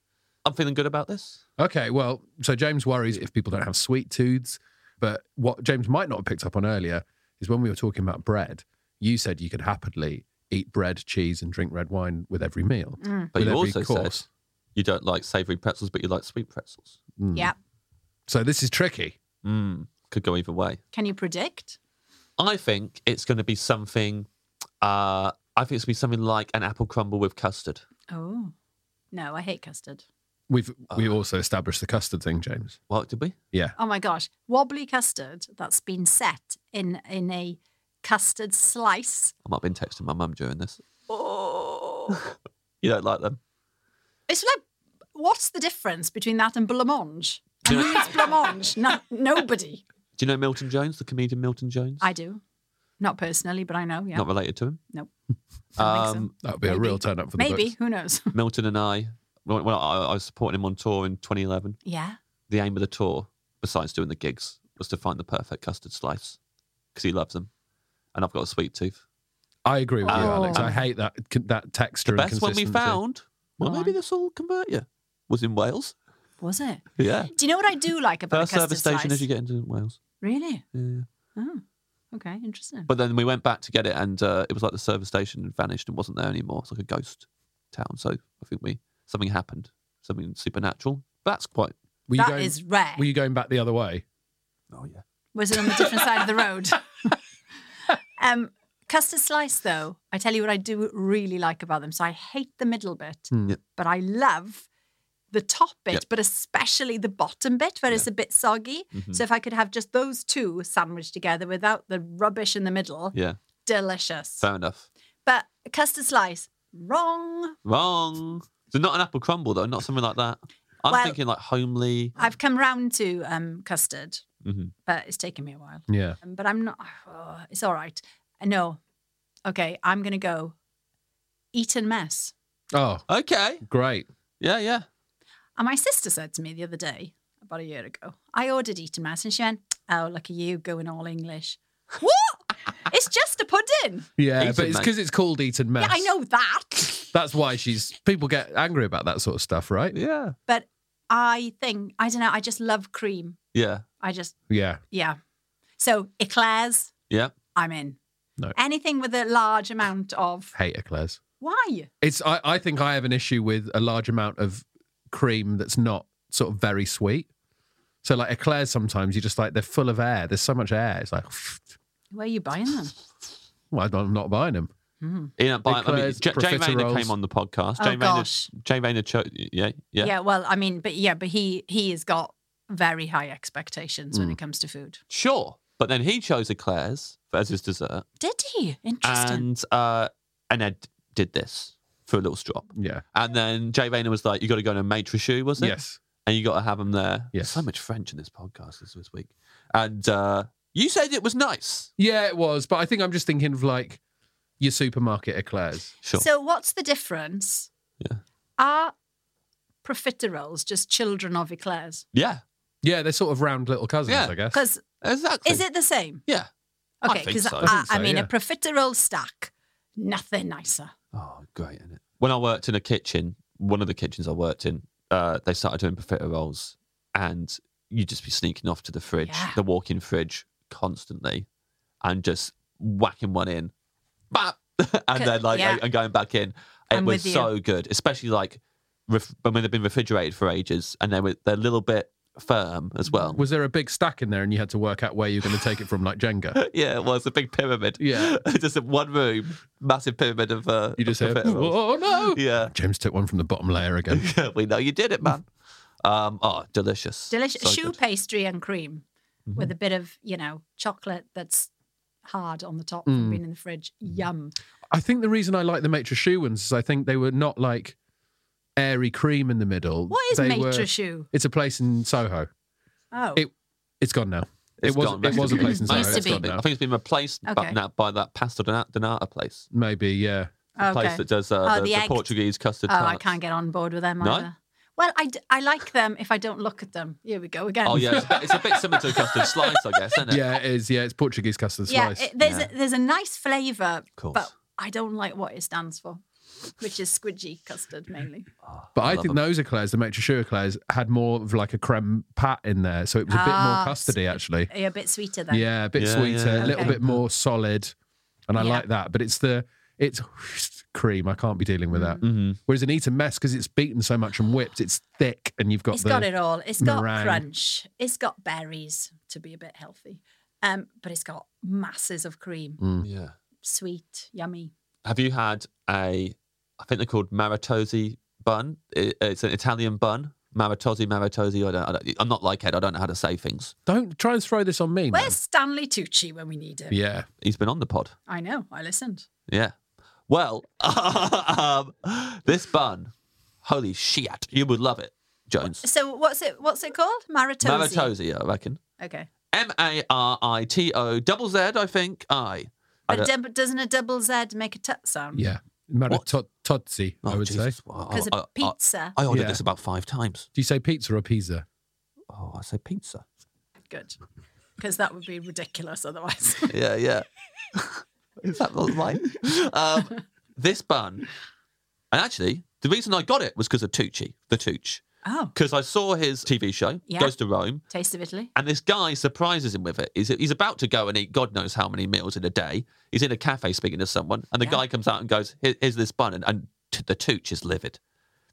B: I'm feeling good about this.
A: Okay, well, so James worries if people don't have sweet tooths, but what James might not have picked up on earlier is when we were talking about bread, you said you could happily eat bread, cheese, and drink red wine with every meal.
B: But
C: Mm.
A: with
B: you
A: every
B: also said you don't like savoury pretzels, but you like sweet pretzels.
A: Mm.
C: Yeah.
A: So this is tricky.
B: Mm, could go either way.
C: Can you predict?
B: I think it's going to be something. Uh, I think it's going to be something like an apple crumble with custard.
C: Oh, no, I hate custard.
A: We've we
B: Ah.
A: also established the custard thing, James.
B: What did we?
A: Yeah.
C: Oh my gosh, wobbly custard that's been set in in a custard slice.
B: I might have been texting my mum during this.
C: Oh,
B: You don't like them?
C: it's like what's the difference between that and blancmange? And who's blancmange? No, nobody.
B: Do you know Milton Jones, the comedian Milton Jones?
C: I do, not personally, but I know. Yeah,
B: Not related to him.
C: Nope. Don't think
B: Um,
A: That would be a
C: Maybe.
A: real turn up for the
C: maybe
A: books.
C: who knows?
B: Milton and I, well, well, I, I was supporting him on tour in 2011.
C: yeah.
B: The aim of the tour, besides doing the gigs, was to find the perfect custard slice because he loves them. And I've got a sweet tooth.
A: I agree with you,
C: Oh.
A: Alex. I hate that that texture. and
B: Ah. Best one we
A: consistency.
B: found, well,
C: Go
B: maybe
C: on.
B: this will convert you, was in Wales.
C: Was it?
B: Yeah.
C: Do you know what I do like about
B: First
C: a custard
B: service station
C: slice?
B: as you get into Wales.
C: Really?
B: Yeah.
C: Oh, okay, interesting.
B: But then we went back to get it, and uh, it was like the service station had vanished and wasn't there anymore. It's like a ghost town. So I think we something happened, something supernatural. That's quite.
A: Were you
C: That
A: going,
C: is rare.
A: Were you going back the other way?
B: Oh yeah.
C: Was it on the different side of the road? um, custard slice, though, I tell you what I do really like about them. So I hate the middle bit,
B: Hmm. Yeah.
C: but I love the top bit,
B: Yep.
C: but especially the bottom bit where it's a bit soggy.
B: Mm-hmm.
C: So if I could have just those two sandwiched together without the rubbish in the middle,
B: Yeah.
C: delicious.
B: Fair enough.
C: but custard slice, wrong.
B: Wrong. So not an apple crumble though. Not something like that. I'm
C: Well-
B: thinking like homely.
C: I've come round to um, custard,
B: Mhm.
C: but it's taken me a while.
A: Yeah.
C: Um, but I'm not. oh, it's all right. No, okay, I'm gonna go. Eton mess.
A: Oh,
B: Okay.
A: great.
B: Yeah. Yeah.
C: And Uh, my sister said to me the other day, about a year ago, I ordered Eton mess, and she went, "Oh, look at you going all English." what? It's just a pudding.
A: Yeah,
B: Eton
A: but it's
B: mess.
A: because it's called Eton Mess.
C: Yeah, I know that.
A: That's why she's people get angry about that sort of stuff, right?
B: Yeah.
C: But I think I don't know. I just love cream.
B: Yeah.
C: I just
A: Yeah.
C: yeah. So eclairs,
B: Yeah.
C: I'm in.
A: No.
C: Anything with a large amount of
A: Hate eclairs.
C: why?
A: It's I, I think I have an issue with a large amount of cream that's not sort of very sweet. So like eclairs sometimes you just like they're full of air. There's so much air. It's like
C: Where are you buying them?
A: well, I'm not buying them.
B: You know, but, I mean,
A: Eclairs,
B: J- Jane Rayner
A: profiteroles.
B: came on the podcast.
C: Oh,
B: Jane
C: gosh.
B: Rayner. Jane Rayner. Cho- yeah. Yeah.
C: Yeah. well, I mean, but yeah, but he he has got very high expectations
B: Mm.
C: when it comes to food.
B: Sure. But then he chose eclairs as his dessert.
C: Did he? Interesting.
B: and uh, and Ed did this for a little strop.
A: Yeah.
B: And then Jay Rayner was like, "You got to go to Maitre Choux, was it?
A: Yes.
B: And you got to have him there.
A: Yes.
B: So much French in this podcast this, this week. And uh, you said it was nice.
A: Yeah, it was. But I think I'm just thinking of like your supermarket eclairs.
B: Sure.
C: So what's the difference?
B: Yeah.
C: Are profiteroles just children of eclairs?
B: yeah.
A: Yeah, they're sort of round little cousins,
B: Yeah.
A: I guess.
C: Because
B: Exactly.
C: is it the same?
B: Yeah. I
C: Okay,
B: think
C: because
B: so.
C: I,
B: I
C: I,
A: think so,
C: mean,
A: yeah.
C: a profiterole stack, nothing nicer.
B: Oh, great, isn't it? When I worked in a kitchen, one of the kitchens I worked in, uh, they started doing profiteroles, and you'd just be sneaking off to the fridge,
C: Yeah.
B: the walk-in fridge, constantly, and just whacking one in, bap, and
C: Could-
B: then like
C: yeah.
B: and going back in. It
C: I'm
B: was
C: with you.
B: so good, especially like ref- when they've been refrigerated for ages, and they were they're a little bit firm as well.
A: was there a big stack in there and you had to work out where you're going to take it from, like Jenga?
B: yeah, it was a big pyramid.
A: Yeah.
B: just in one room, massive pyramid of. Uh,
A: You just
B: of
A: hear,
B: profiteroles.
A: oh no.
B: Yeah.
A: James took one from the bottom layer again.
B: we know you did it, man. Um, oh, delicious.
C: Delicious
B: So
C: shoe
B: good. Mm-hmm.
C: pastry and cream with a bit of, you know, chocolate that's hard on the top
B: Mm.
C: from being in the fridge.
B: Mm-hmm.
C: Yum.
A: I think the reason I like the Maitre Shoe ones is I think they were not like airy cream in the middle.
C: What is
A: they
C: maitre
A: were-
C: choux?
A: It's a place in Soho.
C: Oh,
A: It, it's gone now.
B: It's
A: It was-
B: gone.
A: it was a place in
B: No,
C: Soho,
B: it's
C: Used to
B: gone
C: be.
B: now. I think it's been replaced but
C: Okay.
B: now by that pasta donata, donata place,
A: Maybe, yeah.
B: the place that does uh,
C: Oh,
B: the,
C: the
B: the
C: egg-
B: Portuguese custard.
C: Oh, I
B: tarts.
C: can't get on board with them
B: No?
C: either. Well, I, d- I like them if I don't look at them. Here we go again.
B: Oh yeah, it's a, bit, it's a bit similar to a custard slice, I guess, isn't it?
A: Yeah, it is. Yeah, it's Portuguese custard
C: Yeah,
A: slice.
C: it- there's
B: Yeah.
C: A, there's a nice flavour,
B: course.
C: but I don't like what it stands for, which is squidgy custard mainly.
A: but I,
B: Oh, love
A: think
B: 'em.
A: those eclairs, the maitre choux eclairs, had more of like a creme pat in there. So it was a bit
C: Ah,
A: more custardy, actually.
C: They're A bit sweeter then.
A: Yeah, a bit
B: Yeah,
A: sweeter,
B: yeah,
A: a little
C: okay.
A: bit more solid. And I
C: Yeah.
A: like that. But it's the, it's cream. I can't be dealing with that.
C: Mm.
B: Mm-hmm.
A: Whereas an eaten mess, because it's beaten so much and whipped, it's thick and you've got
C: it's
A: the.
C: got it all. It's got
A: meringue.
C: crunch. It's got berries to be a bit healthy, um, but it's got masses of cream,
A: Mm.
B: Yeah.
C: sweet, yummy.
B: Have you had a? I think they're called maritozzi bun. It, it's an Italian bun. Maritozzi, maritozzi. I don't, I don't. I'm not like Ed. I don't know how to say things.
A: Don't try and throw this on me. man.
C: Where's Stanley Tucci when we need him?
A: Yeah.
B: He's been on the pod.
C: I know. I listened.
B: Yeah. Well, um, this bun, holy shit, you would love it, Jones.
C: So what's it? What's it called? Maritozzi.
B: Maritozzi, I reckon.
C: Okay.
B: M A R I T O double Z, I think. I. I
C: But
B: don't-
C: dub- doesn't a double Z make a tut sound?
A: Yeah. Maritozzi, I
B: Oh, uh,
A: would say.
B: Jesus. Well, I-
C: Because
B: I-
C: of
B: I-
C: pizza.
B: I ordered
A: Yeah.
B: this about five times.
A: Do you say pizza or pizza?
B: Oh, I say pizza. uh,
C: Good. Because that would be ridiculous otherwise.
B: yeah, yeah. Is that not right? um, this bun, and actually, the reason I got it was because of Tucci, the Tooch,
C: oh,
B: because I saw his TV show,
C: Yeah.
B: goes to Rome,
C: taste of Italy.
B: and this guy surprises him with it. He's, he's about to go and eat God knows how many meals in a day. He's in a cafe speaking to someone, and the
C: Yeah.
B: guy comes out and goes, "Here- "Here's this bun," and, and t- the Tooch is livid.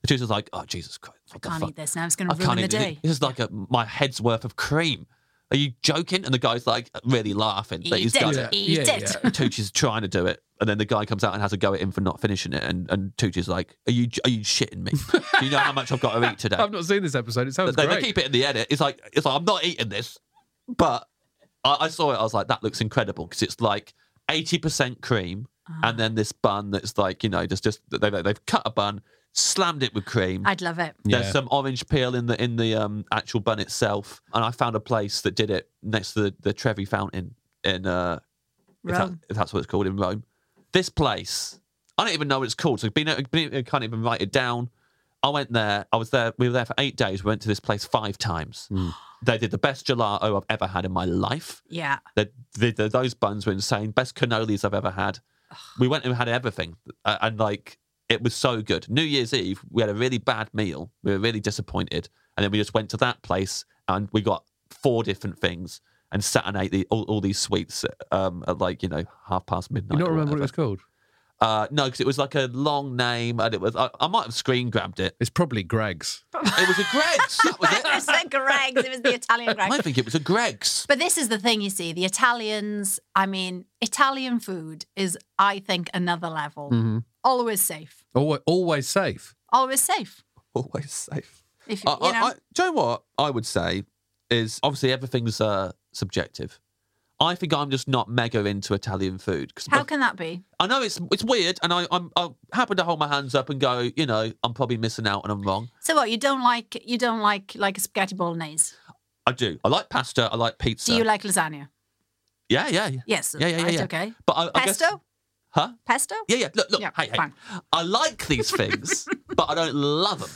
B: The Tooch is like, "Oh Jesus Christ, what the
C: Can't
B: fuck?"
C: eat this now. It's going
B: I
C: to ruin
B: can't
C: the
B: even.
C: day.
B: This is like a, my head's worth of cream. Are you joking? And the guy's like really laughing that he's
C: Eat
B: done
C: it.
B: it.
C: Eat
A: Yeah,
C: it.
B: Tucci's trying to do it, and then the guy comes out and has a go at him for not finishing it. And and Tucci's like, "Are you are you shitting me? do you know how much I've got to eat today?"
A: I've not seen this episode. It sounds
B: they, they
A: great.
B: keep it in the edit. It's like it's like I'm not eating this, but I, I saw it. I was like, that looks incredible because it's like eighty percent cream, and then this bun that's like you know just just they they- they've cut a bun, slammed it with cream.
C: I'd love it.
A: Yeah.
B: There's some orange peel in the in the um, actual bun itself, and I found a place that did it next to the, the Trevi Fountain in uh, if, that-
C: Rome.
B: if that's what it's called in Rome. This place, I don't even know what it's called, so I've been, I've been- I can't even write it down. I went there. I was there. We were there for eight days. We went to this place five times. They did the best gelato I've ever had in my life.
C: Yeah.
B: The, the, the, those buns were insane. Best cannolis I've ever had. We went and had everything, uh, and like it was so good. New Year's Eve, we had a really bad meal. We were really disappointed, and then we just went to that place and we got four different things and sat and ate the, all, all these sweets um, at like you know half past midnight.
A: you
B: or
A: not remember what it
B: whatever.
A: was called?
B: Uh, no, because it was like a long name, and it was I, I might have screen grabbed it.
A: It's probably Greg's.
B: It was a Greg's. that was it.
C: It's the Greg's. It was the Italian
B: I
C: Greg's.
B: think it was a Greg's.
C: But this is the thing you see the Italians, I mean, Italian food is, I think, another level.
A: Mm-hmm.
C: Always safe.
A: Always, always safe.
C: Always safe.
B: Always safe.
C: If you,
B: I,
C: you know,
B: I, I, do you know what I would say is obviously everything's uh, subjective. I think I'm just not mega into Italian food because
C: how can that be?
B: I know it's it's weird, and I I'm, I happen to hold my hands up and go, you know, I'm probably missing out and I'm wrong.
C: So what? You don't like you don't like like a spaghetti bolognese.
B: I do. I like pasta. I like pizza.
C: Do you like lasagna?
B: Yeah, yeah, yeah.
C: Yes.
B: Yeah, yeah, yeah,
C: right,
B: yeah.
C: Okay.
B: But I, I guess,
C: Pesto?
B: huh?
C: Pesto?
B: Yeah, yeah. Look, look.
C: Yeah,
B: hey, hey.
C: fine.
B: I like these things, but I don't love them.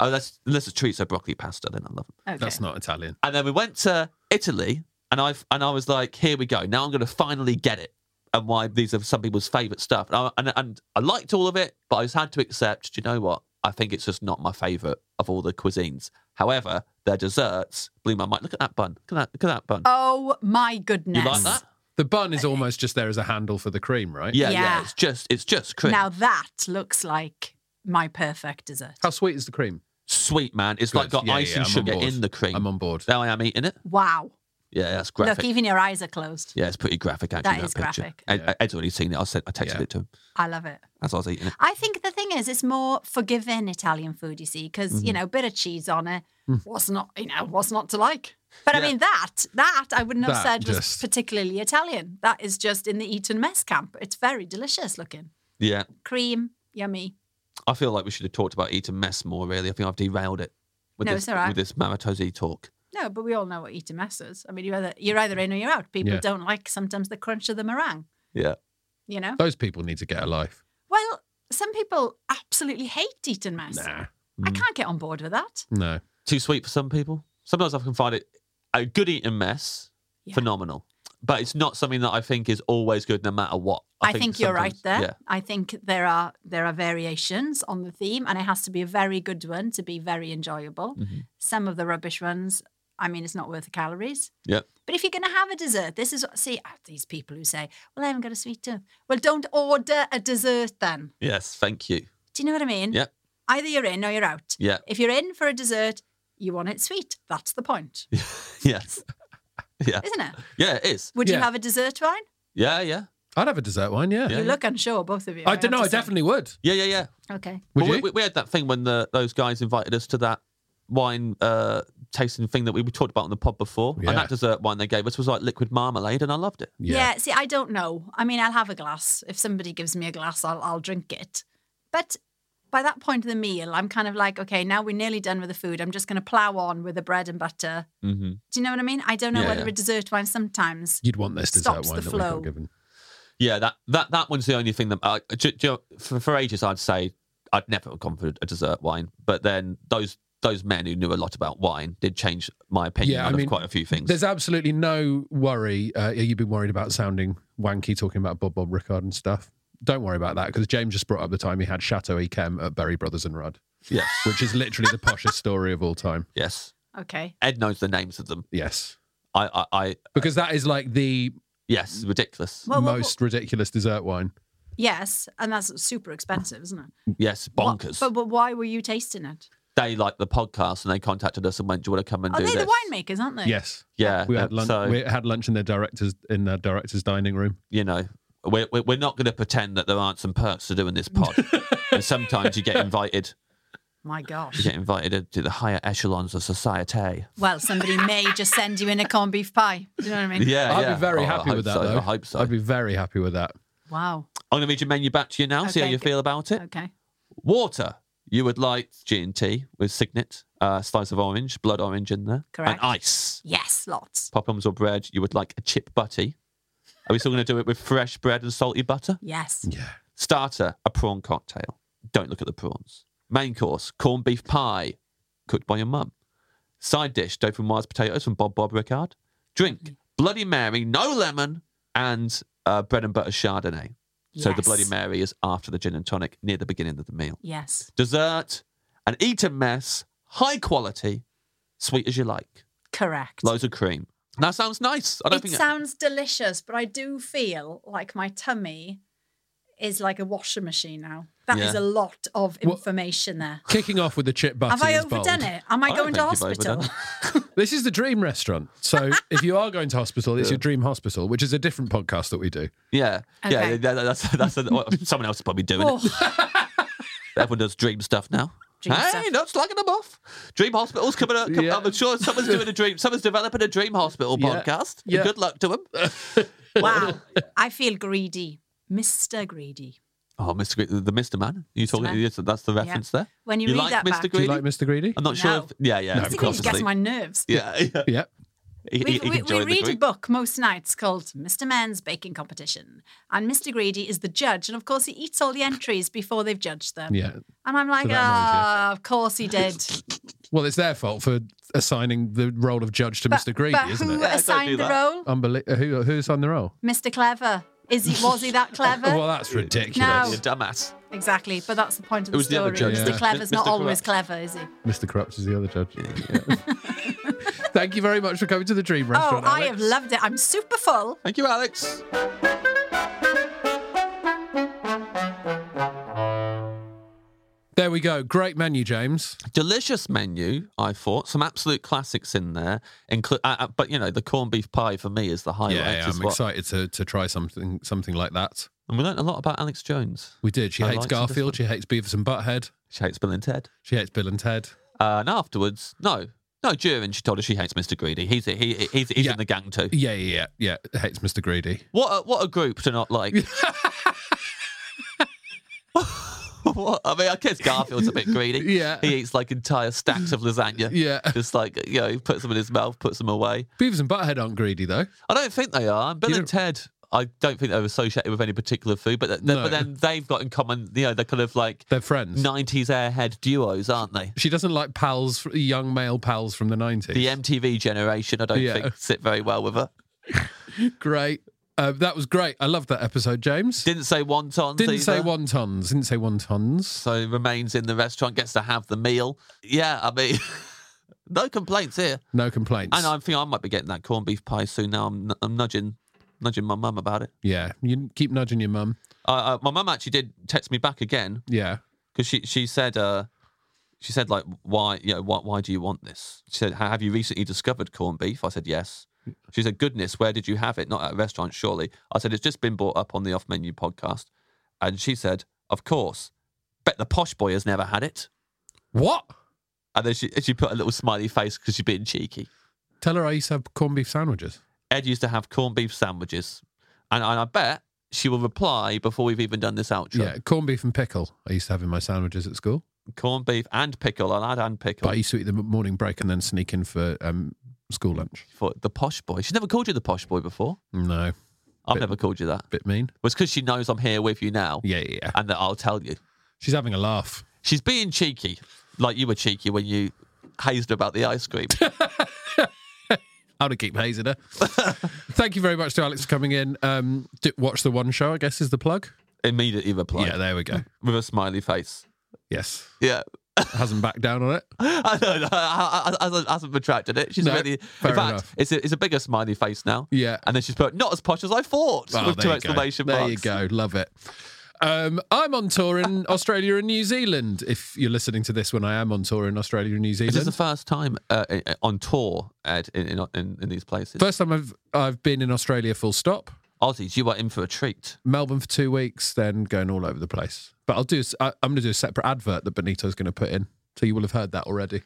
B: Oh, that's unless it's chorizo broccoli pasta, then I love them.
C: Okay.
A: That's not Italian.
B: And then we went to Italy, and I and I was like, here we go. Now I'm going to finally get it, and why these are some people's favourite stuff. And I, and, and I liked all of it, but I just had to accept. Do you know what? I think it's just not my favourite of all the cuisines. However, their desserts blew my mind. Look at that bun. Look at that. Look at that bun.
C: Oh my
B: you
C: goodness.
B: like that?
A: The bun is almost just there as a handle for the cream, right?
B: Yeah, yeah,
C: Yeah.
B: It's just it's just cream.
C: Now that looks like my perfect dessert.
A: How sweet is the cream?
B: Sweet man. It's like
A: Good.
B: got
A: Yeah,
B: ice
A: yeah,
B: and
A: I'm on
B: sugar
A: board.
B: in the cream.
A: I'm on board.
B: Now I am eating it.
C: Wow.
B: Yeah, that's graphic.
C: Look, even your eyes are closed.
B: yeah, it's pretty graphic actually.
C: That is
B: picture.
C: graphic.
B: Ed,
A: Yeah.
B: Ed's already seen it. I said I texted
A: Yeah.
B: it to him
C: I love it.
B: as I was eating it.
C: I think the thing is, it's more forgiving Italian food, you see, because,
B: Mm-hmm.
C: you know, a bit of cheese on it, what's not, you know, what's not to like? But I
B: Hmm. Yeah.
C: mean, that, that I wouldn't have
A: That
C: said was
A: just-
C: particularly Italian. That is just in the eat and mess camp. It's very delicious looking.
B: Yeah,
C: Cream, yummy.
B: I feel like we should have talked about eat and mess more. Really, I think I've derailed it with
C: No,
B: this
C: it's all right.
B: with this Maritozzi talk.
C: No, but we all know what eating mess is. I mean, you're either, you're either in or you're out. People
A: Yeah.
C: don't like sometimes the crunch of the meringue,
B: Yeah.
C: you know?
A: Those people need to get a life.
C: Well, some people absolutely hate eating mess.
A: Nah,
C: I can't get on board with that.
A: no.
B: Too sweet for some people. Sometimes I can find it a good eating mess,
C: Yeah.
B: phenomenal. But it's not something that I think is always good no matter what.
C: I, think, you're right there.
B: sometimes-
C: I think there are there are variations on the theme, and it has to be a very good one to be very enjoyable.
B: Mhm.
C: Some of the rubbish ones, I mean, it's not worth the calories.
B: Yeah. Yep.
C: But if you're going to have a dessert, this is what, see ah, these people who say, "Well, I haven't got a sweet tooth." Well, don't order a dessert then.
B: Yes. Thank you.
C: Do you know what I mean?
B: Yep.
C: Either you're in or you're out.
B: Yeah.
C: If you're in for a dessert, you want it sweet. That's the point,
B: Yes. Yeah.
C: isn't it?
B: Yeah, it is.
C: Would you
A: Yeah.
C: have a dessert wine?
B: Yeah, yeah.
A: I'd have a dessert wine, yeah.
B: Yeah.
C: You look unsure, both of you.
A: I don't know.
C: have
A: I
C: to say.
A: definitely would.
B: Yeah, yeah, yeah.
C: Okay.
A: Would
B: Well,
A: you?
B: We, we had that thing when the, those guys invited us to that wine uh, tasting thing that we talked about on the pod before.
A: Yeah.
B: And that dessert wine they gave us was like liquid marmalade, and I loved it.
C: Yeah. see, I don't know. I mean, I'll have a glass. If somebody gives me a glass, I'll, I'll drink it. But by that point of the meal, I'm kind of like, okay, now we're nearly done with the food. I'm just going to plow on with the bread and butter.
B: Mm-hmm.
C: Do you know what I mean? I don't know
B: Yeah,
C: whether
B: yeah.
C: a dessert wine sometimes.
A: You'd want this dessert
C: Stops
A: wine
C: the
A: that we got
C: flow.
A: given.
B: Yeah, that, that that one's the only thing that uh, j- j- for, for ages I'd say I'd never have gone for a dessert wine. But then those those men who knew a lot about wine did change my opinion
A: Yeah, I
B: on
A: mean,
B: quite a few things.
A: There's absolutely no worry. Uh, you've been worried about sounding wanky talking about Bob Bob Rickard and stuff. Don't worry about that because James just brought up the time he had Chateau Yquem at Berry Brothers and Rudd.
B: Yes.
A: Which is literally the poshest story of all time.
B: Yes.
C: Okay.
B: Ed knows the names of them.
A: Yes.
B: I, I, I
A: Because that is like the Mm.
B: yes, ridiculous.
C: Well, well,
A: most ridiculous dessert wine.
C: Yes. And that's super expensive, isn't it?
A: Mm.
B: Yes,
C: What-
B: bonkers.
C: but, but why were you tasting it?
B: they liked the podcast and they contacted us and went, "Do you want to come and
C: Are
B: do
C: they
B: this?"
C: the winemakers, aren't they?
A: Yes.
B: Yeah,
A: We had
B: uh,
A: lunch
B: So
A: we had lunch in their directors in their directors dining room.
B: you know, we're we're we're not going to pretend that there aren't some perks to doing this pod. and sometimes you get invited,
C: My
B: you
C: gosh.
B: get invited to the higher echelons of society.
C: Well, somebody may just send you in a corned beef pie. Do you know what I mean?
B: Yeah,
A: I'd
B: yeah.
A: be very
B: Oh, I
A: happy
B: hope
A: with that
B: so.
A: though.
B: I hope so.
A: I'd be very happy with that.
C: Wow.
B: I'm going to read your menu back to you now. See how
C: Okay,
B: you
C: good.
B: feel about it.
C: Okay.
B: Water. You would like G and T with signet, uh, slice of orange, blood orange in there, and
C: Correct.
B: ice.
C: Yes, lots.
B: Popums or bread. You would like a chip butty. Are we still going to do it with fresh bread and salty butter?
C: Yes.
A: Yeah.
B: Starter, a prawn cocktail. Don't look at the prawns. Main course, corned beef pie, cooked by your mum. Side dish, dough from Mars potatoes from Bob Bob Ricard.
C: Mm-hmm.
B: Drink, Bloody Mary, no lemon, and uh, bread and butter Chardonnay. So the
C: Yes.
B: Bloody Mary is after the gin and tonic near the beginning of the meal.
C: Yes.
B: Dessert, an eat and mess, high quality, sweet as you like,
C: Correct.
B: loads of cream. And That sounds nice. I don't
C: it
B: think
C: sounds delicious, but I do feel like my tummy is like a washing machine now. That is
B: Yeah.
C: a lot of
A: What-
C: information there.
A: Kicking off with the chip butty.
C: Have I
A: is
C: overdone
A: bold.
C: it? Am I,
B: I don't
C: going to
B: think you've overdone
C: hospital?
A: This is the dream restaurant. So if you are going to hospital, it's your dream hospital, which is a different podcast that we do.
B: yeah, yeah,
C: Okay.
B: that- that's that's well, someone else is probably doing it.
C: Oh,
B: Everyone does dream stuff now.
C: Dream
B: hey,
C: stuff.
B: not slagging them off. Dream hospitals coming up.
A: Yeah.
B: I'm sure someone's doing a dream. Someone's developing a dream hospital
A: Yeah.
B: podcast.
A: Yeah.
B: Good luck to them.
C: Oh, wow. I feel greedy. Mr. Greedy.
B: Oh, Mr. Gre- the Mr. Man. You talking?
C: Man.
B: yes, That's the reference there.
C: When you
B: You
C: read
B: like
C: that
B: Mr.
C: back,
B: Greedy?
A: Do you like Mr. Greedy?
B: I'm not sure.
C: No.
B: If, yeah, yeah.
C: Mr. Greedy
B: obviously.
C: gets my nerves.
B: Yeah, yeah.
A: Yep.
B: He, he-
C: We,
B: he
C: we-
B: can
C: we
B: join the
C: read a
B: group.
C: book most nights called Mr. Man's Baking Competition, and Mr. Greedy is the judge, and of course he eats all the entries before they've judged them.
A: Yeah.
C: And I'm like,
A: So that annoys you.
C: ah, of course he did.
A: Well, it's their fault for assigning the role of judge to Mr. Greedy,
C: but
A: isn't
C: who
A: it?
B: don't do
C: assigned the
B: that.
C: role?
A: Unbelievable. Who, who's on the role?
C: Mr. Clever. Is he was he that clever?
A: well, that's ridiculous.
C: No.
B: You're a dumbass.
C: exactly, but that's the point of
B: It was
C: the
B: the
C: story.
B: other
A: judge,
C: Mr.
A: yeah.
C: Clever's
B: Mr.
C: not always
B: Corrupt.
C: clever, is he?
A: Mr. Corrupt is the other judge. Thank you very much for coming to the Dream
C: Oh,
A: Restaurant. Alex.
C: I have loved it. I'm super full.
B: Thank you, Alex.
A: There we go. Great menu, James.
B: Delicious menu, I thought. Some absolute classics in there. Inclu- uh, uh, but, you know, the corned beef pie for me is the highlight.
A: yeah,
B: is
A: I'm
B: what-
A: excited to, to try something something like that.
B: And we learned a lot about Alex Jones.
A: We did. She
B: I
A: hates
B: liked it, this
A: Garfield.
B: one.
A: She hates Beavis and Butthead.
B: She hates Bill and Ted.
A: She hates Bill and Ted.
B: Uh, and afterwards, no, no, during she told us she hates Mr. Greedy. He's he, he- he's, he's
A: Yeah.
B: in the gang too.
A: Yeah, yeah, yeah. yeah. Hates Mr. Greedy.
B: What a, what a group to not like. what? I mean, I guess Garfield's a bit greedy.
A: Yeah.
B: He eats like entire stacks of lasagna.
A: Yeah.
B: Just like, you know, he puts them in his mouth, puts them away.
A: Beavis and Butthead aren't greedy though.
B: I don't think they are. Bill
A: You
B: and
A: don't-
B: Ted, I don't think they're associated with any particular food, but, th- th-
A: No.
B: but then they've got in common, you know, they're kind of like
A: They're friends.
B: 90s airhead duos, aren't they?
A: She doesn't like pals, young male pals from the nineties.
B: The MTV generation, I don't
A: Yeah.
B: think, sit very well with her.
A: Great. Uh, that was great. I loved that episode, James.
B: Didn't say wontons
A: Didn't
B: either.
A: say one tons. Didn't say one tons.
B: So remains in the restaurant, gets to have the meal. Yeah, I mean, no complaints here.
A: No complaints.
B: And I think I might be getting that corned beef pie soon. Now I'm, I'm nudging, nudging my mum about it.
A: Yeah, you keep nudging your mum.
B: Uh, uh, my mum actually did text me back again
A: Yeah,
B: because she she said uh, she said like why you know why why do you want this? She said "Ha- have you recently discovered corned beef? I said yes. She said goodness, where did you have it? Not at a restaurant, surely. I said it's just been brought up on the off menu podcast, and she said of course. Bet the posh boy has never had it.
A: What?
B: And then she she put a little smiley face because she's being cheeky.
A: Tell her I used to have corned beef sandwiches.
B: Ed used to have corned beef sandwiches, and, and I bet she will reply before we've even done this outro.
A: Yeah, corned beef and pickle. I used to have in my sandwiches at school.
B: Corned beef and pickle. I'll add and pickle.
A: But I used to eat them at morning break and then sneak in for um, school lunch.
B: for the posh boy. She's never called you the posh boy before.
A: No,
B: I've
A: Bit-
B: never called you that.
A: bit mean.
B: Well, it's because she knows I'm here with you now
A: Yeah, yeah, yeah.
B: and that I'll tell you.
A: She's having a laugh.
B: She's being cheeky, like you were cheeky when you hazed her about the ice cream.
A: I'll keep hazing her. Thank you very much to Alex for coming in. Um, d- watch the one show, I guess, is the plug.
B: Immediately reply
A: Yeah, there we go.
B: with a smiley face.
A: Yes,
B: Yeah.
A: hasn't backed down on it.
B: I don't know. I, I, I, I hasn't retracted it. She's
A: No,
B: already.
A: fair
B: in fact,
A: enough.
B: it's a, it's a bigger smiley face now.
A: Yeah.
B: And then she's put, not as posh as I thought,
A: Oh,
B: with
A: there
B: two
A: you go.
B: exclamation
A: There you
B: marks.
A: go. Love it. Um, I'm on tour in Australia and New Zealand. If you're listening to this when I am on tour in Australia and New
B: Is this
A: Zealand,
B: the first time uh, uh, on tour, Ed, in, in, in, in these places?
A: first time I've I've been in Australia. Full stop.
B: Aussies, you are in for a treat.
A: Melbourne for two weeks, then going all over the place. But I'll do. s- I, am going to do a separate advert that Benito's going to put in, so you will have heard that already.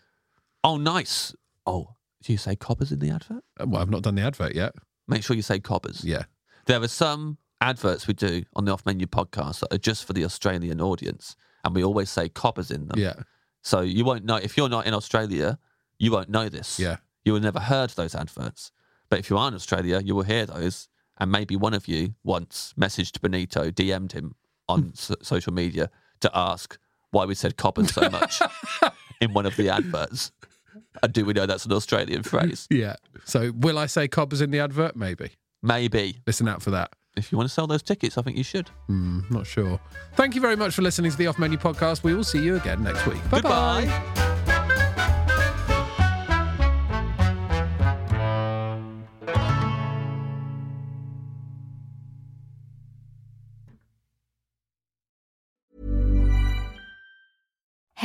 B: Oh, nice. Oh, do you say coppers in the advert?
A: Uh, Well, I've not done the advert yet.
B: Make sure you say coppers.
A: Yeah,
B: There are some adverts we do on the off menu podcast that are just for the Australian audience, and we always say coppers in them.
A: yeah,
B: So you won't know if you're not in Australia, you won't know this.
A: yeah.
B: You will never heard those adverts. But if you are in Australia, you will hear those. And maybe one of you once messaged Benito, DM'd him
A: Hmm.
B: on so- social media to ask why we said coppers so much in one of the adverts. And do we know that's an Australian phrase?
A: Yeah. So, will I say cobbers in the advert? Maybe.
B: Maybe.
A: Listen out for that.
B: If you want to sell those tickets, I think you should.
A: Hmm, not sure. Thank you very much for listening to the Off Menu podcast. We will see you again next week. Bye bye.
B: Goodbye.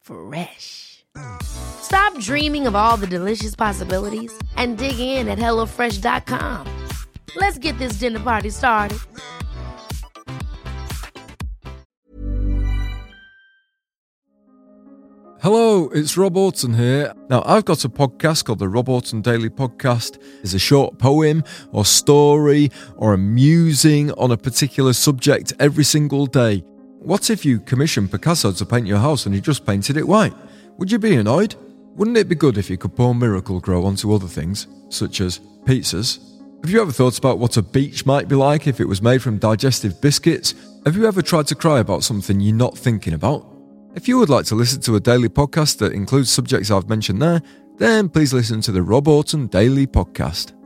H: Fresh. Stop dreaming of all the delicious possibilities and dig in at HelloFresh.com. Let's get this dinner party started.
I: Hello, it's Rob Orton here. Now, I've got a podcast called the Rob Orton Daily Podcast. It's a short poem or story or a musing on a particular subject every single day. What if you commissioned Picasso to paint your house and he just painted it white? Would you be annoyed? Wouldn't it be good if you could pour Miracle Grow onto other things, such as pizzas? Have you ever thought about what a beach might be like if it was made from digestive biscuits? Have you ever tried to cry about something you're not thinking about? If you would like to listen to a daily podcast that includes subjects I've mentioned there,
A: Then please listen to the Rob Orton Daily Podcast.